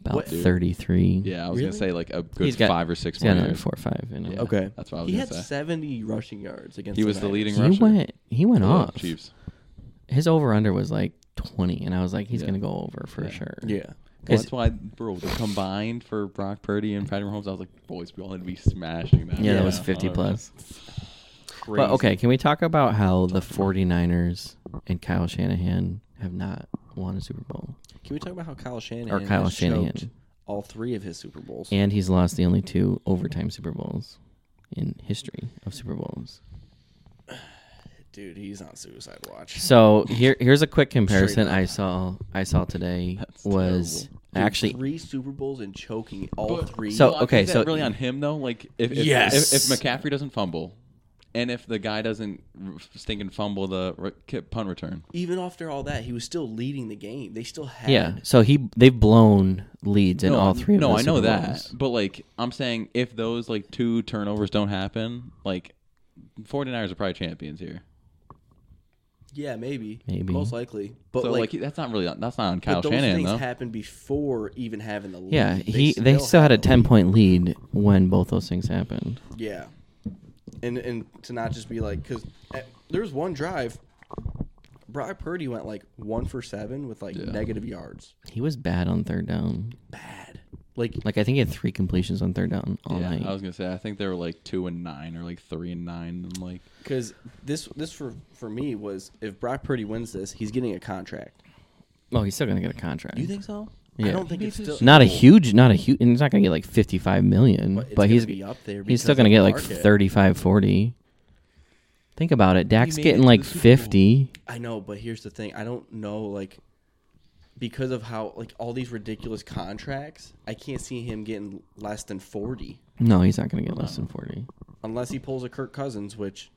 Speaker 1: About
Speaker 3: What- Dude.
Speaker 1: thirty-three.
Speaker 2: yeah, I was
Speaker 3: Really?
Speaker 2: gonna say like a
Speaker 1: He's
Speaker 2: good
Speaker 1: got-
Speaker 2: five or six
Speaker 1: He's got
Speaker 2: more
Speaker 1: another
Speaker 2: years.
Speaker 1: four or five. You know?
Speaker 2: Yeah.
Speaker 3: Okay.
Speaker 2: That's what I was
Speaker 3: He
Speaker 2: gonna
Speaker 3: had
Speaker 2: say.
Speaker 3: 70 rushing yards against
Speaker 2: He
Speaker 3: the
Speaker 2: was the
Speaker 3: Niners.
Speaker 2: leading
Speaker 1: He
Speaker 2: rusher.
Speaker 1: went. He went
Speaker 2: Yeah,
Speaker 1: off.
Speaker 2: Chiefs.
Speaker 1: his over under was like 20 and i was like he's
Speaker 2: Yeah.
Speaker 1: gonna go over for
Speaker 2: Yeah.
Speaker 1: sure
Speaker 3: Yeah.
Speaker 2: Well,
Speaker 1: Is-
Speaker 2: that's why, bro. The combined for Brock Purdy and Patrick Mahomes, I was like, boys, we all need to be smashing that. Oh,
Speaker 1: yeah,
Speaker 3: Yeah.
Speaker 1: that was 50
Speaker 2: 100%.
Speaker 1: plus
Speaker 3: Crazy.
Speaker 1: but okay can we talk about how the 49ers and kyle shanahan have not won a super bowl
Speaker 3: Can we talk about how Kyle Shanahan
Speaker 1: Or Kyle
Speaker 3: has
Speaker 1: Shanahan.
Speaker 3: choked all three of his Super Bowls?
Speaker 1: and he's lost the only two overtime super bowls in history of super bowls
Speaker 3: Dude, he's on suicide watch.
Speaker 1: so here here's a quick comparison i saw i saw today
Speaker 2: That's
Speaker 1: was
Speaker 2: terrible.
Speaker 3: Dude,
Speaker 1: actually
Speaker 3: three Super Bowls and choking all
Speaker 2: But-
Speaker 3: three.
Speaker 1: So-
Speaker 2: Well,
Speaker 1: okay,
Speaker 2: is that
Speaker 1: so-
Speaker 2: really on him though. Like, if if,
Speaker 3: Yes.
Speaker 2: if if McCaffrey doesn't fumble, and if the guy doesn't r- stink and fumble the r- kick- punt return,
Speaker 3: even after all that, he was still leading the game. They still had.
Speaker 1: yeah so he they've blown leads in all
Speaker 2: I'm-
Speaker 1: three of
Speaker 2: No,
Speaker 1: the
Speaker 2: I know
Speaker 1: Super
Speaker 2: that,
Speaker 1: Bowls.
Speaker 2: but like I'm saying, if those like two turnovers don't happen, like 49ers are probably champions here.
Speaker 3: Yeah, maybe.
Speaker 1: Maybe.
Speaker 3: Most likely. But
Speaker 2: so
Speaker 3: like,
Speaker 2: like, that's not really that's not on
Speaker 3: but
Speaker 2: Kyle
Speaker 3: those
Speaker 2: Shanahan
Speaker 3: things
Speaker 2: though.
Speaker 3: happened before even having the lead.
Speaker 1: Yeah, he they still had a ten point lead when both those things happened.
Speaker 3: Yeah, and and to not just be like because there was one drive, Brock Purdy went like one for seven with like
Speaker 2: Yeah.
Speaker 3: negative yards.
Speaker 1: He was bad on third down.
Speaker 3: Bad. Like
Speaker 1: Like I think he had three completions on third down all
Speaker 2: yeah,
Speaker 1: night.
Speaker 2: I was gonna say I think they were like two and nine or like three and nine and like
Speaker 3: because this this for for me was if Brock Purdy wins this, he's getting a contract.
Speaker 1: oh, he's still gonna get a contract.
Speaker 3: You think so? I
Speaker 1: Yeah.
Speaker 3: don't think it's still
Speaker 1: Not a huge, not a huge, and he's not gonna get like fifty five million,
Speaker 3: But
Speaker 1: but,
Speaker 3: it's gonna
Speaker 1: he's
Speaker 3: be up there
Speaker 1: He's still
Speaker 3: because
Speaker 1: gonna
Speaker 3: of
Speaker 1: get
Speaker 3: the
Speaker 1: like
Speaker 3: market.
Speaker 1: 35, 40. Think about it. Dak's
Speaker 2: made it
Speaker 1: getting
Speaker 2: to
Speaker 1: like
Speaker 2: the Super Bowl.
Speaker 1: fifty.
Speaker 3: I know, but here's the thing. I don't know, like, because of how, like, all these ridiculous contracts, I can't see him getting less than 40
Speaker 1: No, he's not gonna get less than forty.
Speaker 3: unless he pulls a Kirk Cousins, which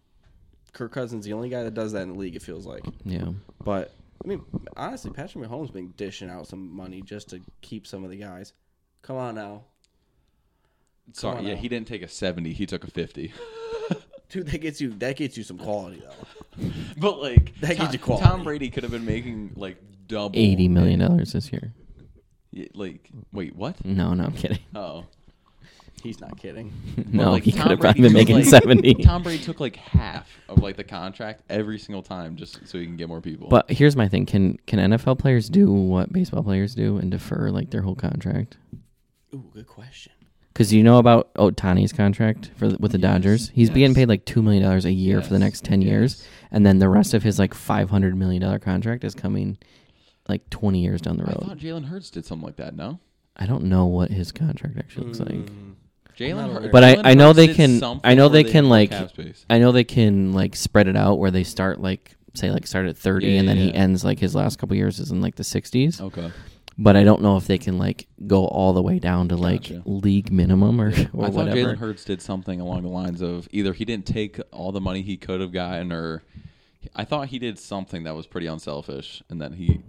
Speaker 3: Kirk Cousins the only guy that does that in the league, it feels like.
Speaker 1: Yeah,
Speaker 3: But, I mean, honestly, Patrick Mahomes been dishing out some money just to keep some of the guys. Come on now.
Speaker 2: sorry
Speaker 3: on
Speaker 2: yeah
Speaker 3: now.
Speaker 2: he didn't take a seventy he took a fifty. [laughs]
Speaker 3: Dude, that gets you that gets you some quality though.
Speaker 2: But like
Speaker 3: That
Speaker 2: Tom,
Speaker 3: gives you quality.
Speaker 2: Tom Brady could have been making like double
Speaker 1: eighty million dollars this year.
Speaker 2: Yeah, Like wait, what?
Speaker 1: No, no, I'm kidding.
Speaker 2: Oh.
Speaker 3: He's
Speaker 1: [laughs]
Speaker 3: not kidding.
Speaker 1: No,
Speaker 2: like,
Speaker 1: he
Speaker 2: Tom
Speaker 1: could have
Speaker 2: Brady
Speaker 1: probably been
Speaker 2: took,
Speaker 1: making
Speaker 2: like-
Speaker 1: seventy.
Speaker 2: [laughs] Tom Brady took like half of like the contract every single time just so he can get more people.
Speaker 1: But here's my thing: can can NFL players do what baseball players do and defer like their whole contract?
Speaker 3: Ooh, good question.
Speaker 1: Because you know about Otani's contract for the, with the Dodgers, he's getting paid like two million dollars a year for the
Speaker 2: Yes,
Speaker 1: next ten years,
Speaker 2: yes.
Speaker 1: and then the rest of his like five hundred million dollar contract is coming like twenty years down the
Speaker 2: I
Speaker 1: road. I,
Speaker 2: thought Jalen Hurts did something like that. No,
Speaker 1: don't know what his contract actually looks
Speaker 2: Hmm.
Speaker 1: like,
Speaker 3: not
Speaker 2: Jalen. Hur-
Speaker 3: aware.
Speaker 1: but
Speaker 2: Jalen
Speaker 1: I, I know
Speaker 2: Hurts
Speaker 1: they
Speaker 2: did
Speaker 1: can
Speaker 2: something
Speaker 1: I know they
Speaker 2: where
Speaker 1: can
Speaker 2: hit
Speaker 1: like
Speaker 2: cap space.
Speaker 1: I know they can like spread it out where they start like say like start at thirty
Speaker 2: Yeah,
Speaker 1: and
Speaker 2: yeah, Oh.
Speaker 1: then he
Speaker 2: yeah.
Speaker 1: ends like his last couple years is in like the sixties.
Speaker 2: Okay.
Speaker 1: but I don't know if they can like go all the way down to like
Speaker 2: Gotcha.
Speaker 1: league minimum or, or
Speaker 2: I thought
Speaker 1: whatever.
Speaker 2: Jalen Hurts did something along the lines of either he didn't take all the money he could have gotten, or I thought he did something that was pretty unselfish, and then he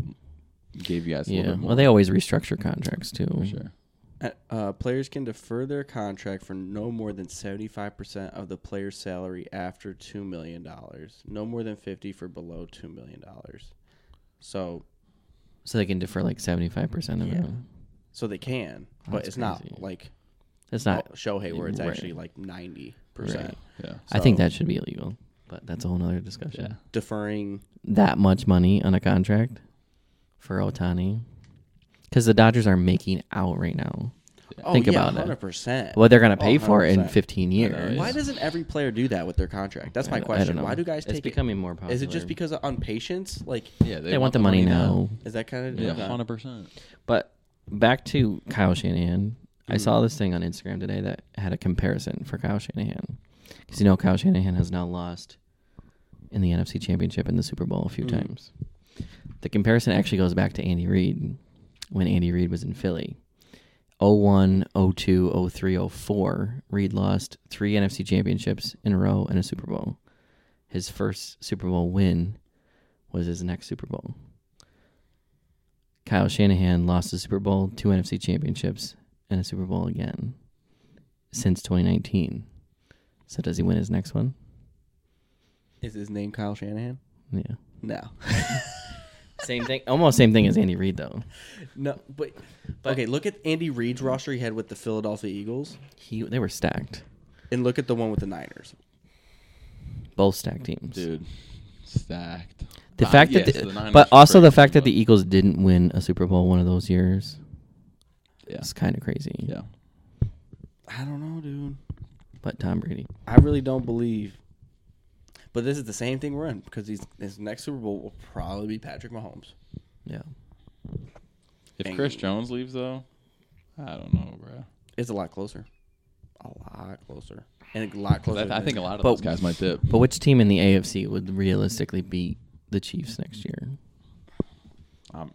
Speaker 2: gave you guys a
Speaker 1: yeah,
Speaker 2: little bit more.
Speaker 1: well, they always restructure contracts too.
Speaker 2: sure.
Speaker 3: Uh, players can defer their contract for no more than 75% of the player's salary after $2 million. No more than 50 for below $2 million. So
Speaker 1: So they can defer like seventy five percent of
Speaker 3: Yeah.
Speaker 1: it.
Speaker 3: so they can, but
Speaker 1: That's
Speaker 3: it's not
Speaker 1: crazy.
Speaker 3: like
Speaker 1: That's
Speaker 3: uh,
Speaker 1: not.
Speaker 3: Shohei where it's
Speaker 1: Right.
Speaker 3: actually like 90%.
Speaker 1: Right.
Speaker 2: Yeah.
Speaker 1: I think
Speaker 3: so-
Speaker 1: that should be illegal, but that's a whole nother discussion.
Speaker 2: Yeah.
Speaker 3: Deferring.
Speaker 1: That much money on a contract for Otani, because the Dodgers are making out right now.
Speaker 3: Oh,
Speaker 1: Think
Speaker 3: yeah,
Speaker 1: about it.
Speaker 3: 100%.
Speaker 1: What they're gonna pay for in
Speaker 3: 100%.
Speaker 1: fifteen years?
Speaker 3: Why doesn't every player do that with their contract? That's
Speaker 1: I
Speaker 3: my
Speaker 1: don't- I
Speaker 3: question.
Speaker 1: don't know.
Speaker 3: Why do guys
Speaker 1: It's
Speaker 3: take
Speaker 1: becoming more
Speaker 3: it? Is it just
Speaker 1: popular.
Speaker 3: because of on patience? Like,
Speaker 2: Yeah.
Speaker 1: they, want, the money, now?
Speaker 3: is that kind of.
Speaker 2: Yeah,
Speaker 3: okay.
Speaker 2: hundred percent.
Speaker 1: But back to Kyle Shanahan.
Speaker 3: Hmm.
Speaker 1: I saw this thing on Instagram today that had a comparison for Kyle Shanahan. Because you know, Kyle Shanahan has now lost in the NFC Championship and the Super Bowl a few times. The comparison actually goes back to Andy Reid when Andy Reid was in Philly. 01, 02, 03, 04, Reid lost three NFC championships in a row and a Super Bowl. His first Super Bowl win was his next Super Bowl. Kyle Shanahan lost the Super Bowl, two NFC championships, and a Super Bowl again since 2019. So does he win his next one?
Speaker 3: Is his name Kyle Shanahan?
Speaker 1: Yeah.
Speaker 3: No.
Speaker 1: [laughs]
Speaker 3: Oh,
Speaker 1: Same thing. Almost same thing as Andy Reid though.
Speaker 3: No, but, okay. Look at Andy Reid's roster he had with the Philadelphia Eagles,
Speaker 1: He they were stacked.
Speaker 3: and look at the one with the Niners.
Speaker 1: Both stacked teams.
Speaker 2: Dude, stacked.
Speaker 1: The
Speaker 2: Uh,
Speaker 1: fact
Speaker 2: yes,
Speaker 1: that,
Speaker 2: the
Speaker 1: the,
Speaker 2: Niners
Speaker 1: but
Speaker 2: were
Speaker 1: also the
Speaker 2: crazy,
Speaker 1: fact that
Speaker 2: but-
Speaker 1: the Eagles didn't win a Super Bowl one of those years
Speaker 2: Yeah.
Speaker 1: is kind of crazy.
Speaker 2: Yeah.
Speaker 3: I don't know, dude.
Speaker 1: But Tom Brady.
Speaker 3: I really don't believe. But this is the same thing we're in because he's, his next Super Bowl will probably be Patrick Mahomes.
Speaker 1: Yeah.
Speaker 2: If
Speaker 3: Dang.
Speaker 2: Chris Jones leaves though, I don't know, bro.
Speaker 3: It's a lot closer, a lot closer, and a lot closer.
Speaker 2: I, I
Speaker 3: than-
Speaker 2: think a lot of
Speaker 1: But-
Speaker 2: those guys might dip.
Speaker 1: But which team in the AFC would realistically beat the Chiefs next year?
Speaker 2: I'm,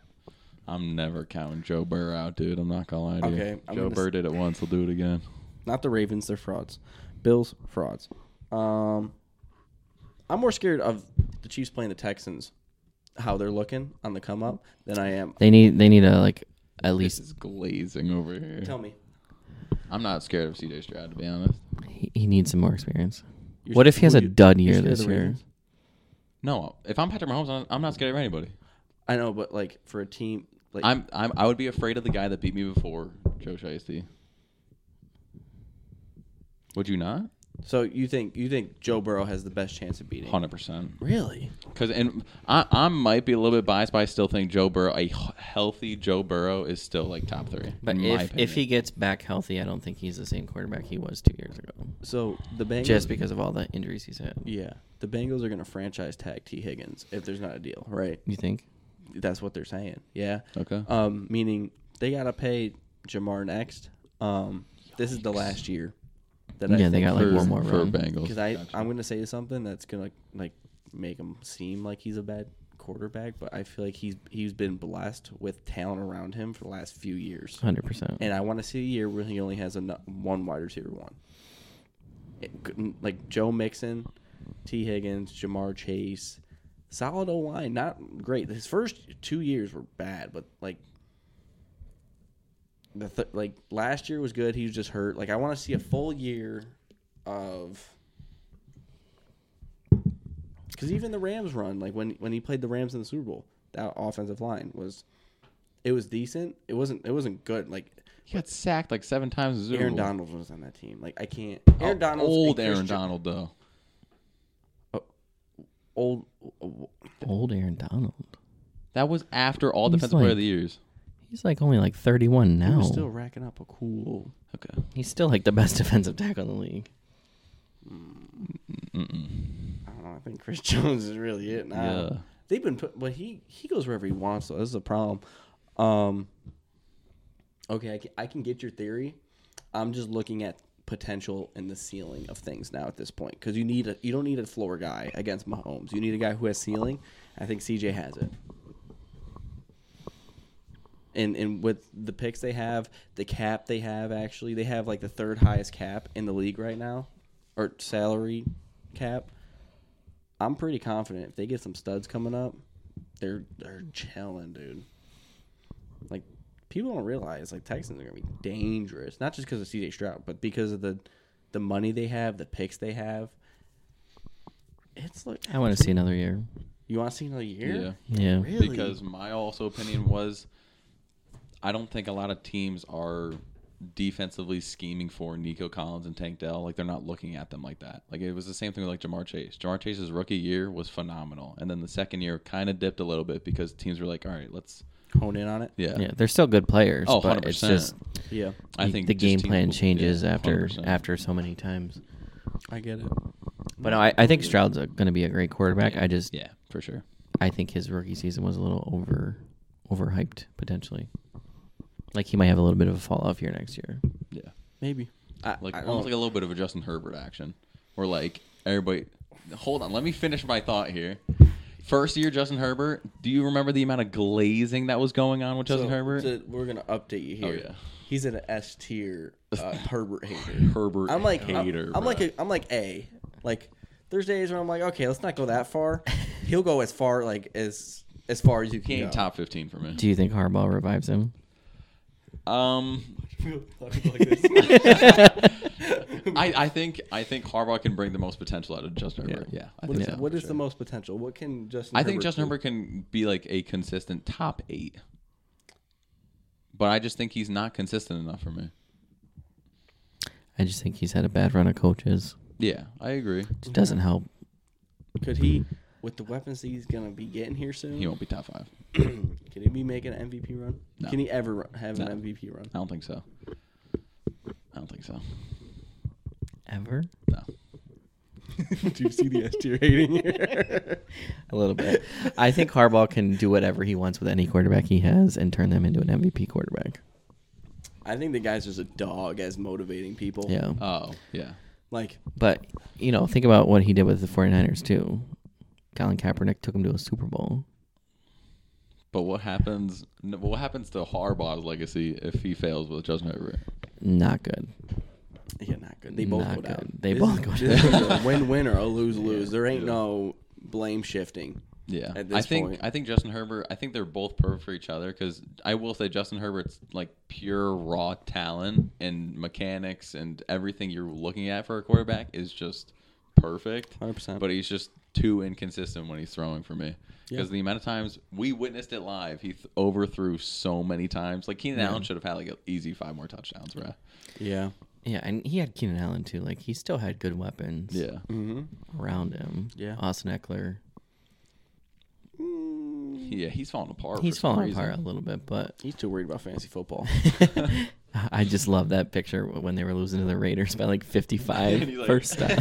Speaker 2: I'm never counting Joe Burr out, dude. I'm not gonna lie to
Speaker 3: Okay,
Speaker 2: you.
Speaker 3: I'm
Speaker 2: Joe
Speaker 3: gonna
Speaker 2: Burr did it once. He'll do it again.
Speaker 3: Not the Ravens, they're frauds. Bills frauds. Um, I'm more scared of the Chiefs playing the Texans, how they're looking on the come up, than I am.
Speaker 1: They need they need a like at
Speaker 2: This
Speaker 1: least
Speaker 2: is glazing over here.
Speaker 3: Tell me,
Speaker 2: I'm not scared of CJ Stroud to be honest.
Speaker 1: he, he needs some more experience.
Speaker 3: You're-
Speaker 1: what if he has
Speaker 3: who
Speaker 1: a
Speaker 3: do you-
Speaker 1: dud
Speaker 3: you're
Speaker 1: year
Speaker 3: scared of
Speaker 1: this
Speaker 3: the
Speaker 1: year?
Speaker 3: Ravens?
Speaker 2: No, if I'm Patrick Mahomes, I'm- I'm not scared of anybody.
Speaker 3: I know, but like for a team, like
Speaker 2: I'm, I'm I would be afraid of the guy that beat me before, Joe Shiesty. Would you not?
Speaker 3: so you think you think Joe Burrow has the best chance of beating?
Speaker 2: Hundred percent.
Speaker 3: Really?
Speaker 2: Because and I, I might be a little bit biased, but I still think Joe Burrow, a h- healthy Joe Burrow, is still like top three.
Speaker 1: But
Speaker 2: in
Speaker 1: if,
Speaker 2: my
Speaker 1: if he
Speaker 2: opinion.
Speaker 1: gets back healthy, I don't think he's the same quarterback he was two years ago.
Speaker 3: So the Bengals
Speaker 1: Just because of all the injuries he's had.
Speaker 3: Yeah, the Bengals are going to franchise tag T Higgins if there's not a deal, right?
Speaker 1: You think?
Speaker 3: That's what they're saying. Yeah.
Speaker 2: okay,
Speaker 3: Um, meaning they got to pay Jamar next. Um, this is the last year that I
Speaker 1: Yeah, they
Speaker 3: think
Speaker 1: got, like,
Speaker 2: for,
Speaker 1: one more
Speaker 2: for
Speaker 1: round.
Speaker 2: Bengals,
Speaker 3: because I I'm going to say something that's going to like make him seem like he's a bad quarterback, but I feel like he's he's been blessed with talent around him for the last few years.
Speaker 1: 100%.
Speaker 3: and I want to see a year where he only has a n- one wide receiver one. It couldn't- like Joe Mixon, T. Higgins, Jamar Chase, solid O line, not great. His first two years were bad, but like the th- like last year was good. He was just hurt. Like I want to see a full year of. Because even the Rams run, like when when he played the Rams in the Super Bowl, that offensive line was, it was decent. It wasn't it wasn't good. Like
Speaker 2: he got sacked like seven times. in the Super
Speaker 3: Aaron
Speaker 2: Bowl.
Speaker 3: Donald was on that team. Like I can't.
Speaker 2: How
Speaker 3: Aaron Donald.
Speaker 2: old Aaron Donald though.
Speaker 3: Old.
Speaker 1: Old Aaron Donald.
Speaker 2: That was after all
Speaker 1: He's
Speaker 2: defensive player
Speaker 1: like-
Speaker 2: of the years.
Speaker 1: He's like only like 31
Speaker 3: He
Speaker 1: now.
Speaker 3: was still racking up a cool.
Speaker 2: Okay,
Speaker 1: he's still like the [laughs] best defensive tackle in the league.
Speaker 3: I don't know. I think Chris [laughs] Jones is really it now.
Speaker 2: Yeah.
Speaker 3: They've been put, but he he goes wherever he wants. though. This is a problem. Um. Okay, I can, I can get your theory. I'm just looking at potential and the ceiling of things now at this point because you need a you don't need a floor guy against Mahomes. You need a guy who has ceiling. I think CJ has it. and and with the picks they have, the cap they have actually, they have like the third highest cap in the league right now, or salary cap. I'm pretty confident if they get some studs coming up, they're they're chilling, dude. Like people don't realize like Texans are gonna be dangerous, not just because of CJ Stroud, but because of the the money they have, the picks they have. It's like
Speaker 1: I want to see another year.
Speaker 3: you want to see another year?
Speaker 2: yeah.
Speaker 1: Yeah.
Speaker 3: Really?
Speaker 2: because my also opinion was I don't think a lot of teams are defensively scheming for Nico Collins and Tank Dell. Like they're not looking at them like that. Like it was the same thing with like Jamar Chase. Jamar Chase's rookie year was phenomenal, and then the second year kind of dipped a little bit because teams were like, all right, let's
Speaker 3: hone in on it.
Speaker 2: yeah.
Speaker 1: Yeah, they're still good players,
Speaker 2: Oh,
Speaker 1: but it's
Speaker 2: 100%.
Speaker 1: just
Speaker 3: Yeah,
Speaker 2: I think
Speaker 1: the
Speaker 2: just
Speaker 1: game
Speaker 2: teams
Speaker 1: plan
Speaker 2: will- yeah, Mm-hmm.
Speaker 1: changes after
Speaker 2: 100%.
Speaker 1: after so many times.
Speaker 3: I get it.
Speaker 1: But no, I, I think Stroud's going to be a great quarterback. I just
Speaker 2: yeah for sure.
Speaker 1: I think his rookie season was a little over overhyped potentially. Like he might have a little bit of a fall off year next year.
Speaker 2: Yeah,
Speaker 3: Maybe. I,
Speaker 2: like
Speaker 3: I don't-
Speaker 2: almost like a little bit of a Justin Herbert action, where like everybody, hold on, let me finish my thought here. First year Justin Herbert, do you remember the amount of glazing that was going on with Justin
Speaker 3: So,
Speaker 2: Herbert?
Speaker 3: so we're gonna update you here.
Speaker 2: Oh, yeah.
Speaker 3: He's an S tier uh,
Speaker 2: [laughs]
Speaker 3: Herbert hater.
Speaker 2: Herbert,
Speaker 3: I'm like
Speaker 2: hater.
Speaker 3: I'm, I'm like a, I'm like A. Like there's days where I'm like, okay, let's not go that far. He'll go as far like as as far as you
Speaker 2: he
Speaker 3: can.
Speaker 2: ain't [laughs]
Speaker 3: go.
Speaker 2: top fifteen for me.
Speaker 1: Do you think Harbaugh revives him?
Speaker 2: Um, I, I think I think Harbaugh can bring the most potential out of Justin Herbert. Yeah, I
Speaker 3: What
Speaker 2: think
Speaker 3: is,
Speaker 2: so.
Speaker 3: what is the most potential? What can Justin?
Speaker 2: I think Justin
Speaker 3: do?
Speaker 2: Herbert can be like a consistent top eight, but I just think he's not consistent enough for me.
Speaker 1: I just think he's had a bad run of coaches.
Speaker 2: Yeah, I agree.
Speaker 1: It doesn't help.
Speaker 3: could he with the weapons that he's gonna be getting here soon?
Speaker 2: He won't be top five.
Speaker 3: Can he be making an MVP run?
Speaker 2: No.
Speaker 3: Can he ever run, have
Speaker 2: No.
Speaker 3: an MVP
Speaker 2: [laughs]
Speaker 3: run?
Speaker 2: I don't think so. I don't think so.
Speaker 1: Ever?
Speaker 2: No.
Speaker 3: do you see the S tier hating
Speaker 2: [laughs]
Speaker 3: here?
Speaker 1: A little bit. I think Harbaugh can do whatever he wants with any quarterback he has and turn them into an MVP quarterback.
Speaker 3: I think the guy's just a dog as motivating people.
Speaker 1: Yeah.
Speaker 2: Oh, yeah.
Speaker 3: Like
Speaker 1: But, you know, think about what he did with the 49ers, too. Colin Kaepernick took him to a Super Bowl.
Speaker 2: But what happens? no, What happens to Harbaugh's legacy if he fails with Justin Herbert?
Speaker 1: Not good.
Speaker 3: Yeah, not good. They both
Speaker 1: Not
Speaker 3: go down.
Speaker 1: good. They both go
Speaker 3: this is
Speaker 1: [laughs]
Speaker 3: a win-win or a lose-lose. There ain't no blame shifting.
Speaker 2: Yeah,
Speaker 3: At
Speaker 2: I
Speaker 3: this
Speaker 2: think
Speaker 3: point.
Speaker 2: I think Justin Herbert. I think they're both perfect for each other because I will say Justin Herbert's like pure raw talent and mechanics and everything you're looking at for a quarterback is just perfect.
Speaker 3: 100%.
Speaker 2: But he's just too inconsistent when he's throwing for me. Because the amount of times we witnessed it live, he th- overthrew so many times. Like Keenan Allen should have had like an easy five more touchdowns, right?
Speaker 3: Yeah.
Speaker 1: Yeah, and he had Keenan Allen too. Like he still had good weapons
Speaker 2: Yeah.
Speaker 1: around him.
Speaker 3: Yeah.
Speaker 1: Austin Eckler.
Speaker 2: Yeah, he's falling apart.
Speaker 1: He's
Speaker 2: for some
Speaker 1: falling
Speaker 2: reason.
Speaker 1: apart a little bit, but
Speaker 3: He's too worried about fantasy football.
Speaker 1: [laughs] I just love that picture when they were losing to the Raiders by like 55 [laughs]
Speaker 2: And he's like-
Speaker 1: first time.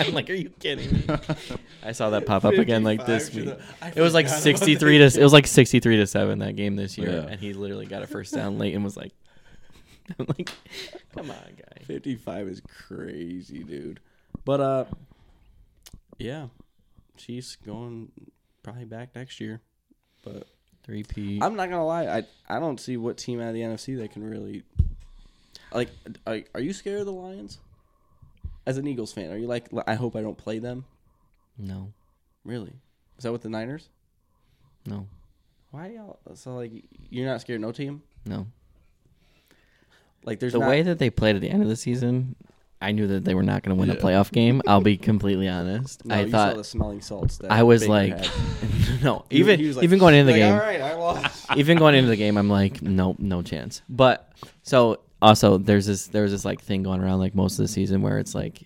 Speaker 1: I'm like, are you kidding me? I saw that pop up [laughs] again like this
Speaker 3: 55 to
Speaker 1: week.
Speaker 3: the- I
Speaker 1: it was like
Speaker 3: forgot about Oh,
Speaker 1: 63 to it was like 63 to 7 that game this year
Speaker 2: Yeah.
Speaker 1: and he literally got a first down late and was like [laughs] I'm like come on guy.
Speaker 3: 55 is crazy, dude. But uh yeah. She's going probably back next year. But
Speaker 1: 3P.
Speaker 3: I'm not going to lie. I I don't see what team out of the NFC that can really like are, are you scared of the Lions? As an Eagles fan, are you like I hope I don't play them?
Speaker 1: No.
Speaker 3: Really? Is that with the Niners?
Speaker 1: No.
Speaker 3: Why y'all so like you're not scared of no team?
Speaker 1: No.
Speaker 3: Like there's
Speaker 1: the
Speaker 3: not-
Speaker 1: way that they played at the end of the season, I knew that they were not going to win
Speaker 2: Yeah.
Speaker 1: a playoff game. I'll be completely honest.
Speaker 3: No,
Speaker 1: I
Speaker 3: you saw
Speaker 1: thought
Speaker 3: the smelling salts. That
Speaker 1: I was
Speaker 3: Baker
Speaker 1: like, [laughs]
Speaker 3: had.
Speaker 1: no,
Speaker 3: He-
Speaker 1: even
Speaker 3: he was like-
Speaker 1: even going into the
Speaker 3: like,
Speaker 1: game,
Speaker 3: All right, I lost.
Speaker 1: even going into the game, I'm like, no, no chance. But so also there's this there's this like thing going around like most of the season where it's like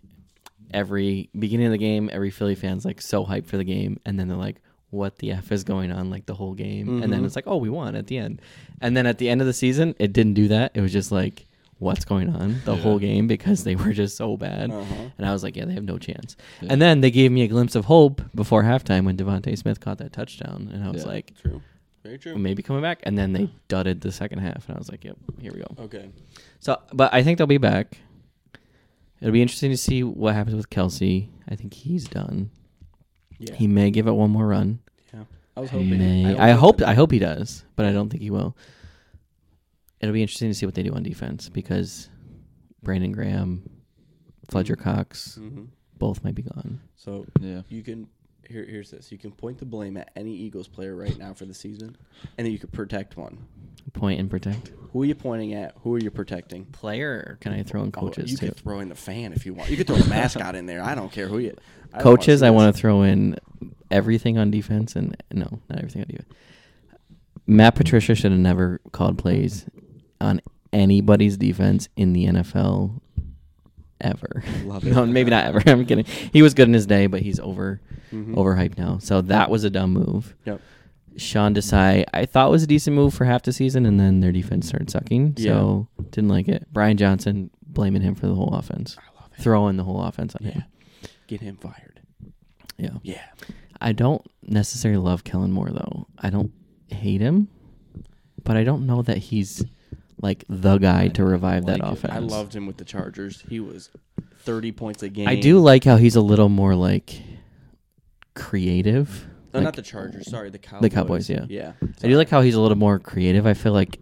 Speaker 1: every beginning of the game, every Philly fan's like so hyped for the game, and then they're like, what the f is going on like the whole game, and then it's like, oh, we won at the end, and then at the end of the season, it didn't do that. It was just like. What's going on the whole game because they were just so bad, and I was like, "Yeah, they have no chance." And then they gave me a glimpse of hope before halftime when Devonte Smith caught that touchdown, and I was
Speaker 2: Yeah.
Speaker 1: like,
Speaker 3: [laughs] True. Very true.
Speaker 1: maybe coming back. And then they dudded the second half, and I was like, "Yep, here we go."
Speaker 3: Okay.
Speaker 1: So, but I think they'll be back. It'll be interesting to see what happens with Kelsey. I think he's done.
Speaker 3: Yeah.
Speaker 1: He may give it one more run.
Speaker 3: yeah. I was hoping.
Speaker 1: May.
Speaker 3: don't
Speaker 1: I,
Speaker 3: think
Speaker 1: hope.
Speaker 3: that-
Speaker 1: I hope he does, but I don't think he will. It'll be interesting to see what they do on defense because Brandon Graham, Fletcher Cox,
Speaker 3: Mhm.
Speaker 1: both might be gone.
Speaker 3: So
Speaker 2: [laughs] Yeah.
Speaker 3: you can here. Here's this. You can point the blame at any Eagles player right now for the season, and then you could protect one.
Speaker 1: Point and protect.
Speaker 3: Who are you pointing at? Who are you protecting?
Speaker 1: Player, can I throw in
Speaker 3: Oh,
Speaker 1: coaches
Speaker 3: you
Speaker 1: too?
Speaker 3: could throw in the fan if you want. You could throw the mascot in there. I don't care who you. I don't wanna
Speaker 1: coaches,
Speaker 3: see
Speaker 1: I
Speaker 3: this.
Speaker 1: want to throw in everything on defense and no, not everything on defense. Matt Patricia should have never called plays on anybody's defense in the NFL ever. [laughs]
Speaker 3: Love
Speaker 1: no,
Speaker 3: it.
Speaker 1: maybe not ever. I'm kidding. He was good in his day, but he's over overhyped now. So that was a dumb move.
Speaker 3: Mm-hmm. Yep.
Speaker 1: Sean Desai, I thought was a decent move for half the season, and then their defense started sucking. So didn't like it. Brian Johnson blaming him for the whole offense, throwing the whole offense on him.
Speaker 3: Get him fired.
Speaker 1: Yeah.
Speaker 3: Yeah.
Speaker 1: I don't necessarily love Kellen Moore though. I don't hate him, but I don't know that he's like the guy to revive that offense.
Speaker 3: I loved him with the Chargers. He was thirty points a game.
Speaker 1: I do like how he's a little more like creative.
Speaker 3: No,
Speaker 1: Like,
Speaker 3: not the Chargers. Sorry, the Cowboys.
Speaker 1: the Cowboys, yeah.
Speaker 3: Yeah.
Speaker 1: I do like how he's a little more creative. I feel like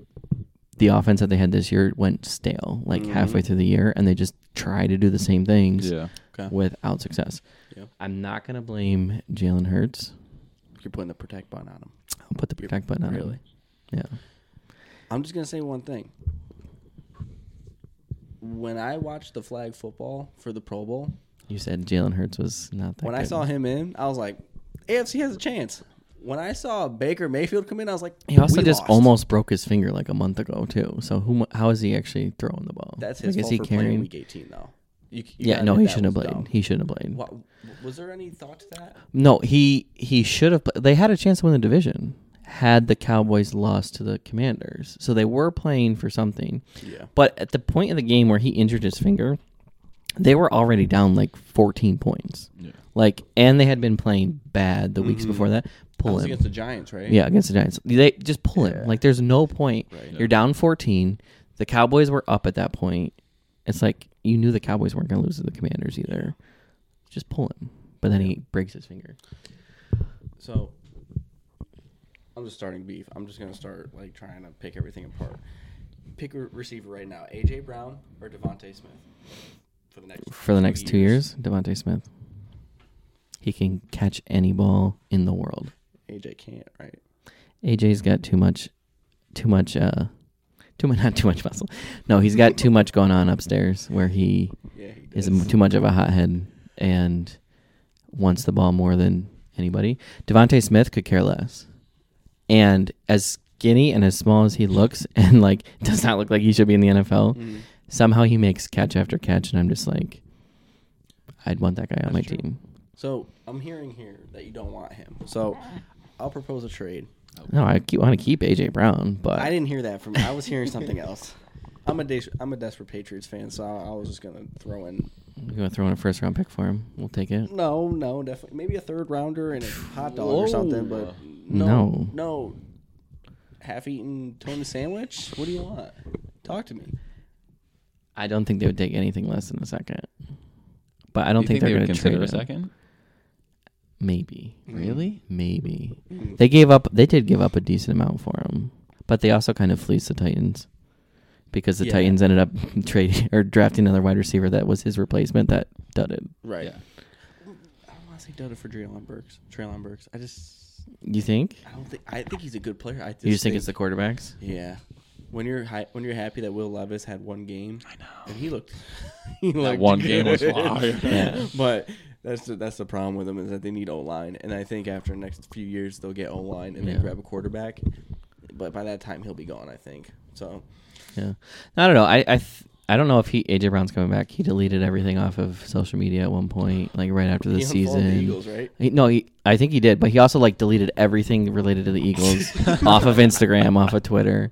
Speaker 1: the offense that they had this year went stale like
Speaker 3: Mm-hmm.
Speaker 1: halfway through the year, and they just try to do the same things
Speaker 2: Yeah.
Speaker 3: Okay.
Speaker 1: without success.
Speaker 3: Yeah.
Speaker 1: I'm not gonna blame Jalen Hurts.
Speaker 3: You're putting the protect button on him.
Speaker 1: I'll put the protect button on. him.
Speaker 3: really?
Speaker 1: Yeah.
Speaker 3: I'm just gonna say one thing. When I watched the flag football for the Pro Bowl,
Speaker 1: You said Jalen Hurts was not that.
Speaker 3: when I
Speaker 1: good.
Speaker 3: saw him in, I was like, AFC has a chance. When I saw Baker Mayfield come in, I was like,
Speaker 1: he also
Speaker 3: we
Speaker 1: just
Speaker 3: lost.
Speaker 1: almost broke his finger like a month ago too. So who? How is he actually throwing the ball?
Speaker 3: That's
Speaker 1: Like,
Speaker 3: his
Speaker 1: is
Speaker 3: fault
Speaker 1: he
Speaker 3: for playing
Speaker 1: carrying-
Speaker 3: Week 18 though. You, you
Speaker 1: yeah,
Speaker 3: gotta
Speaker 1: no,
Speaker 3: admit
Speaker 1: he
Speaker 3: that
Speaker 1: shouldn't have
Speaker 3: was
Speaker 1: played.
Speaker 3: dumb.
Speaker 1: He shouldn't have played.
Speaker 3: What, was there any thought to that?
Speaker 1: No, he he should have. pl- They had a chance to win the division had the Cowboys lost to the Commanders. So they were playing for something.
Speaker 3: Yeah.
Speaker 1: But at the point of the game where he injured his finger, they were already down like 14 points.
Speaker 2: Yeah.
Speaker 1: Like, and they had been playing bad the weeks before that.
Speaker 3: It
Speaker 1: Pull
Speaker 3: Mm-hmm. was
Speaker 1: him.
Speaker 3: against the Giants, right?
Speaker 1: Yeah, against the Giants. They just pull him. Like there's no point. You're down 14. The Cowboys were up at that point. It's like you knew the Cowboys weren't going to lose to the Commanders either. Just pull him. But then he breaks his finger.
Speaker 3: So I'm just starting beef. I'm just gonna start like trying to pick everything apart. Pick a receiver right now: AJ Brown or Devonte Smith for the next
Speaker 1: For the next two years, Devontae Smith. He can catch any ball in the world.
Speaker 3: AJ can't, right?
Speaker 1: AJ's got too much, too much, uh, too much, [laughs] not too much muscle. No, he's got too much going on upstairs where he
Speaker 3: Yeah, he
Speaker 1: is m- too much of a hothead and wants the ball more than anybody. Devonte Smith could care less. And as skinny and as small as he looks [laughs] and like does not look like he should be in the NFL,
Speaker 3: Mhm.
Speaker 1: somehow he makes catch after catch and I'm just like I'd want that guy on
Speaker 3: That's
Speaker 1: my
Speaker 3: true.
Speaker 1: team.
Speaker 3: So I'm hearing here that you don't want him.
Speaker 1: [laughs]
Speaker 3: So I'll propose a trade.
Speaker 1: No, I keep, want to keep AJ Brown, but
Speaker 3: I didn't hear that from. I was hearing something else. I'm a des- I'm a desperate Patriots fan, so I, I was just gonna throw in.
Speaker 1: you want to throw in a first round pick for him? We'll take it.
Speaker 3: No, no, definitely maybe a third rounder and a hot dog or something, but no,
Speaker 1: No.
Speaker 3: no, half-eaten tuna sandwich. What do you want? Talk to me.
Speaker 1: I don't think they would take anything less than a second. But I don't
Speaker 2: You
Speaker 1: think,
Speaker 2: they
Speaker 1: they're
Speaker 2: would
Speaker 1: going to trade
Speaker 2: consider a
Speaker 1: him.
Speaker 2: second?
Speaker 1: Maybe.
Speaker 3: Mm-hmm.
Speaker 2: Really?
Speaker 1: Maybe.
Speaker 3: Mm.
Speaker 1: They gave up they did give up a decent amount for him. But they also kind of fleeced the Titans. Because the
Speaker 3: Yeah.
Speaker 1: Titans ended up [laughs] trading or drafting another wide receiver that was his replacement that dudded.
Speaker 3: Right.
Speaker 2: Yeah.
Speaker 3: I don't want to say dud it for Traylon Burks. Traylon Burks. I just
Speaker 1: You think?
Speaker 3: I don't think I think he's a good player. I just
Speaker 1: you just think, it's the quarterbacks?
Speaker 3: yeah. When you're hi- when you're happy that Will Levis had one game,
Speaker 2: I know.
Speaker 3: and he looked [laughs] he
Speaker 2: That
Speaker 3: looked
Speaker 2: one game was
Speaker 3: good.
Speaker 2: fire.
Speaker 3: [laughs]
Speaker 1: Yeah.
Speaker 3: but that's the, that's the problem with them is that they need O line, and I think after the next few years they'll get O line and
Speaker 1: Yeah.
Speaker 3: then grab a quarterback. But by that time he'll be gone, I think. So
Speaker 1: Yeah. I don't know. I I, th- I don't know if he AJ Brown's coming back. He deleted everything off of social media at one point, like right after the
Speaker 3: he unfolded
Speaker 1: season.
Speaker 3: the Eagles, right?
Speaker 1: He, no, he, I think he did, but he also like deleted everything related to the
Speaker 3: [laughs]
Speaker 1: Eagles off of Instagram, off of Twitter,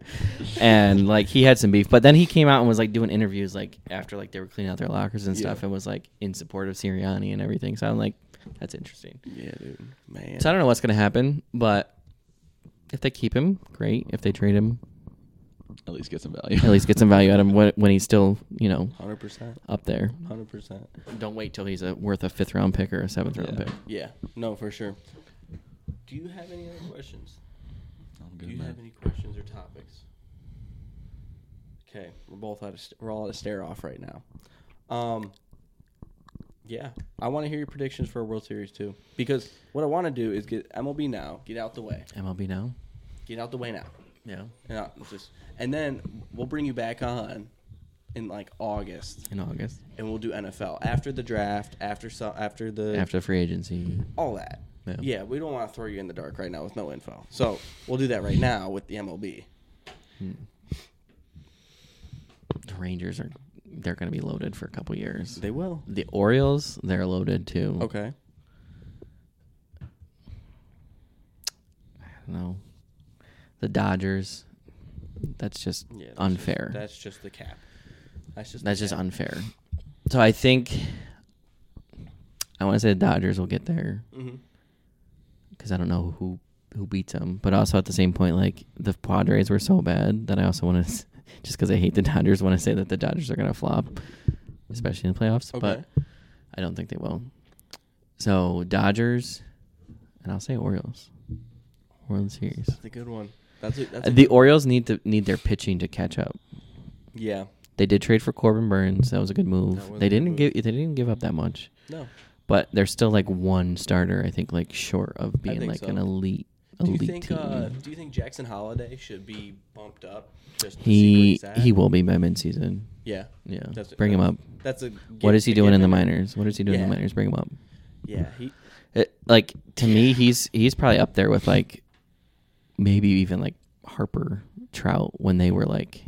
Speaker 1: and like he had some beef. But then he came out and was like doing interviews like after like they were cleaning out their lockers and stuff,
Speaker 3: Yeah.
Speaker 1: and was like in support of Sirianni and everything. So I'm like, that's interesting.
Speaker 3: Yeah, dude, man.
Speaker 1: So I don't know what's gonna happen, but if they keep him, great. If they trade him,
Speaker 2: At least [laughs] get some value.
Speaker 1: at least get some value out of him when, when he's still you know
Speaker 3: Hundred percent,
Speaker 1: up there.
Speaker 3: hundred percent.
Speaker 1: Don't wait till he's a worth a fifth round pick or a seventh round
Speaker 2: Yeah.
Speaker 1: pick.
Speaker 3: Yeah, no, for sure. Do you have any other questions?
Speaker 2: I'm
Speaker 3: Do
Speaker 2: good,
Speaker 3: you
Speaker 2: man.
Speaker 3: have any questions or topics? Okay, we're both out of st- we're all at a stare off right now. Um, yeah, I want to hear your predictions for a World Series too, because what I want to do is get MLB now, get out the way,
Speaker 1: MLB now.
Speaker 3: get out the way now,
Speaker 1: Yeah.
Speaker 3: and, I'll just, and then we'll bring you back on in like August,
Speaker 1: In August,
Speaker 3: and we'll do NFL after the draft, after so, after the
Speaker 1: after free agency.
Speaker 3: all that.
Speaker 1: Yeah.
Speaker 3: yeah, we don't want to throw you in the dark right now with no info, so we'll do that right now with the MLB.
Speaker 1: Hmm. The Rangers are they're going to be loaded for a couple years.
Speaker 3: They will.
Speaker 1: The Orioles, they're loaded too.
Speaker 3: Okay.
Speaker 1: I don't know. The Dodgers, that's just
Speaker 3: Yeah, that's
Speaker 1: unfair.
Speaker 3: Just, that's just the cap. That's just.
Speaker 1: that's
Speaker 3: the
Speaker 1: just
Speaker 3: cap.
Speaker 1: unfair. So I think I want to say the Dodgers will get there
Speaker 3: Mhm.
Speaker 1: because I don't know who who beats them, but also at the same point, like the Padres were so bad that I also want to [laughs] just because I hate the Dodgers, want to say that the Dodgers are going to flop, especially in the playoffs. But
Speaker 3: Okay.
Speaker 1: I don't think they will. So Dodgers, and I'll say Orioles. World Series.
Speaker 3: That's a good one. That's a, that's
Speaker 1: Uh,
Speaker 3: a
Speaker 1: The
Speaker 3: good-
Speaker 1: Orioles need to need their pitching to catch up.
Speaker 3: Yeah.
Speaker 1: They did trade for Corbin Burns. That was a good move.
Speaker 3: That was
Speaker 1: They
Speaker 3: a good
Speaker 1: didn't
Speaker 3: move.
Speaker 1: give they didn't give up that much,
Speaker 3: No.
Speaker 1: but they're still like one starter. I think like short of being
Speaker 3: think
Speaker 1: like
Speaker 3: so.
Speaker 1: an elite
Speaker 3: Do you
Speaker 1: elite
Speaker 3: think?
Speaker 1: team.
Speaker 3: Uh, do you think Jackson Holiday should be bumped up? Just to
Speaker 1: he
Speaker 3: see where he's at?
Speaker 1: he will be by midseason.
Speaker 3: Yeah.
Speaker 1: Yeah,
Speaker 3: That's-
Speaker 1: bring him
Speaker 3: that's-
Speaker 1: up.
Speaker 3: That's a.
Speaker 1: What is he doing in the
Speaker 3: minor?
Speaker 1: minors? What is he doing in
Speaker 3: Yeah.
Speaker 1: the minors? Bring him up.
Speaker 3: Yeah. He.
Speaker 1: It, Uh, like to me, he's he's probably up there with like maybe even like Harper Trout when they were like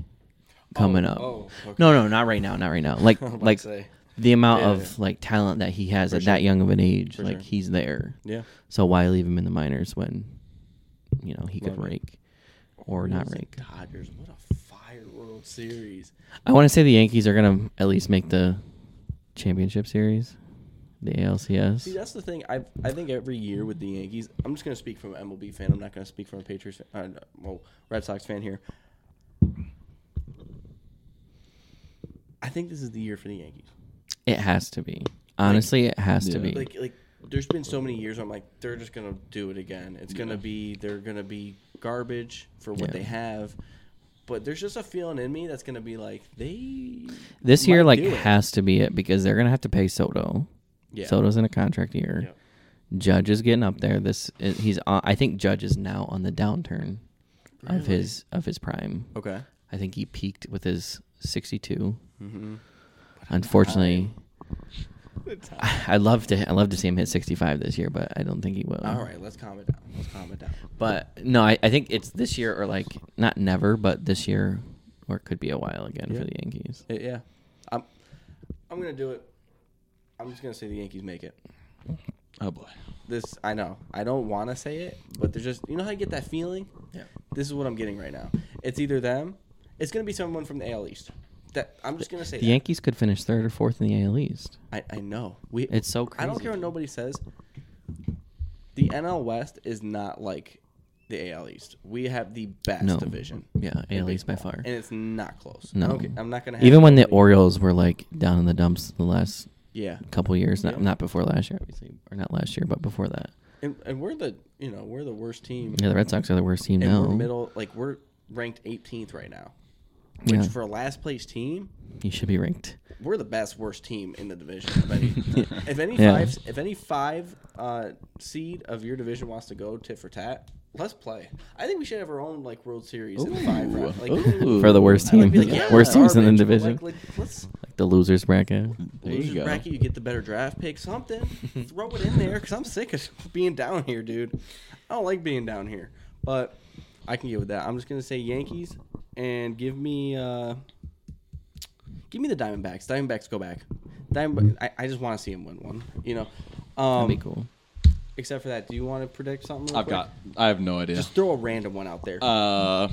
Speaker 1: coming
Speaker 3: Oh,
Speaker 1: up.
Speaker 3: oh, okay.
Speaker 1: No, no, not right now, not
Speaker 3: [laughs]
Speaker 1: right now. Like
Speaker 3: I was about to
Speaker 1: like
Speaker 3: say.
Speaker 1: the amount
Speaker 3: Yeah,
Speaker 1: of
Speaker 3: yeah.
Speaker 1: like talent that he has
Speaker 3: For
Speaker 1: at
Speaker 3: sure.
Speaker 1: that young of an age,
Speaker 3: For
Speaker 1: like
Speaker 3: sure.
Speaker 1: he's there.
Speaker 3: Yeah.
Speaker 1: So why leave him in the minors when you know he could
Speaker 3: Love it.
Speaker 1: rake or not
Speaker 3: Orioles and
Speaker 1: rake?
Speaker 3: Dodgers. What a fire World Series.
Speaker 1: I want to say the Yankees are gonna at least make the championship series, the ALCS.
Speaker 3: See, that's the thing. I I think every year with the Yankees, I'm just going to speak from an MLB fan. I'm not going to speak from a Patriots fan. Uh, well, Red Sox fan here. I think this is the year for the Yankees.
Speaker 1: It has to be. Honestly, it has to be.
Speaker 2: Yeah.
Speaker 3: Like like there's been so many years where I'm like they're just going to do it again. It's going to be they're going to be garbage for what
Speaker 1: Yeah.
Speaker 3: they have. But there's just a feeling in me that's going to be like they
Speaker 1: this year, like,
Speaker 3: might do it.
Speaker 1: has to be it because they're gonna have to pay Soto.
Speaker 3: yeah.
Speaker 1: Soto's in a contract year.
Speaker 3: Yep.
Speaker 1: Judge is getting up there. This is- he's. On, I think Judge is now on the downturn of
Speaker 3: Really?
Speaker 1: his of his prime.
Speaker 3: Okay.
Speaker 1: I think he peaked with his 62.
Speaker 3: Mhm.
Speaker 1: Unfortunately, [laughs] [sighs] I love to. I love to see him hit 65 this year, but I don't think he will.
Speaker 3: All right, let's calm it down. Let's calm it down.
Speaker 1: But no, I, I think it's this year or like not never, but this year or it could be a while again
Speaker 3: Yeah.
Speaker 1: for the Yankees.
Speaker 3: Yeah, yeah. I'm I'm gonna do it. I'm just gonna say the Yankees make it.
Speaker 2: Oh boy.
Speaker 3: This I know. I don't want to say it, but there's just you know how you get that feeling.
Speaker 1: Yeah.
Speaker 3: This is what I'm getting right now. It's either them. It's gonna be someone from the AL East. That I'm just gonna say.
Speaker 1: The
Speaker 3: that.
Speaker 1: Yankees could finish third or fourth in the AL East.
Speaker 3: I, I know. We.
Speaker 1: It's so crazy.
Speaker 3: I don't care what nobody says. The NL West is not like the AL East. We have the best
Speaker 1: No.
Speaker 3: division,
Speaker 1: Yeah, AL East by far.
Speaker 3: and it's not close.
Speaker 1: No.
Speaker 3: Okay, I'm not gonna. Have
Speaker 1: Even when the
Speaker 3: anybody-
Speaker 1: Orioles were like down in the dumps the last
Speaker 3: Yeah.
Speaker 1: couple years, not
Speaker 3: Yeah.
Speaker 1: not before last year, obviously, or not last year, but before that.
Speaker 3: And, and we're the you know we're the worst team.
Speaker 1: Yeah, the Red Sox are the worst team
Speaker 3: and
Speaker 1: now.
Speaker 3: we're middle like we're ranked 18th right now which
Speaker 1: Yeah.
Speaker 3: for a last place team
Speaker 1: You should be ranked.
Speaker 3: we're the best worst team in the division if any, if any
Speaker 1: [laughs] Yeah.
Speaker 3: five if any five uh, seed of your division wants to go tit for tat let's play i think we should have our own like world series in the five round like,
Speaker 2: Ooh.
Speaker 1: For the worst
Speaker 3: I'd like
Speaker 1: team,
Speaker 3: to be like, yeah,
Speaker 1: worst teams in the
Speaker 3: garbage,
Speaker 1: division,
Speaker 3: like, like, let's
Speaker 1: like the losers bracket.
Speaker 2: There
Speaker 3: losers
Speaker 2: you go.
Speaker 3: bracket you get the better draft
Speaker 2: [laughs]
Speaker 3: pick something throw it in there because i'm sick of [laughs] being down here dude i don't like being down here but i can get with that i'm just gonna say yankees and give me uh give me the diamondbacks diamondbacks go back Diamond, I, I just want to see him win one you know um
Speaker 1: That'd be cool.
Speaker 3: except for that do you want to predict something real
Speaker 2: I've
Speaker 3: quick?
Speaker 2: got. I have no idea.
Speaker 3: just throw a random one out there
Speaker 2: uh,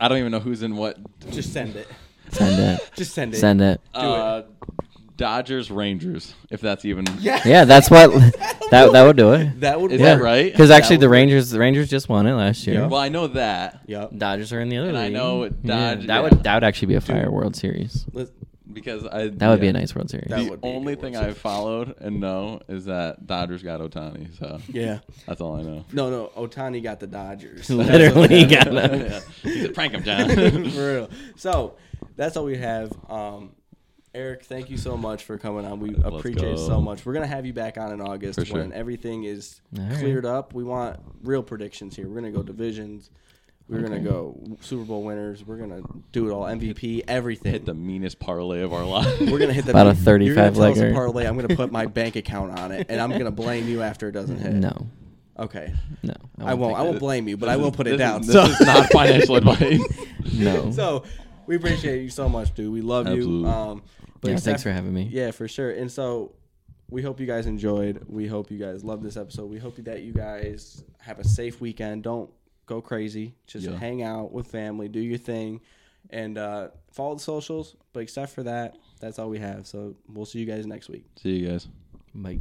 Speaker 2: I don't even know who's in what.
Speaker 3: just send it
Speaker 1: Send
Speaker 3: [laughs]
Speaker 1: it.
Speaker 3: just send it
Speaker 1: Send it.
Speaker 2: Uh, Dodgers Rangers, if that's even.
Speaker 3: yeah
Speaker 1: Yeah, that's what
Speaker 3: [laughs]
Speaker 1: [laughs] that that would do it.
Speaker 3: that would
Speaker 2: Is
Speaker 3: work.
Speaker 1: Yeah,
Speaker 2: that right?
Speaker 1: Because
Speaker 2: That
Speaker 1: actually, the
Speaker 2: would-
Speaker 1: Rangers the Rangers just won it last year.
Speaker 2: Well, I know that
Speaker 3: yep
Speaker 1: Dodgers are in the other.
Speaker 2: And I
Speaker 1: league.
Speaker 2: know it-
Speaker 1: Yeah,
Speaker 2: Dodge-
Speaker 1: that
Speaker 2: yeah.
Speaker 1: would that would actually be a fire World Series.
Speaker 3: Let's-
Speaker 2: because I.
Speaker 1: That would be a nice World Series.
Speaker 3: That
Speaker 2: The
Speaker 3: would be a good
Speaker 2: only
Speaker 3: World
Speaker 2: thing
Speaker 3: Series.
Speaker 2: I've followed and know is that Dodgers got Otani, so
Speaker 3: yeah
Speaker 2: that's all I know.
Speaker 3: no no otani got the dodgers
Speaker 1: Literally got it.
Speaker 2: [laughs] He's a prank him,
Speaker 3: [laughs] For
Speaker 2: John.
Speaker 3: real. So that's all we have. Um, Eric, thank you so much for coming on. We
Speaker 2: Let's
Speaker 3: appreciate it
Speaker 2: go.
Speaker 3: so much. We're gonna have you back on in August
Speaker 2: For sure.
Speaker 3: when everything is
Speaker 1: All right.
Speaker 3: cleared up. We want real predictions here. We're gonna go divisions. We're gonna go Super Bowl winners. We're gonna do it all. MVP, everything.
Speaker 2: Hit the meanest parlay of our [laughs] lives.
Speaker 3: We're gonna hit the
Speaker 1: About a
Speaker 3: You're gonna
Speaker 1: 35
Speaker 3: tell us a
Speaker 1: legger.
Speaker 3: parlay. I'm gonna put my bank account on it, and I'm gonna blame you after it doesn't hit.
Speaker 1: No,
Speaker 3: Okay.
Speaker 1: no,
Speaker 3: I won't. I
Speaker 1: think
Speaker 3: won't blame you, but I
Speaker 2: Uh, This
Speaker 3: will
Speaker 2: is-
Speaker 3: put
Speaker 2: this
Speaker 3: it
Speaker 2: is-
Speaker 3: down.
Speaker 2: This
Speaker 3: so.
Speaker 2: is not
Speaker 3: [laughs]
Speaker 2: financial advice.
Speaker 1: that. No.
Speaker 3: so we appreciate you so much, dude. We love you.
Speaker 2: Absolutely.
Speaker 3: Um, but
Speaker 1: yeah,
Speaker 3: except-
Speaker 1: thanks for having me.
Speaker 3: Yeah, for sure. And so we hope you guys enjoyed. We hope you guys love this episode. We hope that you guys have a safe weekend. Don't go crazy. Just
Speaker 2: Yeah.
Speaker 3: hang out with family, do your thing, and uh, follow the socials. But except for that, that's all we have. So we'll see you guys next week.
Speaker 2: See you guys.
Speaker 1: Mike.